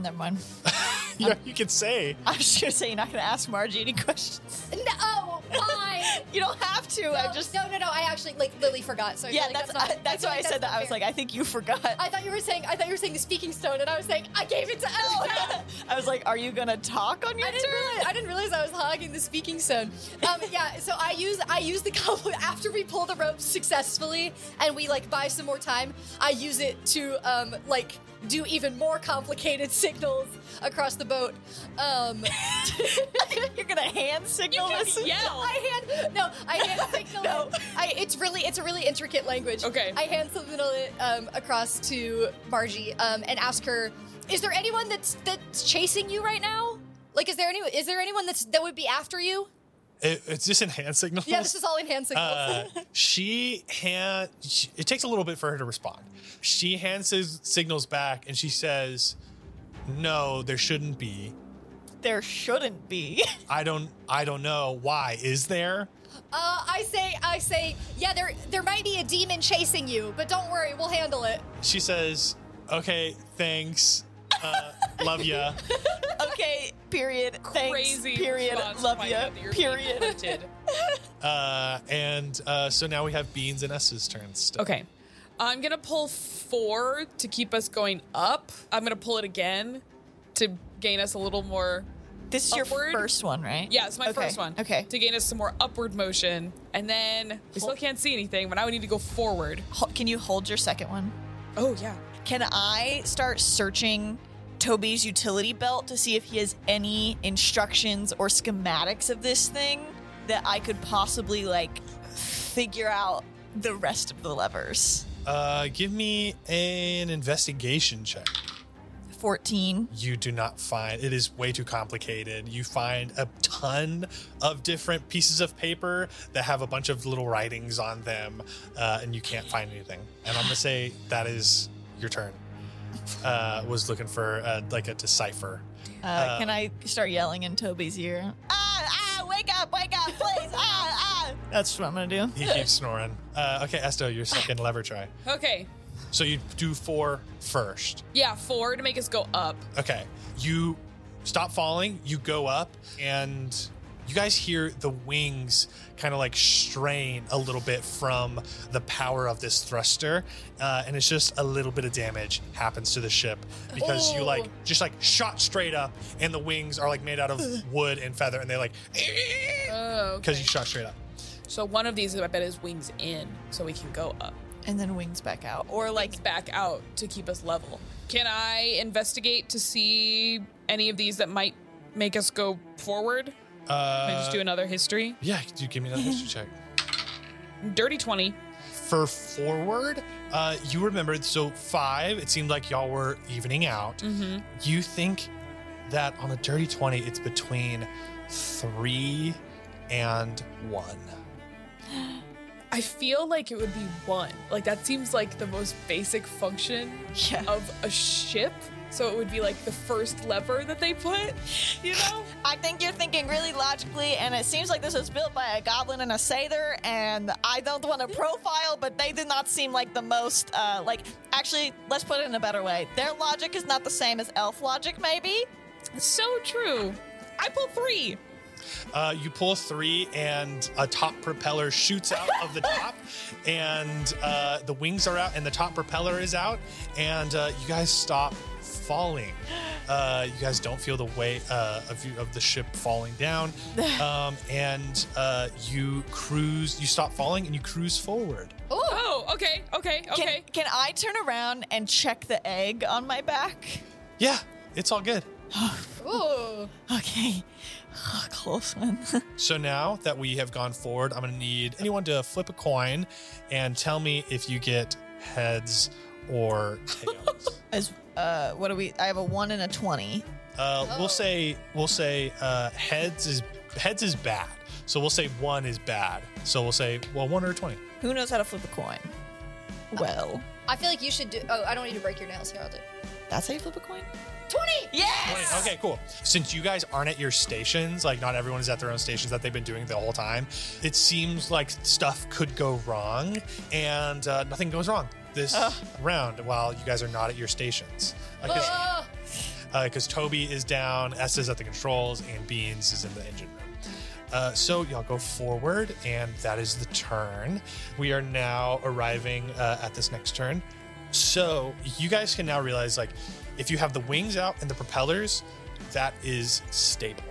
[SPEAKER 4] Never mind.
[SPEAKER 1] Yeah, you could say.
[SPEAKER 4] I was just gonna say you're not gonna ask Margie any questions.
[SPEAKER 2] no, why?
[SPEAKER 4] You don't have to.
[SPEAKER 2] No,
[SPEAKER 4] I just
[SPEAKER 2] no, no, no. I actually like Lily forgot. So I feel
[SPEAKER 4] yeah.
[SPEAKER 2] like
[SPEAKER 4] that's
[SPEAKER 2] not,
[SPEAKER 4] I- that's
[SPEAKER 2] feel
[SPEAKER 4] why I
[SPEAKER 2] like
[SPEAKER 4] said that.
[SPEAKER 2] not
[SPEAKER 4] I was
[SPEAKER 2] fair.
[SPEAKER 4] like, I think you forgot.
[SPEAKER 2] I thought you were saying. I thought you were saying the speaking stone, and I was saying I gave it to Elle.
[SPEAKER 4] I was like, are you gonna talk on your
[SPEAKER 2] I didn't,
[SPEAKER 4] turn?
[SPEAKER 2] realize, I didn't realize I was hogging the speaking stone. Um, yeah, so I use I use the combo after we pull the rope successfully and we like buy some more time. I use it to um, like do even more complicated signals across the boat. Um,
[SPEAKER 4] You're gonna hand signal this?
[SPEAKER 5] yell.
[SPEAKER 2] I hand no, I hand signal
[SPEAKER 4] No.
[SPEAKER 2] it. I, it's really it's a really intricate language.
[SPEAKER 5] Okay.
[SPEAKER 2] I hand signal it um, across to Margie um, and ask her, is there anyone that's that's chasing you right now? Like, is there any is there anyone that's that would be after you?
[SPEAKER 1] It, it's just in hand signals.
[SPEAKER 2] Yeah, this is all in hand signals.
[SPEAKER 1] Uh, she hand. She, it takes a little bit for her to respond. She hand sig- signals back, and she says, "No, there shouldn't be.
[SPEAKER 4] There shouldn't be.
[SPEAKER 1] I don't. I don't know why. Is there?
[SPEAKER 2] Uh, I say, I say, yeah, there there might be a demon chasing you, but don't worry, we'll handle it.
[SPEAKER 1] She says, "Okay, thanks. Uh, love ya."
[SPEAKER 4] okay, period. Thanks.
[SPEAKER 5] crazy
[SPEAKER 4] period.
[SPEAKER 5] response to
[SPEAKER 4] Love
[SPEAKER 5] find
[SPEAKER 4] you.
[SPEAKER 5] out that you're being
[SPEAKER 4] Period.
[SPEAKER 5] hunted.
[SPEAKER 1] Uh, and uh, so now we have Beans and S's turns. Still.
[SPEAKER 5] Okay. I'm going to pull four to keep us going up. I'm going to pull it again to gain us a little more.
[SPEAKER 4] This is your
[SPEAKER 5] Upward?
[SPEAKER 4] first one, right?
[SPEAKER 5] Yeah, it's my
[SPEAKER 4] Okay,
[SPEAKER 5] first one.
[SPEAKER 4] Okay.
[SPEAKER 5] To gain us some more upward motion. And then we still can't see anything, but now we need to go forward.
[SPEAKER 4] Ho- Can you hold your second one?
[SPEAKER 5] Oh, yeah.
[SPEAKER 4] Can I start searching Toby's utility belt to see if he has any instructions or schematics of this thing that I could possibly like figure out the rest of the levers?
[SPEAKER 1] Uh, give me an investigation check.
[SPEAKER 4] 14.
[SPEAKER 1] You do not find it is way too complicated. You find a ton of different pieces of paper that have a bunch of little writings on them, uh, and you can't find anything. And I'm gonna say that is your turn. Uh, was looking for uh, like a decipher.
[SPEAKER 4] Uh, can I start yelling in Toby's ear? Ah, ah, wake up, wake up, please. ah, ah. That's what I'm going to do.
[SPEAKER 1] He keeps snoring. Uh, okay, Esto, your second lever try.
[SPEAKER 5] Okay.
[SPEAKER 1] So you do four first.
[SPEAKER 5] Yeah, four to make us go up.
[SPEAKER 1] Okay. You stop falling, you go up, and you guys hear the wings kind of like strain a little bit from the power of this thruster. Uh, and it's just a little bit of damage happens to the ship because you
[SPEAKER 5] Oh.
[SPEAKER 1] like just like shot straight up, and the wings are like made out of wood and feather, and they like
[SPEAKER 5] Oh,
[SPEAKER 1] because
[SPEAKER 5] okay.
[SPEAKER 1] you shot straight up.
[SPEAKER 5] So one of these, I bet, is wings in, so we can go up.
[SPEAKER 4] And then wings back out. Or like,
[SPEAKER 5] Like back out to keep us level. Can I investigate to see any of these that might make us go forward?
[SPEAKER 1] Uh,
[SPEAKER 5] Can I just do another history?
[SPEAKER 1] yeah, do give me another history check.
[SPEAKER 5] Dirty 20.
[SPEAKER 1] for forward, uh, you remembered. So five, it seemed like y'all were evening out. You think that on a dirty twenty, it's between three and one.
[SPEAKER 5] I feel like it would be one. Like that seems like the most basic function
[SPEAKER 4] yeah.
[SPEAKER 5] of a ship. So it would be like the first lever that they put, you know?
[SPEAKER 4] I think you're thinking really logically, and it seems like this was built by a goblin and a satyr. And I don't want to profile, but they do not seem like the most uh, like. Actually, let's put it in a better way. Their logic is not the same as elf logic, maybe.
[SPEAKER 5] so true. I pull three.
[SPEAKER 1] Uh, you pull three, and a top propeller shoots out of the top, and uh, the wings are out, and the top propeller is out, and uh, you guys stop falling. Uh, you guys don't feel the weight uh, of, you, of the ship falling down, um, and uh, you cruise. You stop falling and you cruise forward.
[SPEAKER 2] Oh,
[SPEAKER 5] Oh, okay, okay,
[SPEAKER 4] Can,
[SPEAKER 5] okay.
[SPEAKER 4] can I turn around and check the egg on my back?
[SPEAKER 1] Yeah, it's all good.
[SPEAKER 2] ooh.
[SPEAKER 4] Okay. Close one.
[SPEAKER 1] So now that we have gone forward, I'm going to need anyone to flip a coin and tell me if you get heads or tails.
[SPEAKER 4] As uh, what do we? I have a one and a twenty.
[SPEAKER 1] uh,
[SPEAKER 2] Oh.
[SPEAKER 1] We'll say we'll say uh, heads is heads is bad. So we'll say one is bad. So we'll say well one or twenty.
[SPEAKER 4] Who knows how to flip a coin? Well,
[SPEAKER 2] I feel like you should do. Oh, I don't need to break your nails here. I'll do. it.
[SPEAKER 4] that's how you flip a coin.
[SPEAKER 2] Twenty.
[SPEAKER 4] Yes.
[SPEAKER 1] Wait, okay, cool. Since you guys aren't at your stations, like not everyone is at their own stations that they've been doing the whole time, it seems like stuff could go wrong, and uh, nothing goes wrong this round while you guys are not at your stations. Uh, Because
[SPEAKER 2] Oh,
[SPEAKER 1] Toby is down, S is at the controls, and Beans is in the engine room. Uh, so y'all go forward, and that is the turn. We are now arriving uh, at this next turn. So you guys can now realize, like, if you have the wings out and the propellers, that is stable.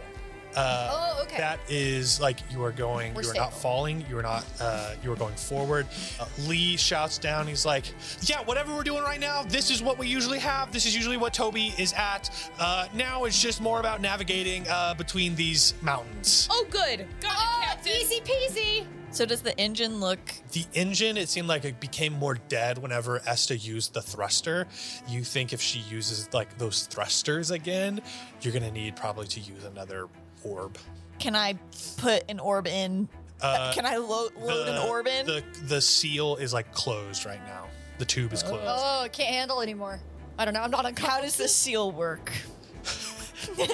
[SPEAKER 1] Uh,
[SPEAKER 2] Oh, okay.
[SPEAKER 1] That is like you are going.
[SPEAKER 2] We're
[SPEAKER 1] you are not
[SPEAKER 2] stable.
[SPEAKER 1] falling. You are not. Uh, you are going forward. Uh, Lee shouts down. He's like, "Yeah, whatever we're doing right now, this is what we usually have. This is usually what Toby is at. Uh, now it's just more about navigating uh, between these mountains."
[SPEAKER 5] Oh, good. Got
[SPEAKER 2] oh,
[SPEAKER 5] it, Captain.
[SPEAKER 2] easy peasy.
[SPEAKER 4] So does the engine look?
[SPEAKER 1] the engine it seemed like it became more dead whenever Esta used the thruster. You think if she uses like those thrusters again, you're gonna need probably to use another orb.
[SPEAKER 4] Can I put an orb in?
[SPEAKER 1] Uh,
[SPEAKER 4] Can I lo- load an orb in?
[SPEAKER 1] The the seal is like closed right now. The tube is closed.
[SPEAKER 2] Oh, can't handle anymore. I don't know. I'm not on.
[SPEAKER 4] how does the seal work?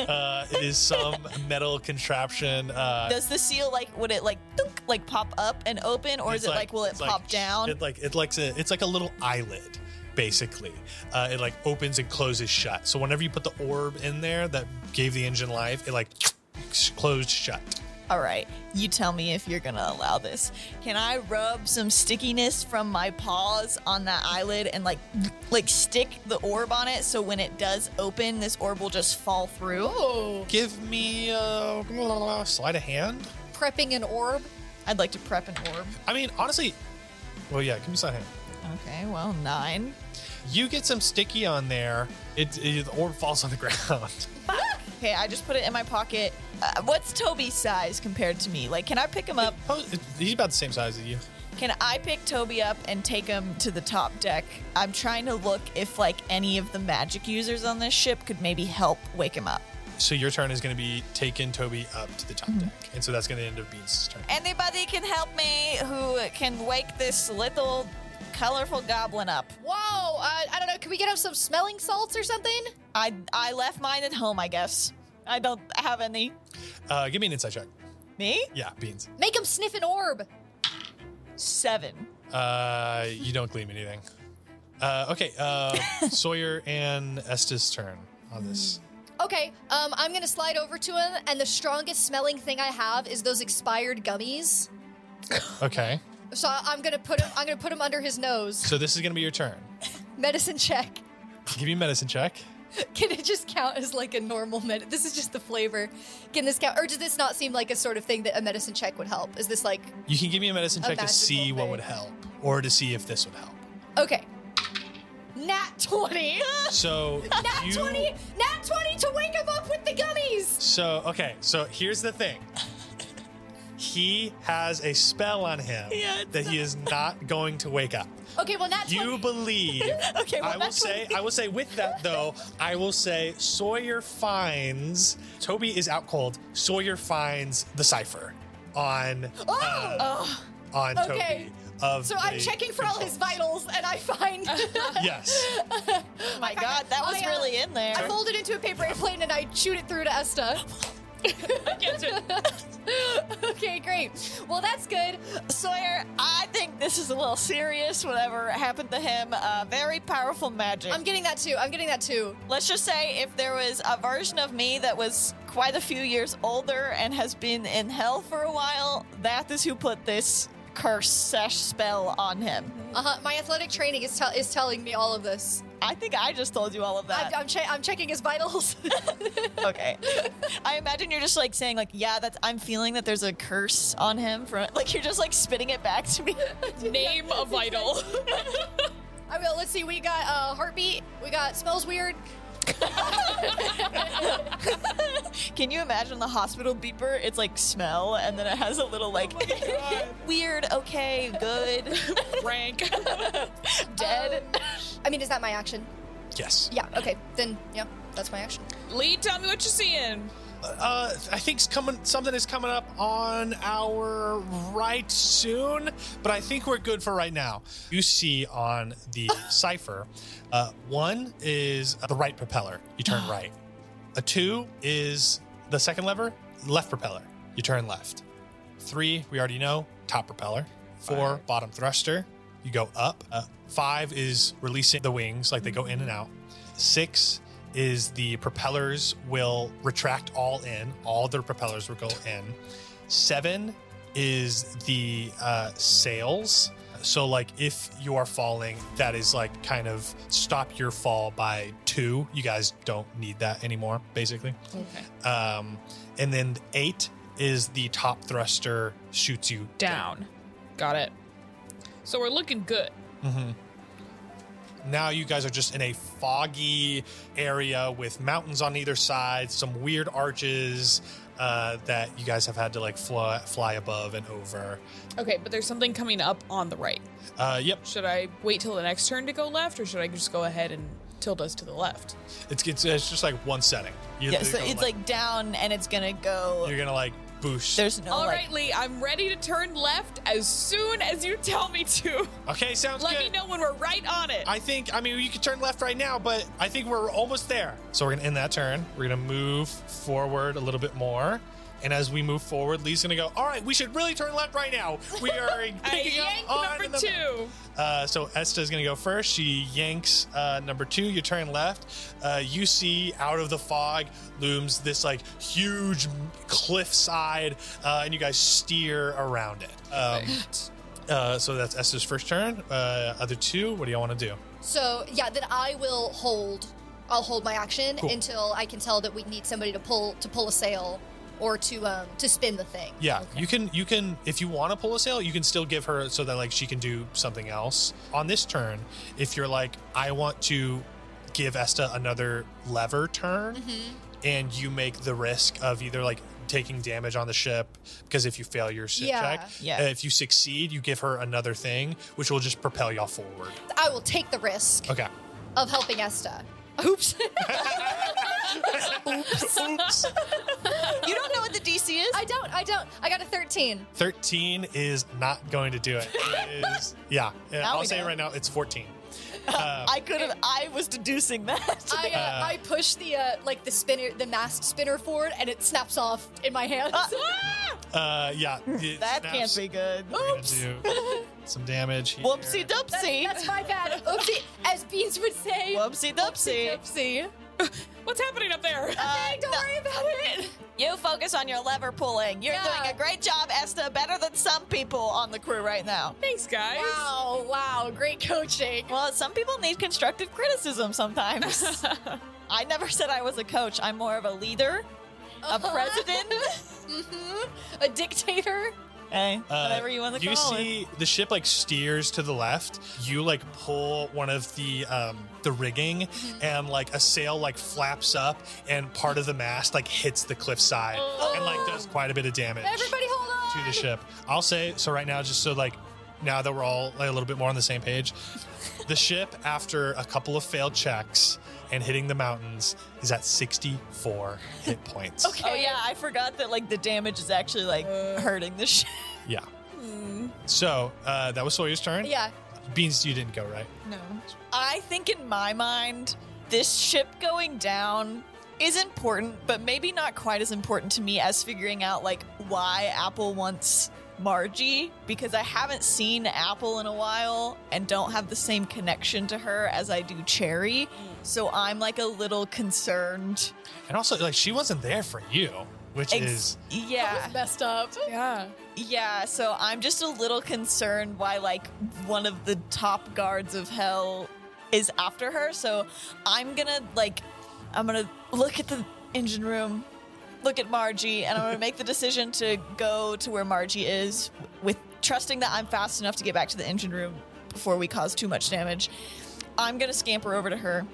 [SPEAKER 1] Uh, it is some metal contraption. Uh,
[SPEAKER 4] Does the seal like would it like thunk, like pop up and open, or is
[SPEAKER 1] it's
[SPEAKER 4] it like, will it
[SPEAKER 1] it's
[SPEAKER 4] pop down?
[SPEAKER 1] It like it likes a, it's like a little eyelid, basically. Uh, it like opens and closes shut. So whenever you put the orb in there that gave the engine life, it like closed shut.
[SPEAKER 4] All right, you tell me if you're gonna allow this. Can I rub some stickiness from my paws on that eyelid and like like stick the orb on it so when it does open, this orb will just fall through?
[SPEAKER 2] Oh,
[SPEAKER 1] Give me a sleight of hand.
[SPEAKER 2] prepping an orb.
[SPEAKER 4] I'd like to prep an orb.
[SPEAKER 1] I mean, honestly, well, yeah, give me sleight of hand.
[SPEAKER 4] Okay, well nine.
[SPEAKER 1] You get some sticky on there. It, it the orb falls on the ground.
[SPEAKER 4] Okay, I just put it in my pocket. Uh, what's Toby's size compared to me? Like, can I pick him up?
[SPEAKER 1] Oh, it- He's about the same size as you.
[SPEAKER 4] Can I pick Toby up and take him to the top deck? I'm trying to look if like any of the magic users on this ship could maybe help wake him up.
[SPEAKER 1] So your turn is going to be taking Toby up to the top deck, and so that's going to end up being his turn.
[SPEAKER 4] Anybody can help me who can wake this little colorful goblin up.
[SPEAKER 2] Whoa. Uh, I don't know. Can we get him some smelling salts or something?
[SPEAKER 4] I I left mine at home, I guess. I don't have any.
[SPEAKER 1] Uh, give me an insight check.
[SPEAKER 4] Me?
[SPEAKER 1] Yeah, beans.
[SPEAKER 2] Make him sniff an orb.
[SPEAKER 4] Seven.
[SPEAKER 1] Uh, you don't glean anything. Uh, okay, uh, Sawyer and Estes' turn on this.
[SPEAKER 2] Okay, um, I'm gonna slide over to him, and the strongest smelling thing I have is those expired gummies.
[SPEAKER 1] Okay,
[SPEAKER 2] So I- I'm gonna put him. I'm gonna put him under his nose.
[SPEAKER 1] so this is going to be your turn.
[SPEAKER 2] Medicine check.
[SPEAKER 1] Give me a medicine check.
[SPEAKER 2] Can it just count as like a normal med? This is just the flavor. Can this count, or does this not seem like a sort of thing that a medicine check would help? Is this like
[SPEAKER 1] You can give me a medicine
[SPEAKER 2] A
[SPEAKER 1] check to see
[SPEAKER 2] magical
[SPEAKER 1] what
[SPEAKER 2] thing.
[SPEAKER 1] would help, or to see if this would help.
[SPEAKER 2] okay? Nat twenty.
[SPEAKER 1] So
[SPEAKER 2] Nat
[SPEAKER 1] you,
[SPEAKER 2] twenty. Nat twenty to wake him up with the gummies.
[SPEAKER 1] So okay, so here's the thing. He has a spell on him that he is not going to wake up.
[SPEAKER 2] Okay, well Nat
[SPEAKER 1] You
[SPEAKER 2] twenty.
[SPEAKER 1] believe.
[SPEAKER 4] Okay, well,
[SPEAKER 1] I will
[SPEAKER 4] that's
[SPEAKER 1] say. I will say. With that though, I will say Sawyer finds Toby is out cold. Sawyer finds the cipher on uh,
[SPEAKER 4] Oh,
[SPEAKER 1] on
[SPEAKER 2] Oh! Okay.
[SPEAKER 1] Toby. Of
[SPEAKER 2] So I'm
[SPEAKER 1] the
[SPEAKER 2] checking for all his
[SPEAKER 1] controls.
[SPEAKER 2] vitals, and I find.
[SPEAKER 1] Yes.
[SPEAKER 4] Oh my god, that was
[SPEAKER 2] I, uh,
[SPEAKER 4] really in
[SPEAKER 2] I
[SPEAKER 4] there.
[SPEAKER 2] fold it into a paper airplane and I shoot it through to Esta.
[SPEAKER 5] Captain.
[SPEAKER 2] okay, great. Well, that's good.
[SPEAKER 4] Sawyer, I think this is a little serious. Whatever happened to him, uh, very powerful magic.
[SPEAKER 2] I'm getting that too. I'm getting that too.
[SPEAKER 4] Let's just say if there was a version of me that was quite a few years older and has been in hell for a while, that is who put this curse sash spell on him.
[SPEAKER 2] Mm-hmm. Uh-huh. Uh huh. My athletic training is tell is telling me all of this.
[SPEAKER 4] I think I just told you all of
[SPEAKER 2] I'm,
[SPEAKER 4] that.
[SPEAKER 2] I'm, che- I'm checking his vitals.
[SPEAKER 4] okay. I imagine you're just like saying like, yeah, that's I'm feeling that there's a curse on him from like you're just like spitting it back to me.
[SPEAKER 5] Name a vital.
[SPEAKER 2] I will. Let's see. We got uh, heartbeat. We got smells weird.
[SPEAKER 4] Can you imagine the hospital beeper? It's like smell and then it has a little like
[SPEAKER 2] Oh
[SPEAKER 4] weird, okay, good,
[SPEAKER 5] Rank.
[SPEAKER 4] dead.
[SPEAKER 2] Um, I mean, is that my action?
[SPEAKER 1] Yes.
[SPEAKER 2] Yeah. Okay. Then yeah, that's my action.
[SPEAKER 5] Lee, tell me what you're seeing.
[SPEAKER 1] Uh, I think it's coming, something is coming up on our right soon, but I think we're good for right now. You see on the cipher, uh, one is the right propeller. You turn right. A two is the second lever, left propeller. You turn left. Three, we already know, top propeller. Four, bottom thruster. You go up. Uh, five is releasing the wings, like they go in and out. Six is the propellers will retract all in, all their propellers will go in. Seven is the uh, sails. So, like, if you are falling, that is like kind of stop your fall by two. You guys don't need that anymore, basically. Okay. Um, and then eight is the top thruster shoots you
[SPEAKER 5] Down. Got it. So we're looking good.
[SPEAKER 1] Now you guys are just in a foggy area with mountains on either side, some weird arches uh, that you guys have had to like fly, fly above and over.
[SPEAKER 5] Okay, but there's something coming up on the right.
[SPEAKER 1] Uh, yep,
[SPEAKER 5] Should I wait till the next turn to go left, or should I just go ahead and tilt us to the left?
[SPEAKER 1] it's, it's it's just like one setting. You,
[SPEAKER 4] Yeah,
[SPEAKER 1] you're
[SPEAKER 4] so
[SPEAKER 1] gonna,
[SPEAKER 4] it's like down and it's gonna go
[SPEAKER 1] you're gonna like boost.
[SPEAKER 4] there's no
[SPEAKER 5] All
[SPEAKER 4] like
[SPEAKER 5] right, Lee, I'm ready to turn left as soon as you tell me to.
[SPEAKER 1] okay, sounds
[SPEAKER 5] Let
[SPEAKER 1] good.
[SPEAKER 5] me know when we're right on it.
[SPEAKER 1] I think I mean you could turn left right now, but I think we're almost there. So we're gonna end that turn. We're gonna move forward a little bit more. And as we move forward, Lee's gonna go. All right, we should really turn left right now. We are
[SPEAKER 5] I
[SPEAKER 1] picking
[SPEAKER 5] yanked
[SPEAKER 1] up on
[SPEAKER 5] number
[SPEAKER 1] the-
[SPEAKER 5] two.
[SPEAKER 1] Uh, so Esta is going to go first. She yanks uh, number two. You turn left. Uh, you see out of the fog looms this like huge cliffside, uh, and you guys steer around it. Um, uh, so that's Esta's first turn. Uh, other two, what do y'all want to do?
[SPEAKER 2] So yeah, then I will hold. I'll hold my action
[SPEAKER 1] Cool.
[SPEAKER 2] until I can tell that we need somebody to pull to pull a sail or to um to spin the thing.
[SPEAKER 1] Yeah, you can you can if you want to pull a sail, you can still give her so that like she can do something else on this turn. If you're like, I want to give Esta another lever turn,
[SPEAKER 4] Mm-hmm.
[SPEAKER 1] and you make the risk of either like taking damage on the ship because if you fail your ship
[SPEAKER 2] Yeah.
[SPEAKER 1] check,
[SPEAKER 4] Yeah.
[SPEAKER 1] and if you succeed, you give her another thing, which will just propel y'all forward.
[SPEAKER 2] I will take the risk
[SPEAKER 1] Okay.
[SPEAKER 2] of helping Esta. Oops.
[SPEAKER 1] Oops.
[SPEAKER 4] You don't know what the DC is?
[SPEAKER 2] I don't. I don't. I got a thirteen.
[SPEAKER 1] 13 is not going to do it. It is- yeah. yeah,
[SPEAKER 4] Now
[SPEAKER 1] I'll
[SPEAKER 4] we
[SPEAKER 1] say it
[SPEAKER 4] know.
[SPEAKER 1] right now, it's 14.
[SPEAKER 4] I could have. I was deducing that.
[SPEAKER 2] I, uh, I push the uh, like the spinner, the mast spinner forward, and it snaps off in my hands.
[SPEAKER 1] Uh, yeah. it
[SPEAKER 4] that
[SPEAKER 1] snaps.
[SPEAKER 4] can't be good.
[SPEAKER 1] We're
[SPEAKER 2] Oh.
[SPEAKER 1] gonna do some damage. Here.
[SPEAKER 4] Whoopsie dupsie.
[SPEAKER 2] That's my bad. Oopsie, as Beans would say.
[SPEAKER 4] Whoopsie dupsie.
[SPEAKER 2] Oopsie.
[SPEAKER 5] What's happening up there?
[SPEAKER 4] Uh,
[SPEAKER 2] Hey, don't
[SPEAKER 4] no.
[SPEAKER 2] worry about it.
[SPEAKER 4] You focus on your lever pulling. You're
[SPEAKER 2] Yeah.
[SPEAKER 4] doing a great job, Esta. Better than some people on the crew right now.
[SPEAKER 5] Thanks, guys.
[SPEAKER 4] Oh,
[SPEAKER 2] Wow, wow, great coaching.
[SPEAKER 4] Well, some people need constructive criticism sometimes. I never said I was a coach. I'm more of a leader, a president,
[SPEAKER 2] hmm A dictator.
[SPEAKER 4] Mm-hmm. hey,
[SPEAKER 1] Uh,
[SPEAKER 4] whatever you want to
[SPEAKER 1] you
[SPEAKER 4] call it.
[SPEAKER 1] see the ship like steers to the left. You like pull one of the um, the rigging,
[SPEAKER 4] Mm-hmm.
[SPEAKER 1] and like a sail like flaps up, and part of the mast like hits the cliffside, and
[SPEAKER 4] Oh.
[SPEAKER 1] like does quite a bit of damage
[SPEAKER 2] Everybody, hold
[SPEAKER 1] to
[SPEAKER 2] on.
[SPEAKER 1] the ship. I'll say so right now, just so like now that we're all like, a little bit more on the same page, the ship after a couple of failed checks and hitting the mountains is at sixty four hit points. okay.
[SPEAKER 4] Oh yeah, I forgot that like the damage is actually like hurting the ship.
[SPEAKER 1] Yeah.
[SPEAKER 4] Hmm.
[SPEAKER 1] So uh, that was Sawyer's turn.
[SPEAKER 2] Yeah.
[SPEAKER 1] Beans, you didn't go right.
[SPEAKER 4] I think in my mind, this ship going down is important, but maybe not quite as important to me as figuring out like why Apple wants Margie because I haven't seen Apple in a while and don't have the same connection to her as I do Cherry. So I'm like a little concerned.
[SPEAKER 1] And also, like, she wasn't there for you, which
[SPEAKER 4] Ex-
[SPEAKER 1] is
[SPEAKER 4] yeah.
[SPEAKER 2] Messed up.
[SPEAKER 5] Yeah.
[SPEAKER 4] Yeah, so I'm just a little concerned why like one of the top guards of hell is after her. So I'm gonna like, I'm gonna look at the engine room, look at Margie, and I'm gonna make the decision to go to where Margie is, with trusting that I'm fast enough to get back to the engine room before we cause too much damage. I'm gonna scamper over to her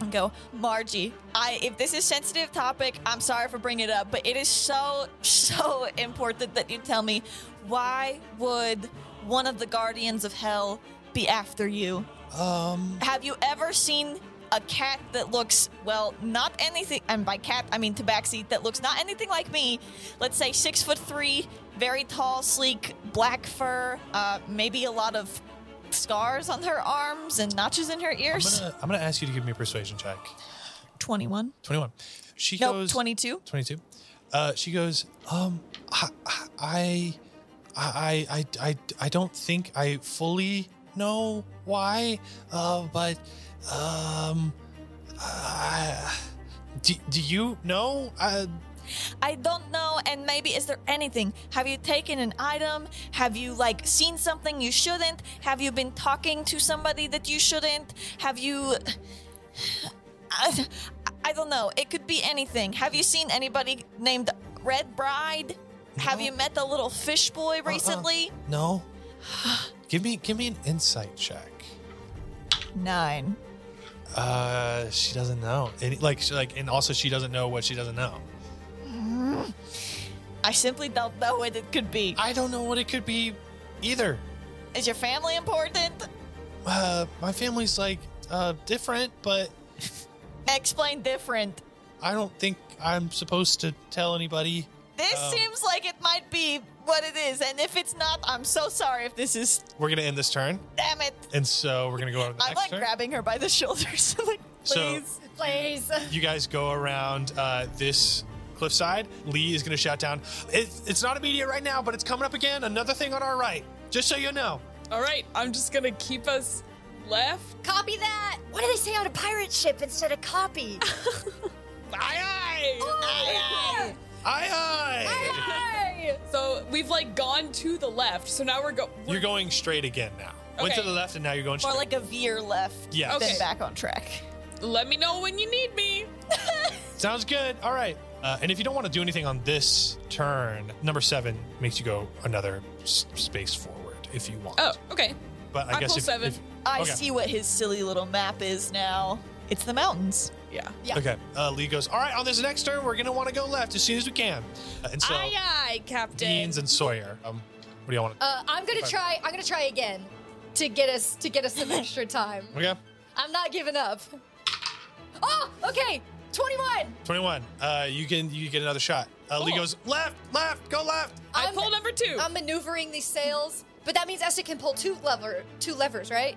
[SPEAKER 4] and go, Margie, I if this is sensitive topic, I'm sorry for bringing it up, but it is so so important that you tell me why would one of the guardians of hell be after you?
[SPEAKER 1] Um,
[SPEAKER 4] Have you ever seen a cat that looks well not anything and by cat I mean tabaxi that looks not anything like me? Let's say six foot three, very tall, sleek, black fur, uh, maybe a lot of scars on her arms and notches in her
[SPEAKER 1] I'm
[SPEAKER 4] ears.
[SPEAKER 1] gonna, I'm gonna ask you to give me a persuasion check.
[SPEAKER 4] Twenty one.
[SPEAKER 1] 21. She
[SPEAKER 4] No,
[SPEAKER 1] goes
[SPEAKER 4] 22.
[SPEAKER 1] 22. Uh, she goes, um, I, I, I, I, I, I don't think I fully know why, uh, but, um, uh, do, do you know? Uh,
[SPEAKER 4] I don't know, and maybe is there anything? Have you taken an item? Have you like seen something you shouldn't? Have you been talking to somebody that you shouldn't? Have you? I, I don't know. It could be anything. Have you seen anybody named Red Bride? Have you met the little fish boy recently?
[SPEAKER 1] no. give me, give me an insight check.
[SPEAKER 4] Nine.
[SPEAKER 1] Uh, she doesn't know. And like, she, like, and also she doesn't know what she doesn't know.
[SPEAKER 4] I simply don't know what it could be.
[SPEAKER 1] I don't know what it could be either.
[SPEAKER 4] Is your family important?
[SPEAKER 1] Uh, my family's like, uh, different, but
[SPEAKER 4] Explain different.
[SPEAKER 1] I don't think I'm supposed to tell anybody.
[SPEAKER 4] This
[SPEAKER 1] Um,
[SPEAKER 4] seems like it might be what it is, and if it's not, I'm so sorry if this is.
[SPEAKER 1] We're gonna end this turn,
[SPEAKER 4] Damn it!
[SPEAKER 1] and so we're gonna go on to the
[SPEAKER 4] I'm
[SPEAKER 1] next
[SPEAKER 4] like
[SPEAKER 1] turn.
[SPEAKER 4] grabbing her by the shoulders. I'm like,
[SPEAKER 1] So-
[SPEAKER 4] please.
[SPEAKER 2] Please.
[SPEAKER 1] you guys go around uh, this cliffside. Lee is gonna shout down. It's, it's not immediate right now, but it's coming up again. Another thing on our right. Just so you know.
[SPEAKER 5] All right, I'm just gonna keep us left.
[SPEAKER 2] Copy that. What do they say on a pirate ship instead of copy?
[SPEAKER 5] Aye, aye.
[SPEAKER 1] Aye aye.
[SPEAKER 5] Aye. So we've like gone to the left. So now we're go.
[SPEAKER 1] You're going straight again now. Went to
[SPEAKER 5] Okay.
[SPEAKER 1] the left, and now you're going
[SPEAKER 4] More
[SPEAKER 1] straight.
[SPEAKER 4] like a veer left
[SPEAKER 1] Yes.
[SPEAKER 4] than
[SPEAKER 5] Okay.
[SPEAKER 4] back on track.
[SPEAKER 5] Let me know when you need me.
[SPEAKER 1] Sounds good. All right. Uh, and if you don't want to do anything on this turn, number seven makes you go another s- space forward if you want.
[SPEAKER 5] Oh, okay.
[SPEAKER 1] but I,
[SPEAKER 5] I
[SPEAKER 1] guess
[SPEAKER 5] pull
[SPEAKER 1] if,
[SPEAKER 5] seven.
[SPEAKER 1] if-
[SPEAKER 4] I
[SPEAKER 1] Okay.
[SPEAKER 4] see what his silly little map is now. It's the mountains.
[SPEAKER 5] Yeah.
[SPEAKER 2] Yeah.
[SPEAKER 1] Okay. Uh, Lee goes, All right, on this next turn, we're going to want to go left as soon as we can. Uh, and so,
[SPEAKER 5] aye, aye, Captain.
[SPEAKER 1] Deans and Sawyer. Um, what do you want to
[SPEAKER 2] Uh, I'm gonna try. I'm gonna try again to get us to get us some extra time.
[SPEAKER 1] Okay.
[SPEAKER 2] I'm not giving up. Oh, okay. 21.
[SPEAKER 1] 21. Uh, you can you get another shot. Uh, Lee
[SPEAKER 5] Cool.
[SPEAKER 1] goes, Left, left, go left.
[SPEAKER 5] I
[SPEAKER 2] I'm-
[SPEAKER 5] pull number two.
[SPEAKER 2] I'm maneuvering these sails, but that means Esther can pull two lever, two levers, right?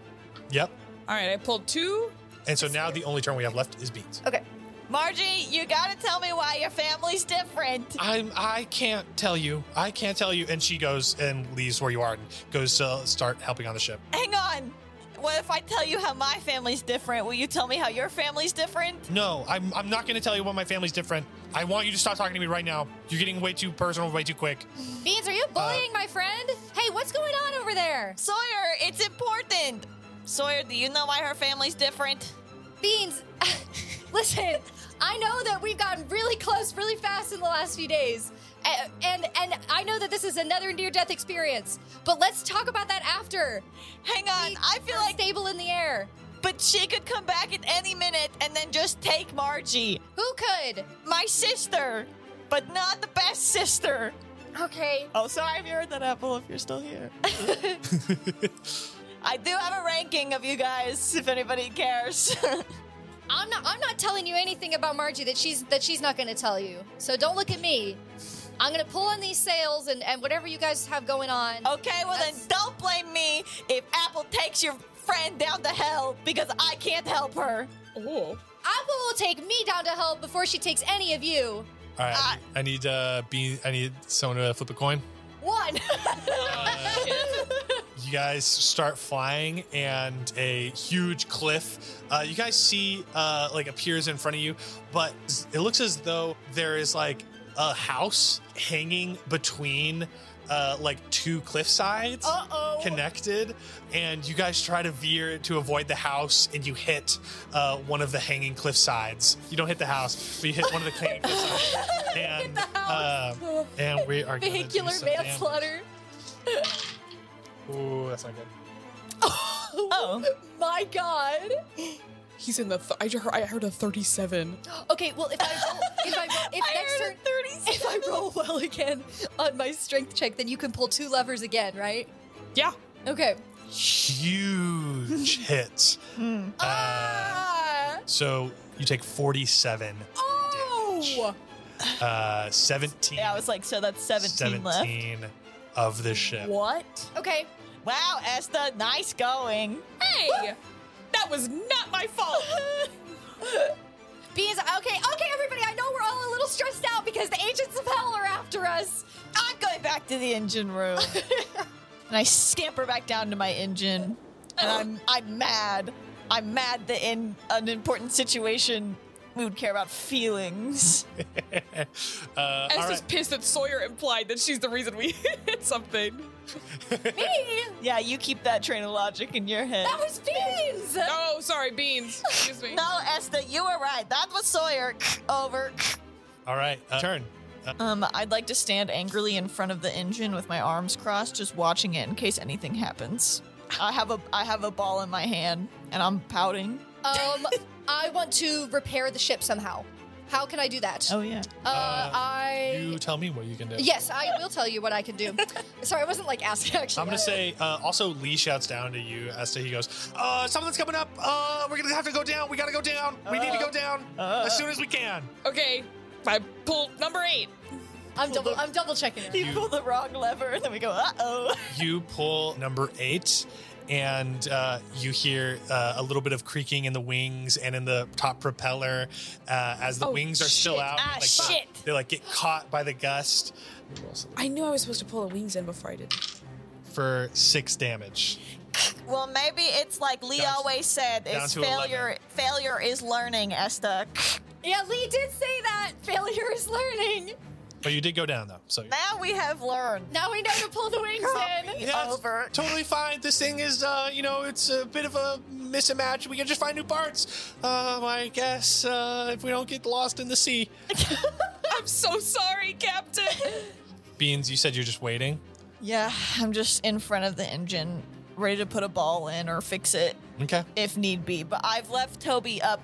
[SPEAKER 1] Yep.
[SPEAKER 5] All right, I pulled two.
[SPEAKER 1] And so now the only turn we have left is Beans.
[SPEAKER 2] Okay.
[SPEAKER 4] Margie, you gotta tell me why your family's different.
[SPEAKER 1] I'm I can't tell you. I can't tell you. And she goes and leaves where you are and goes to start helping on the ship.
[SPEAKER 4] Hang on. What if I tell you how my family's different? Will you tell me how your family's different?
[SPEAKER 1] No, I'm, I'm not going to tell you why my family's different. I want you to stop talking to me right now. You're getting way too personal, way too quick.
[SPEAKER 2] Beans, are you bullying my friend? Hey, what's going on over there?
[SPEAKER 4] Sawyer, it's important. Sawyer, do you know why her family's different?
[SPEAKER 2] Beans, listen, I know that we've gotten really close really fast in the last few days. a- And and I know that this is another near death experience, but let's talk about that after.
[SPEAKER 4] Hang on, I feel like,
[SPEAKER 2] stable in the air.
[SPEAKER 4] but she could come back at any minute and then just take Margie,
[SPEAKER 2] Who could?
[SPEAKER 4] my sister, but not the best sister.
[SPEAKER 2] Okay.
[SPEAKER 4] Oh, sorry if you heard that, Apple, if you're still here. I do have a ranking of you guys, if anybody cares.
[SPEAKER 2] I'm not I'm not telling you anything about Margie that she's that she's not gonna tell you. So don't look at me. I'm gonna pull on these sails and, and whatever you guys have going on.
[SPEAKER 4] okay, well then
[SPEAKER 2] That's-
[SPEAKER 4] don't blame me if Apple takes your friend down to hell because I can't help her.
[SPEAKER 5] Oh.
[SPEAKER 2] Apple will take me down to help before she takes any of you.
[SPEAKER 1] All right.
[SPEAKER 4] Ah.
[SPEAKER 1] I need uh, be I need someone to flip a coin.
[SPEAKER 2] One.
[SPEAKER 1] You guys start flying, and a huge cliff. Uh, you guys see uh, like appears in front of you, but it looks as though there is like a house hanging between uh, like two cliff sides.
[SPEAKER 2] Uh oh.
[SPEAKER 1] connected, and you guys try to veer to avoid the house, and you hit uh, one of the hanging cliff sides. You don't hit the house, but you hit one of the hanging cliff sides. And, uh, and we are gonna do
[SPEAKER 2] Vehicular
[SPEAKER 1] some damage.
[SPEAKER 2] manslaughter.
[SPEAKER 1] Ooh, that's not good.
[SPEAKER 4] Oh,
[SPEAKER 2] My God.
[SPEAKER 5] He's in the. Th- I, heard, I heard a 37.
[SPEAKER 2] Okay, well, if I roll, if I roll, if
[SPEAKER 4] I
[SPEAKER 2] next
[SPEAKER 4] heard
[SPEAKER 2] turn,
[SPEAKER 4] a thirty.
[SPEAKER 2] if I roll well again on my strength check, then you can pull two levers again, right?
[SPEAKER 5] Yeah.
[SPEAKER 2] Okay.
[SPEAKER 1] Huge hit. Uh,
[SPEAKER 2] Ah.
[SPEAKER 1] so you take 47,
[SPEAKER 2] Oh.
[SPEAKER 1] uh, 17,
[SPEAKER 4] Yeah, I was like, so that's seventeen, left.
[SPEAKER 1] 17 of the ship.
[SPEAKER 4] What?
[SPEAKER 2] Okay.
[SPEAKER 4] Wow, Esther, nice going.
[SPEAKER 5] Hey! that was not my fault!
[SPEAKER 2] B is okay. Okay, everybody. I know we're all a little stressed out because the agents of hell are after us.
[SPEAKER 4] I'm going back to the engine room. and I scamper back down to my engine. And I'm I'm mad. I'm mad that in an important situation we would care about feelings.
[SPEAKER 1] Uh, all
[SPEAKER 5] Esther's
[SPEAKER 1] right.
[SPEAKER 5] pissed that Sawyer implied that she's the reason we hit something.
[SPEAKER 2] Me.
[SPEAKER 4] Yeah, you keep that train of logic in your head.
[SPEAKER 2] That was beans.
[SPEAKER 5] Oh, sorry, Beans. Excuse me.
[SPEAKER 4] No, Esther, you were right. That was Sawyer. Over.
[SPEAKER 1] All right. Uh, turn.
[SPEAKER 4] Um, I'd like to stand angrily in front of the engine with my arms crossed, just watching it in case anything happens. I have a I have a ball in my hand and I'm pouting.
[SPEAKER 2] Um, I want to repair the ship somehow. How can I do that?
[SPEAKER 4] Oh yeah.
[SPEAKER 2] Uh, I.
[SPEAKER 1] You tell me what you can do.
[SPEAKER 2] Yes, I will tell you what I can do. Sorry, I wasn't like asking actually.
[SPEAKER 1] I'm gonna say. Uh, also, Lee shouts down to you as to he goes. Uh, something's coming up. Uh, we're gonna have to go down. We gotta go down. We need to go
[SPEAKER 4] Uh,
[SPEAKER 1] down as soon as we can.
[SPEAKER 5] Okay. I pulled number eight.
[SPEAKER 2] I'm double. I'm double checking. Her.
[SPEAKER 4] You pull the wrong lever, and then we go, uh oh.
[SPEAKER 1] You pull number eight, and uh, you hear uh, a little bit of creaking in the wings and in the top propeller uh, as the
[SPEAKER 5] Oh,
[SPEAKER 1] wings are still
[SPEAKER 5] shit.
[SPEAKER 1] out.
[SPEAKER 4] Ah, shit.
[SPEAKER 1] They, like get caught by the gust
[SPEAKER 5] I knew I was supposed to pull the wings in before I did.
[SPEAKER 1] for six damage.
[SPEAKER 4] Well, maybe it's like Lee
[SPEAKER 1] Down to-
[SPEAKER 4] always said:
[SPEAKER 1] down
[SPEAKER 4] is
[SPEAKER 1] to
[SPEAKER 4] failure
[SPEAKER 1] 11.
[SPEAKER 4] failure is learning, Esther.
[SPEAKER 2] Yeah, Lee did say that failure is learning.
[SPEAKER 1] But you did go down though, so
[SPEAKER 4] Now we have learned.
[SPEAKER 2] Now we know to pull the wings in.
[SPEAKER 1] Yeah, it's
[SPEAKER 4] Over.
[SPEAKER 1] Totally fine. This thing is, uh, you know, it's a bit of a mismatch. We can just find new parts. Um, I guess uh, if we don't get lost in the sea.
[SPEAKER 5] I'm so sorry, Captain.
[SPEAKER 1] Beans, you said you're just waiting.
[SPEAKER 4] Yeah, I'm just in front of the engine, ready to put a ball in or fix it
[SPEAKER 1] Okay.
[SPEAKER 4] if need be. But I've left Toby up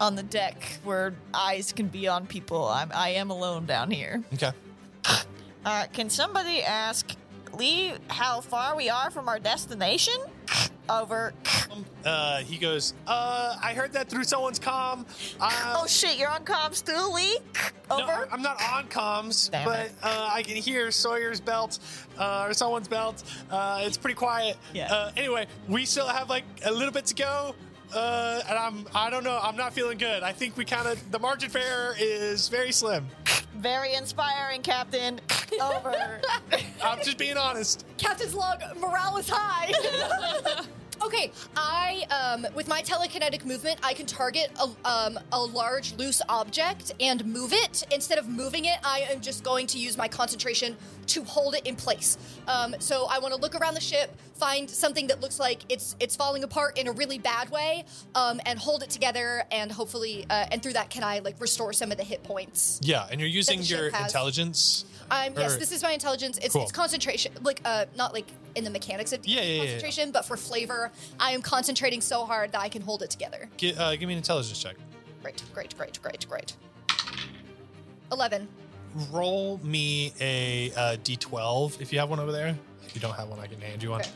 [SPEAKER 4] on the deck where eyes can be on people. I'm I am alone down here.
[SPEAKER 1] Okay.
[SPEAKER 4] Uh, can somebody ask Lee how far we are from our destination? Over.
[SPEAKER 1] Uh, he goes. Uh, I heard that through someone's comm. Uh,
[SPEAKER 4] Oh shit, you're on comms too, Lee?
[SPEAKER 1] no,
[SPEAKER 4] Over.
[SPEAKER 1] I'm not on comms,
[SPEAKER 4] Oh, Damn
[SPEAKER 1] but
[SPEAKER 4] it.
[SPEAKER 1] uh, I can hear Sawyer's belt uh, or someone's belt. Uh, it's pretty quiet.
[SPEAKER 4] Yeah.
[SPEAKER 1] Uh, anyway, we still have like a little bit to go. Uh, and I'm, I don't know, I'm not feeling good. I think we kind of, the margin for error is very slim.
[SPEAKER 4] Very inspiring, Captain. Over.
[SPEAKER 1] I'm just being honest.
[SPEAKER 2] Captain's log morale is high. okay, I um with my telekinetic movement, I can target a um a large loose object and move it. Instead of moving it, I am just going to use my concentration to hold it in place. Um, so I want to look around the ship, find something that looks like it's it's falling apart in a really bad way, um, and hold it together. And hopefully, uh, and through that, can I like restore some of the hit points?
[SPEAKER 1] Yeah, and you're using
[SPEAKER 2] the ship
[SPEAKER 1] your
[SPEAKER 2] has.
[SPEAKER 1] intelligence.
[SPEAKER 2] Um, yes,
[SPEAKER 1] Or-
[SPEAKER 2] this is my intelligence. It's,
[SPEAKER 1] Cool.
[SPEAKER 2] it's concentration, like uh, not like in the mechanics of
[SPEAKER 1] Yeah, yeah, yeah, yeah.
[SPEAKER 2] concentration, but for flavor. I am concentrating so hard that I can hold it together.
[SPEAKER 1] Gi- uh, give me an intelligence check.
[SPEAKER 2] Great, great, great, great, great. Eleven.
[SPEAKER 1] Roll me a uh, d12 if you have one over there. If you don't have one, I can hand you one.
[SPEAKER 2] Okay.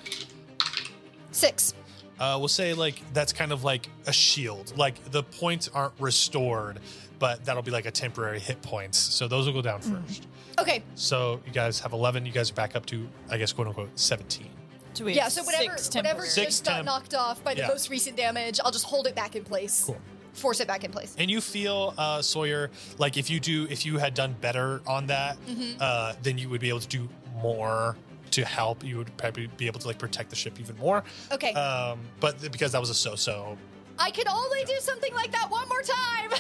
[SPEAKER 2] Six.
[SPEAKER 1] Uh, we'll say like that's kind of like a shield. Like the points aren't restored, but that'll be like a temporary hit points. So those will go down first.
[SPEAKER 2] Okay.
[SPEAKER 1] So you guys have 11. You guys are back up to I guess quote unquote 17.
[SPEAKER 4] So we have
[SPEAKER 2] Yeah. So whatever,
[SPEAKER 4] six
[SPEAKER 2] whatever
[SPEAKER 4] temporary.
[SPEAKER 1] Six
[SPEAKER 2] just got
[SPEAKER 1] temp-
[SPEAKER 2] knocked off by the
[SPEAKER 1] Yeah.
[SPEAKER 2] most recent damage, I'll just hold it back in place.
[SPEAKER 1] Cool.
[SPEAKER 2] Force it back in place.
[SPEAKER 1] And you feel uh, Sawyer like if you do if you had done better on that,
[SPEAKER 2] Mm-hmm.
[SPEAKER 1] uh, then you would be able to do more to help. You would probably be able to like protect the ship even more.
[SPEAKER 2] Okay.
[SPEAKER 1] Um, but th- because that was a so-so,
[SPEAKER 2] I can only do something like that one more time.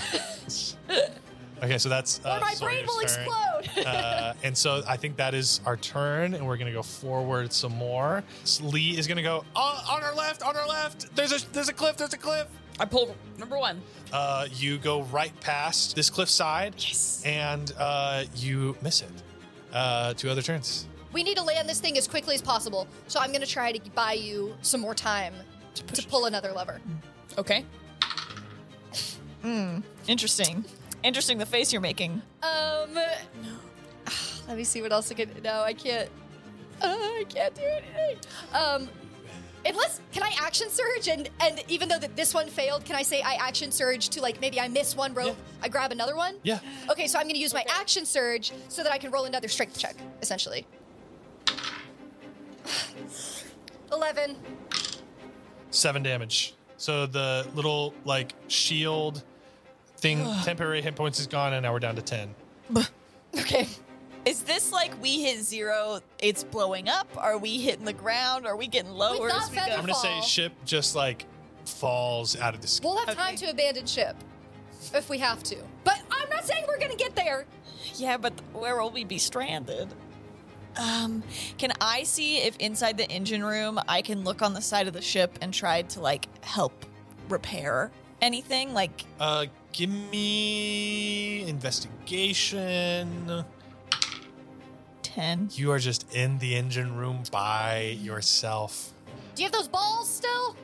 [SPEAKER 1] Okay, so that's uh,
[SPEAKER 2] or my brain will
[SPEAKER 1] Sawyer's turn.
[SPEAKER 2] explode.
[SPEAKER 1] Uh, and so I think that is our turn, and we're gonna go forward some more. So Lee is gonna go "Oh, on our left, on our left. There's a there's a cliff, there's a cliff.
[SPEAKER 5] I pull number one.
[SPEAKER 1] Uh, you go right past this cliff side,
[SPEAKER 4] Yes.
[SPEAKER 1] and uh, you miss it. Uh, two other turns.
[SPEAKER 2] we need to land this thing as quickly as possible. So I'm gonna try to buy you some more time to, to pull another lever.
[SPEAKER 5] Okay.
[SPEAKER 4] Interesting. Interesting the face you're making.
[SPEAKER 2] Um, let me see what else I can. No, I can't. Uh, I can't do anything. Um, unless can I action surge and and even though that this one failed, can I say I action surge to like maybe I miss one rope, I grab another one?
[SPEAKER 1] Yeah.
[SPEAKER 2] Okay, so I'm gonna use my action surge so that I can roll another strength check, essentially. Eleven.
[SPEAKER 1] seven damage. So the little like shield thing, temporary hit points is gone, and now we're down to ten.
[SPEAKER 2] Okay.
[SPEAKER 4] Is this like we hit zero, it's blowing up? Are we hitting the ground? Are we getting low?
[SPEAKER 2] We
[SPEAKER 4] Or
[SPEAKER 2] thought
[SPEAKER 4] is we
[SPEAKER 2] feather-
[SPEAKER 1] I'm gonna say
[SPEAKER 2] Fall.
[SPEAKER 1] ship just like falls out of the sky.
[SPEAKER 2] We'll have time to abandon ship if we have to. But I'm not saying we're gonna get there.
[SPEAKER 4] Yeah, but where will we be stranded? Um, can I see if inside the engine room I can look on the side of the ship and try to like help repair anything? Like,
[SPEAKER 1] Uh, give me investigation.
[SPEAKER 4] 10.
[SPEAKER 1] You are just in the engine room by yourself.
[SPEAKER 2] Do you have those balls still?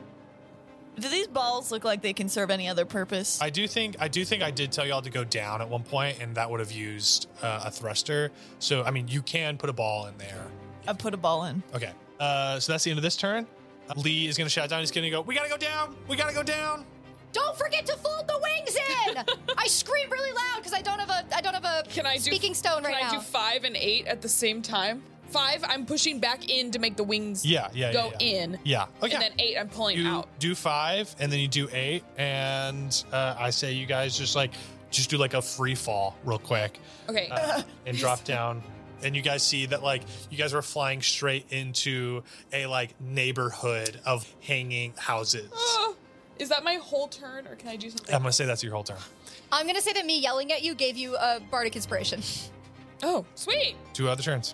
[SPEAKER 4] Do these balls look like they can serve any other purpose?
[SPEAKER 1] I do think I do think I did tell y'all to go down at one point, and that would have used uh, a thruster. So I mean, you can put a ball in there.
[SPEAKER 4] I put a ball in.
[SPEAKER 1] Okay. Uh, so that's the end of this turn. Uh, Lee is gonna shout down. He's gonna go. We gotta go down. We gotta go down.
[SPEAKER 2] Don't forget to fold the wings in. I scream really loud because I don't have a I don't have a
[SPEAKER 5] Can I do
[SPEAKER 2] speaking stone
[SPEAKER 5] Can
[SPEAKER 2] right
[SPEAKER 5] I
[SPEAKER 2] now.
[SPEAKER 5] do five and eight at the same time? Five, I'm pushing back in to make the wings
[SPEAKER 1] Yeah, yeah, yeah,
[SPEAKER 5] go
[SPEAKER 1] yeah.
[SPEAKER 5] in.
[SPEAKER 1] Oh, Yeah. Okay.
[SPEAKER 5] And then eight, I'm pulling
[SPEAKER 1] you
[SPEAKER 5] out.
[SPEAKER 1] do five, and then you do eight, and uh, I say you guys just like just do like a free fall real quick
[SPEAKER 5] Okay.
[SPEAKER 1] uh, and drop down. And you guys see that like you guys were flying straight into a like neighborhood of hanging houses.
[SPEAKER 5] Oh, is that my whole turn, or can I do something?
[SPEAKER 1] I'm gonna say that's your whole turn.
[SPEAKER 2] I'm gonna say that me yelling at you gave you a bardic inspiration.
[SPEAKER 5] oh, sweet!
[SPEAKER 1] Two other turns.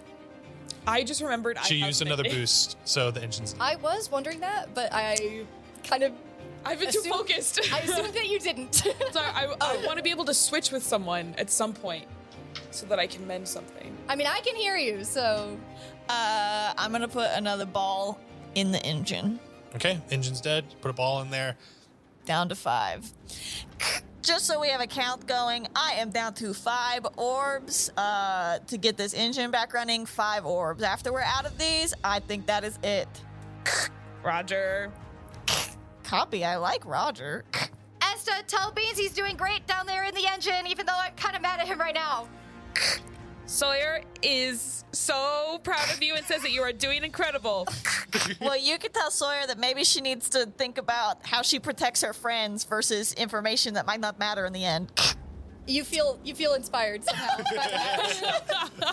[SPEAKER 5] I just remembered.
[SPEAKER 1] She
[SPEAKER 5] I have
[SPEAKER 1] used
[SPEAKER 5] an-
[SPEAKER 1] another boost, so the engine's
[SPEAKER 2] I was wondering that, but I kind of
[SPEAKER 5] I've been too
[SPEAKER 2] assumed-
[SPEAKER 5] focused.
[SPEAKER 2] I assumed that you didn't.
[SPEAKER 5] so I, I, want to be able to switch with someone at some point, so that I can mend something.
[SPEAKER 2] I mean, I can hear you, so
[SPEAKER 4] Uh, I'm gonna put another ball in the engine.
[SPEAKER 1] okay. Engine's dead. Put a ball in there.
[SPEAKER 4] Down to five. Just so we have a count going, I am down to five orbs uh, to get this engine back running. Five orbs. After we're out of these, I think that is it.
[SPEAKER 5] Roger.
[SPEAKER 4] Copy. I like Roger.
[SPEAKER 2] Esta, tell Beans he's doing great down there in the engine, even though I'm kind of mad at him right now.
[SPEAKER 5] Sawyer is so proud of you and says that you are doing incredible.
[SPEAKER 4] well, you could tell Sawyer that maybe she needs to think about how she protects her friends versus information that might not matter in the end.
[SPEAKER 2] You feel you feel inspired somehow.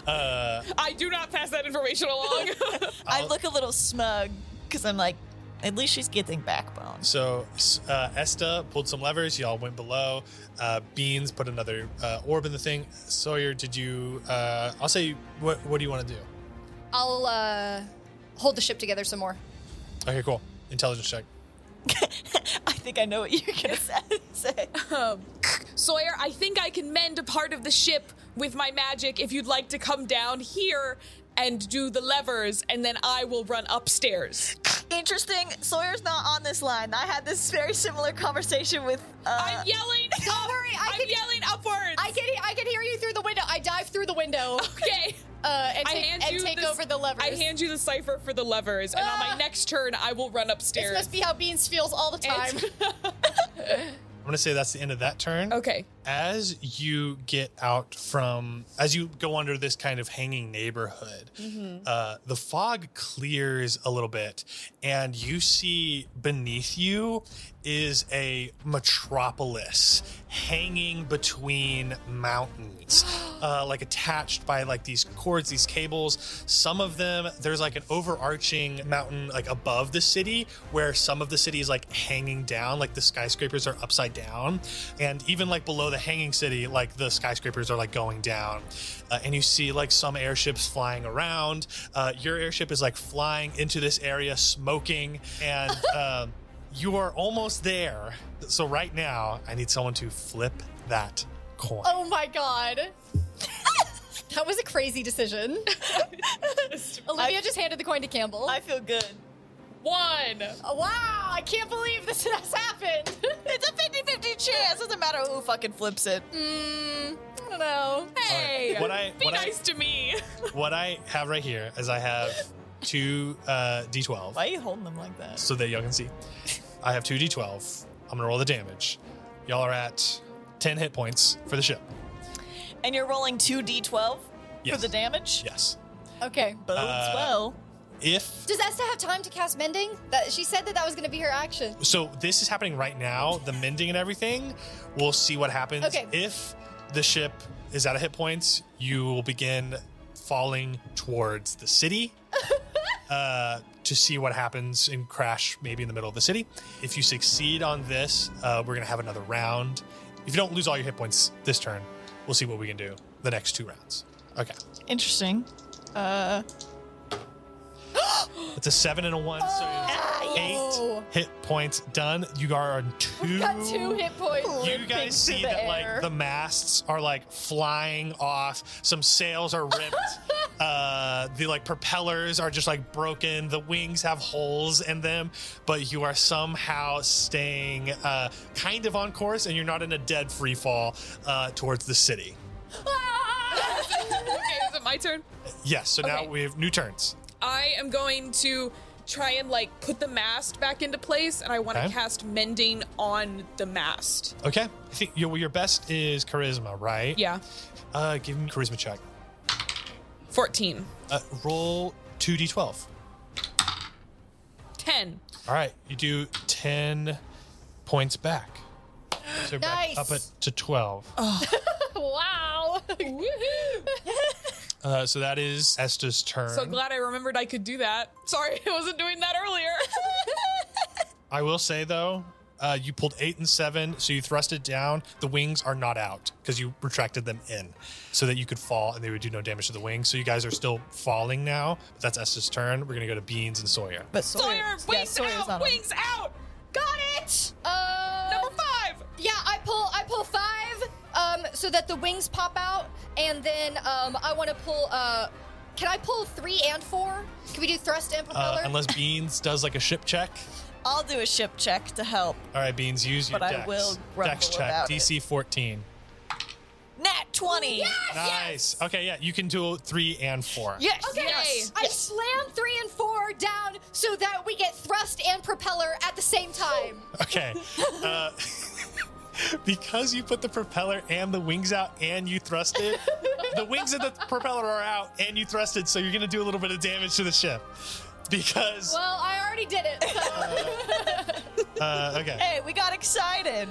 [SPEAKER 5] I do not pass that information along.
[SPEAKER 4] I look a little smug because I'm like, at least she's getting backbone.
[SPEAKER 1] So uh, Esta pulled some levers. Y'all went below. Uh, Beans put another uh, orb in the thing. Sawyer, did you? Uh, I'll say what. What do you want to do?
[SPEAKER 2] I'll uh, hold the ship together some more.
[SPEAKER 1] Okay, cool. Intelligence check.
[SPEAKER 4] I think I know what you're gonna say.
[SPEAKER 5] Um, Sawyer, I think I can mend a part of the ship with my magic if you'd like to come down here and do the levers, and then I will run upstairs.
[SPEAKER 4] Interesting. Sawyer's not on this line. I had this very similar conversation with. Uh,
[SPEAKER 5] I'm yelling. up-
[SPEAKER 2] worry, I
[SPEAKER 5] I'm
[SPEAKER 2] can-
[SPEAKER 5] yelling upwards.
[SPEAKER 2] I can I can hear you through the window. I dive through the window.
[SPEAKER 5] okay.
[SPEAKER 2] uh, and
[SPEAKER 5] I
[SPEAKER 2] take,
[SPEAKER 5] hand
[SPEAKER 2] and
[SPEAKER 5] you
[SPEAKER 2] take
[SPEAKER 5] this-
[SPEAKER 2] over the levers.
[SPEAKER 5] I hand you the cipher for the levers, and on
[SPEAKER 2] Ah.
[SPEAKER 5] my next turn, I will run
[SPEAKER 2] this
[SPEAKER 5] upstairs.
[SPEAKER 2] must be how Beans feels all the time.
[SPEAKER 5] And-
[SPEAKER 1] I'm gonna say that's the end of that turn.
[SPEAKER 5] okay.
[SPEAKER 1] As you get out from, as you go under this kind of hanging neighborhood, uh, the fog clears a little bit, and you see beneath you is a metropolis hanging between mountains, uh, like attached by like these cords, these cables. Some of them, there's like an overarching mountain like above the city where some of the city is like hanging down, like the skyscrapers are upside down, and even like below the the hanging city, like the skyscrapers are like going down, uh, and you see like some airships flying around. Uh, your airship is like flying into this area, smoking, and um, you are almost there. So right now, I need someone to flip that coin.
[SPEAKER 2] Oh my god. that was a crazy decision. Olivia just handed the coin to Campbell.
[SPEAKER 4] I feel good.
[SPEAKER 5] One.
[SPEAKER 2] Oh, wow, I can't believe this has happened.
[SPEAKER 4] It's a 50 50 chance. Doesn't matter who fucking flips it.
[SPEAKER 2] mm, I don't know.
[SPEAKER 5] Hey.
[SPEAKER 1] What I-
[SPEAKER 5] be
[SPEAKER 1] what I-
[SPEAKER 5] nice to me.
[SPEAKER 1] What I have right here is I have two uh, d12.
[SPEAKER 4] Why are you holding them like that?
[SPEAKER 1] so that y'all can see. I have two d12. I'm gonna roll the damage. Y'all are at 10 hit points for the ship.
[SPEAKER 4] And you're rolling 2d12
[SPEAKER 1] Yes.
[SPEAKER 4] for the damage?
[SPEAKER 1] Yes.
[SPEAKER 2] Okay.
[SPEAKER 4] Bodes
[SPEAKER 1] Uh,
[SPEAKER 4] well.
[SPEAKER 1] If
[SPEAKER 2] Does Esta have time to cast mending? That she said that that was going to be her action.
[SPEAKER 1] so, this is happening right now. The mending and everything. We'll see what happens.
[SPEAKER 2] Okay.
[SPEAKER 1] If the ship is out of hit points, you will begin falling towards the city. uh, to see what happens and crash maybe in the middle of the city. If you succeed on this, uh, we're going to have another round. If you don't lose all your hit points this turn, we'll see what we can do the next two rounds. Okay.
[SPEAKER 4] Interesting. Uh,
[SPEAKER 1] It's a seven and a one, so
[SPEAKER 4] Ah!
[SPEAKER 2] Oh.
[SPEAKER 1] eight hit points done. You are on two.
[SPEAKER 2] Got two hit points.
[SPEAKER 1] You guys see that like the masts are like flying off. Some sails are ripped. uh, the like propellers are just like broken. The wings have holes in them, but you are somehow staying uh, kind of on course, and you're not in a dead free fall uh, towards the city.
[SPEAKER 5] okay, is it my turn?
[SPEAKER 1] Yes. So now
[SPEAKER 5] Okay.
[SPEAKER 1] we have new turns.
[SPEAKER 5] I am going to try and like put the mast back into place, and I want to
[SPEAKER 1] Okay.
[SPEAKER 5] cast mending on the mast.
[SPEAKER 1] Okay. I think your your best is charisma, right?
[SPEAKER 5] Yeah,
[SPEAKER 1] Uh, give me a charisma check.
[SPEAKER 5] fourteen.
[SPEAKER 1] Uh, roll 2d12.
[SPEAKER 5] 10.
[SPEAKER 1] All right, you do 10 points back. So you're back
[SPEAKER 2] Nice.
[SPEAKER 1] up it to 12.
[SPEAKER 4] Oh.
[SPEAKER 2] wow.
[SPEAKER 1] Uh, so that is Esta's turn.
[SPEAKER 5] So glad I remembered I could do that. Sorry, I wasn't doing that earlier.
[SPEAKER 1] I will say, though, uh, you pulled 8 and 7, so you thrust it down. The wings are not out because you retracted them in so that you could fall and they would do no damage to the wings. So you guys are still falling now. But that's Esta's turn. We're going to go to Beans and Sawyer.
[SPEAKER 4] but Sawyer,
[SPEAKER 5] Sawyer,
[SPEAKER 4] yeah,
[SPEAKER 5] wings
[SPEAKER 4] Sawyer's not
[SPEAKER 5] out!
[SPEAKER 4] on.
[SPEAKER 5] Wings out!
[SPEAKER 2] Got it. Uh,
[SPEAKER 5] Number five!
[SPEAKER 2] Yeah, I pull I pull five, um, so that the wings pop out, and then um, I want to pull. Uh, can I pull three and four? Can we do thrust and
[SPEAKER 1] Uh,
[SPEAKER 2] propeller?
[SPEAKER 1] unless Beans does like a ship check.
[SPEAKER 4] I'll do a ship check to help.
[SPEAKER 1] All right, Beans, use your
[SPEAKER 4] But I
[SPEAKER 1] dex.
[SPEAKER 4] will
[SPEAKER 1] dex
[SPEAKER 4] grumble
[SPEAKER 1] check,
[SPEAKER 4] about it.
[SPEAKER 1] DC 14.
[SPEAKER 4] Nat 20.
[SPEAKER 1] Nice. Okay, yeah, you can do three and four.
[SPEAKER 4] Yes.
[SPEAKER 2] okay,
[SPEAKER 4] Yes.
[SPEAKER 2] I slam three and four down so that we get thrust and propeller at the same time.
[SPEAKER 1] Okay. Uh, because you put the propeller and the wings out and you thrust it, the wings and the propeller are out and you thrust it, so you're going to do a little bit of damage to the ship. Because,
[SPEAKER 2] well, I already did it. So
[SPEAKER 1] uh, okay.
[SPEAKER 4] Hey, we got excited.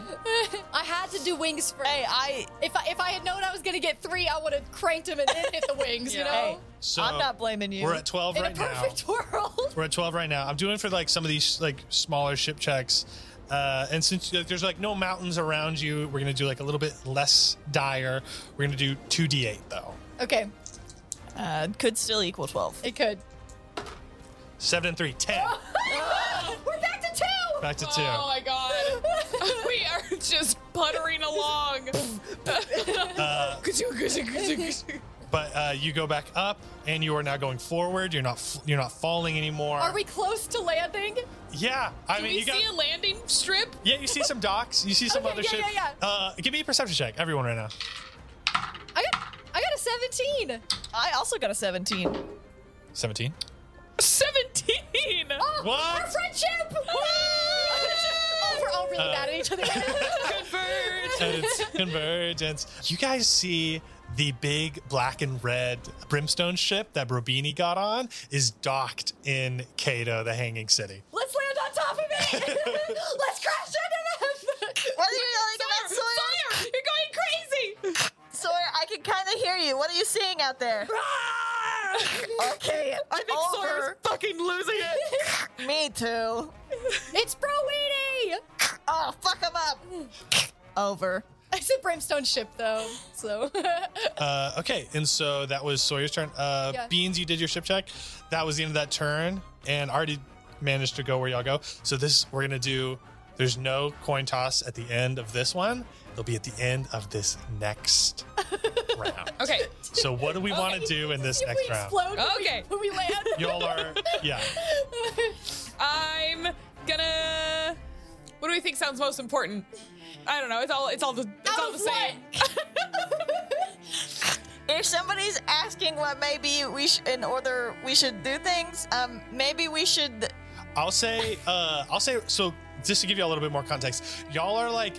[SPEAKER 2] I had to do wings first.
[SPEAKER 4] Hey, I.
[SPEAKER 2] If I, if I had known I was gonna get three, I would have cranked him and then hit the wings. You
[SPEAKER 5] Yeah.
[SPEAKER 2] know,
[SPEAKER 4] Hey,
[SPEAKER 1] So
[SPEAKER 4] I'm not blaming you.
[SPEAKER 1] We're at 12
[SPEAKER 2] in
[SPEAKER 1] right
[SPEAKER 2] a
[SPEAKER 1] now.
[SPEAKER 2] perfect world.
[SPEAKER 1] We're at 12 right now. I'm doing for like some of these like smaller ship checks. Uh, and since like, there's like no mountains around you, we're going to do like a little bit less dire. We're going to do 2d8 though.
[SPEAKER 2] Okay,
[SPEAKER 4] uh, could still equal 12.
[SPEAKER 2] it could.
[SPEAKER 1] 7 and 3, 10.
[SPEAKER 2] We're back to two.
[SPEAKER 1] Back to 2.
[SPEAKER 5] Oh my god. we are just puttering along.
[SPEAKER 1] Uh, but uh, you go back up and you are now going forward you're not f- you're not falling anymore
[SPEAKER 2] Are we close to landing?
[SPEAKER 1] yeah i
[SPEAKER 5] Do
[SPEAKER 1] mean
[SPEAKER 5] we
[SPEAKER 1] you got
[SPEAKER 5] see a landing strip?
[SPEAKER 1] yeah you see some docks you see some
[SPEAKER 2] Okay,
[SPEAKER 1] other
[SPEAKER 2] yeah,
[SPEAKER 1] shit
[SPEAKER 2] yeah, yeah.
[SPEAKER 1] uh give me a perception check everyone right now
[SPEAKER 2] I got, I got a 17.
[SPEAKER 4] I also got a 17.
[SPEAKER 1] 17
[SPEAKER 5] 17!
[SPEAKER 2] Oh,
[SPEAKER 1] What?
[SPEAKER 2] Our friendship! oh, we're all really mad at each other. right now.
[SPEAKER 5] Converge!
[SPEAKER 1] and it's convergence you guys see the big black and red brimstone ship that Robini got on is docked in Cato, the Hanging City.
[SPEAKER 2] Let's land on top of it. Let's crash into them.
[SPEAKER 4] What are you yelling about, Sawyer?
[SPEAKER 5] Sawyer, you're going crazy!
[SPEAKER 4] Sawyer, I can kind of hear you. What are you seeing out there? okay, I think over.
[SPEAKER 5] fucking losing it!
[SPEAKER 4] Me too.
[SPEAKER 2] It's Bro Weenie.
[SPEAKER 4] Oh, fuck him up. over.
[SPEAKER 2] I said brimstone ship though, so
[SPEAKER 1] Uh, okay, and so that was Sawyer's turn. Uh,
[SPEAKER 2] Yeah.
[SPEAKER 1] Beans, you did your ship check. That was the end of that turn, and already managed to go where y'all go. So this we're gonna do. There's no coin toss at the end of this one. It'll be at the end of this next round.
[SPEAKER 5] Okay.
[SPEAKER 1] So what do we want to do in this next round?
[SPEAKER 5] Okay.
[SPEAKER 2] when we land.
[SPEAKER 1] Y'all are yeah.
[SPEAKER 5] I'm gonna. What do we think sounds most important? I don't know. It's all. It's all the. It's
[SPEAKER 2] Oh,
[SPEAKER 5] all the same.
[SPEAKER 4] If somebody's asking what maybe we sh- in order we should do things, um, maybe we should.
[SPEAKER 1] I'll say, uh, I'll say, so just to give you a little bit more context, y'all are like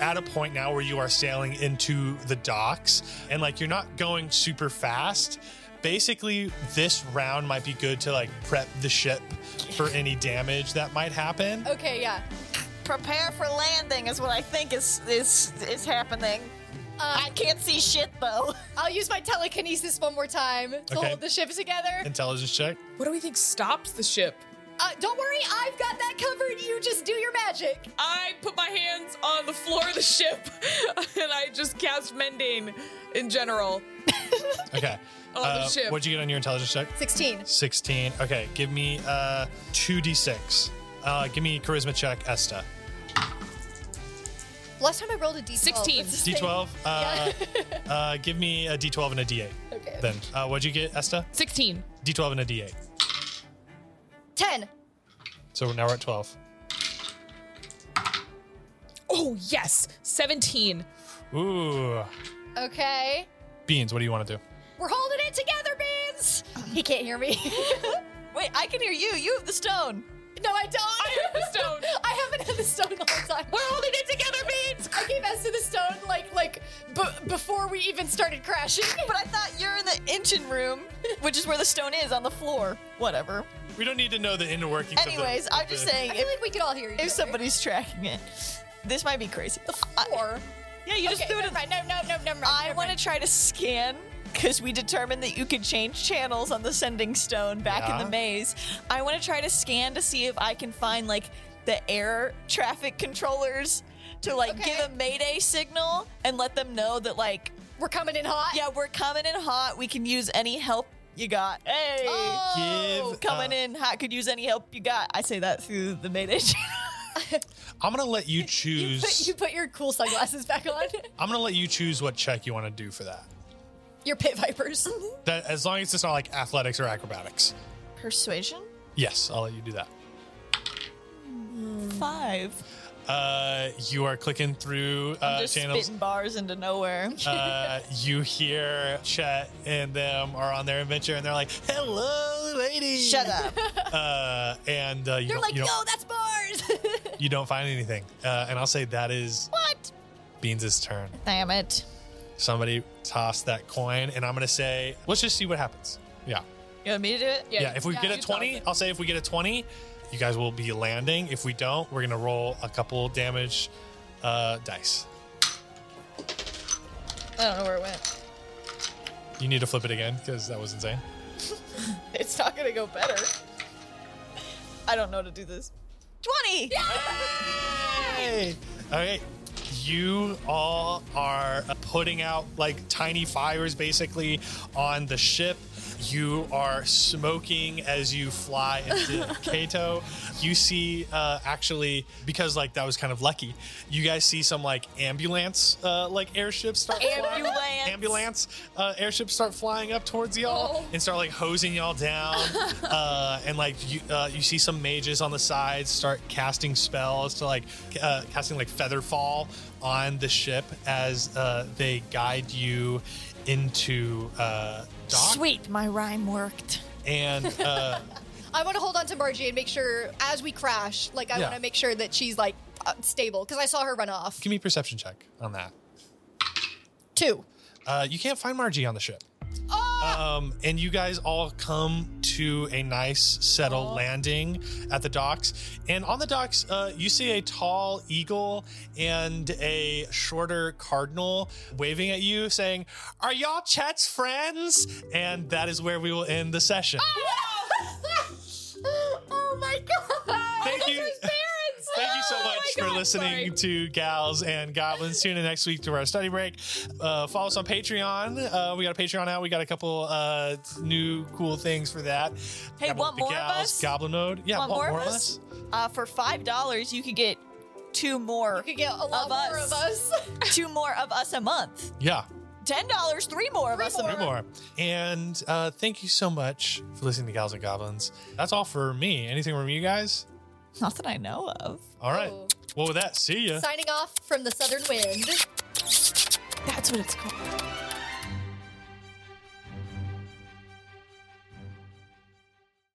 [SPEAKER 1] at a point now where you are sailing into the docks and like you're not going super fast. Basically, this round might be good to like prep the ship for any damage that might happen.
[SPEAKER 2] Okay, yeah.
[SPEAKER 4] Prepare for landing is what I think is is is happening. I can't see shit though.
[SPEAKER 2] I'll use my telekinesis one more time to
[SPEAKER 1] Okay.
[SPEAKER 2] hold the ship together.
[SPEAKER 1] Intelligence check.
[SPEAKER 5] What do we think stops the ship?
[SPEAKER 2] Uh, don't worry, I've got that covered. You just do your magic.
[SPEAKER 5] I put my hands on the floor of the ship, and I just cast mending in general.
[SPEAKER 1] Okay. Uh,
[SPEAKER 5] Oh, the ship.
[SPEAKER 1] What'd you get on your intelligence check?
[SPEAKER 2] 16.
[SPEAKER 1] 16. Okay. Give me uh, 2d6. Uh, give me charisma check, Esta.
[SPEAKER 2] Last time I rolled a d12.
[SPEAKER 5] 16.
[SPEAKER 2] It's the same-
[SPEAKER 1] D12. Uh,
[SPEAKER 2] Yeah.
[SPEAKER 1] uh, give me a D12 and a D8.
[SPEAKER 2] Okay.
[SPEAKER 1] Then, uh, what'd you get, Esta?
[SPEAKER 5] Sixteen.
[SPEAKER 1] D12 and a D8.
[SPEAKER 2] 10.
[SPEAKER 1] So now we're at 12.
[SPEAKER 5] Oh yes, seventeen.
[SPEAKER 1] Ooh.
[SPEAKER 2] Okay.
[SPEAKER 1] Beans, what do you want to do?
[SPEAKER 2] We're holding it together, Beans. He can't hear me.
[SPEAKER 4] Wait, I can hear you. You have the stone.
[SPEAKER 2] no, I don't. I
[SPEAKER 5] have the stone.
[SPEAKER 2] I haven't had the stone the whole time. We're holding it together, Beans. I gave S to the stone like like b- before we even started crashing.
[SPEAKER 4] But I thought you're in the engine room, which is where the stone is on the floor. Whatever.
[SPEAKER 1] We don't need to know the inner workings. of the-
[SPEAKER 4] Anyways, I'm just
[SPEAKER 1] the-
[SPEAKER 4] saying
[SPEAKER 2] I
[SPEAKER 4] if,
[SPEAKER 2] feel like we could all hear you.
[SPEAKER 4] if somebody's tracking it, this might be crazy. I-
[SPEAKER 2] Or
[SPEAKER 4] yeah, you just
[SPEAKER 2] okay,
[SPEAKER 4] threw it.
[SPEAKER 2] never
[SPEAKER 4] in-
[SPEAKER 2] mind. No, no, no, never mind.
[SPEAKER 4] I
[SPEAKER 2] never
[SPEAKER 4] want to
[SPEAKER 2] mind.
[SPEAKER 4] try to scan because we determined that you could change channels on the sending stone back in
[SPEAKER 1] Yeah.
[SPEAKER 4] the maze. I want to try to scan to see if I can find like the air traffic controllers to like
[SPEAKER 2] Okay.
[SPEAKER 4] give a mayday signal and let them know that like
[SPEAKER 2] We're coming in hot.
[SPEAKER 4] yeah we're coming in hot. We can use any help you got. Hey.
[SPEAKER 1] Give,
[SPEAKER 4] Coming
[SPEAKER 1] uh,
[SPEAKER 4] in hot could use any help you got. I say that through the Mayday channel.
[SPEAKER 1] I'm going to let you
[SPEAKER 2] You put,
[SPEAKER 1] choose.
[SPEAKER 2] you put your cool sunglasses back on.
[SPEAKER 1] I'm going to let you choose what check you want to do for that.
[SPEAKER 2] your pit vipers.
[SPEAKER 1] that. As long as it's not like athletics or acrobatics.
[SPEAKER 4] Persuasion?
[SPEAKER 1] Yes, I'll let you do that.
[SPEAKER 4] Five.
[SPEAKER 1] Uh, you are clicking through uh,
[SPEAKER 4] I'm just
[SPEAKER 1] channels.
[SPEAKER 4] spitting bars into nowhere.
[SPEAKER 1] uh, you hear Chet and them are on their adventure, and they're like, "Hello, ladies!"
[SPEAKER 4] Shut up.
[SPEAKER 1] Uh, and uh, you,
[SPEAKER 2] They're
[SPEAKER 1] don't,
[SPEAKER 2] like,
[SPEAKER 1] you,
[SPEAKER 2] no,
[SPEAKER 1] don't,
[SPEAKER 2] that's bars.
[SPEAKER 1] you don't find anything. Uh, and I'll say that is
[SPEAKER 4] What?
[SPEAKER 1] Beans' turn.
[SPEAKER 4] Damn it.
[SPEAKER 1] Somebody tossed that coin, and I'm gonna say, let's just see what happens. Yeah,
[SPEAKER 4] You want me to do it?
[SPEAKER 1] yeah. if we
[SPEAKER 5] yeah,
[SPEAKER 1] get a
[SPEAKER 5] you toss
[SPEAKER 1] 20,
[SPEAKER 5] it.
[SPEAKER 1] I'll say if we get a 20, you guys will be landing. If we don't, we're gonna roll a couple damage uh, dice.
[SPEAKER 4] I don't know where it went.
[SPEAKER 1] You need to flip it again because that was insane.
[SPEAKER 4] It's not gonna go better. I don't know how to do this. 20!
[SPEAKER 1] Hey! Okay. You all are putting out like tiny fires basically on the ship. You are smoking as you fly into Kato. You see, uh, actually, because like that was kind of lucky, you guys see some like ambulance, uh, like airships start flying.
[SPEAKER 4] Ambulance.
[SPEAKER 1] Ambulance uh, airships start flying up towards y'all and start like hosing y'all down. uh, and like you, uh, you see some mages on the sides start casting spells to like ca- uh, casting like feather fall on the ship as uh, they guide you into uh, dock.
[SPEAKER 4] Sweet, my rhyme worked.
[SPEAKER 1] And uh,
[SPEAKER 2] I want to hold on to Margie and make sure as we crash, like, I
[SPEAKER 1] Yeah.
[SPEAKER 2] want to make sure that she's like uh, stable because I saw her run off.
[SPEAKER 1] give me a perception check on that.
[SPEAKER 2] Two.
[SPEAKER 1] Uh, you can't find Margie on the ship. Um, and you guys all come to a nice settled landing at the docks. And on the docks, uh, you see a tall eagle and a shorter cardinal waving at you, saying, Are y'all Chet's friends? And that is where we will end the session.
[SPEAKER 2] oh my god.
[SPEAKER 4] Oh
[SPEAKER 1] Thank you. Thank you so much for listening to Gals and Goblins. Tune in next week to our study break. Uh, follow us on Patreon. Uh, we got a Patreon out. We got a couple uh, new cool things for that.
[SPEAKER 4] Hey,
[SPEAKER 1] Goblin
[SPEAKER 4] want
[SPEAKER 1] with the
[SPEAKER 4] more of
[SPEAKER 1] Gals,
[SPEAKER 4] us?
[SPEAKER 1] Goblin mode. Yeah,
[SPEAKER 4] Want more of us? Uh, for five dollars, you could get two more,
[SPEAKER 2] You could get a lot
[SPEAKER 4] Of
[SPEAKER 2] more
[SPEAKER 4] us.
[SPEAKER 2] of us.
[SPEAKER 4] two more of us a month.
[SPEAKER 1] Yeah,
[SPEAKER 4] Ten dollars, three more of us a
[SPEAKER 1] do
[SPEAKER 4] month.
[SPEAKER 1] more. And uh, thank you so much for listening to Gals and Goblins. That's all for me. Anything from you guys?
[SPEAKER 4] Not that I know of.
[SPEAKER 1] All right.
[SPEAKER 2] Oh.
[SPEAKER 1] Well, with that, see ya.
[SPEAKER 2] Signing off from the Southern Wind.
[SPEAKER 4] That's what it's called.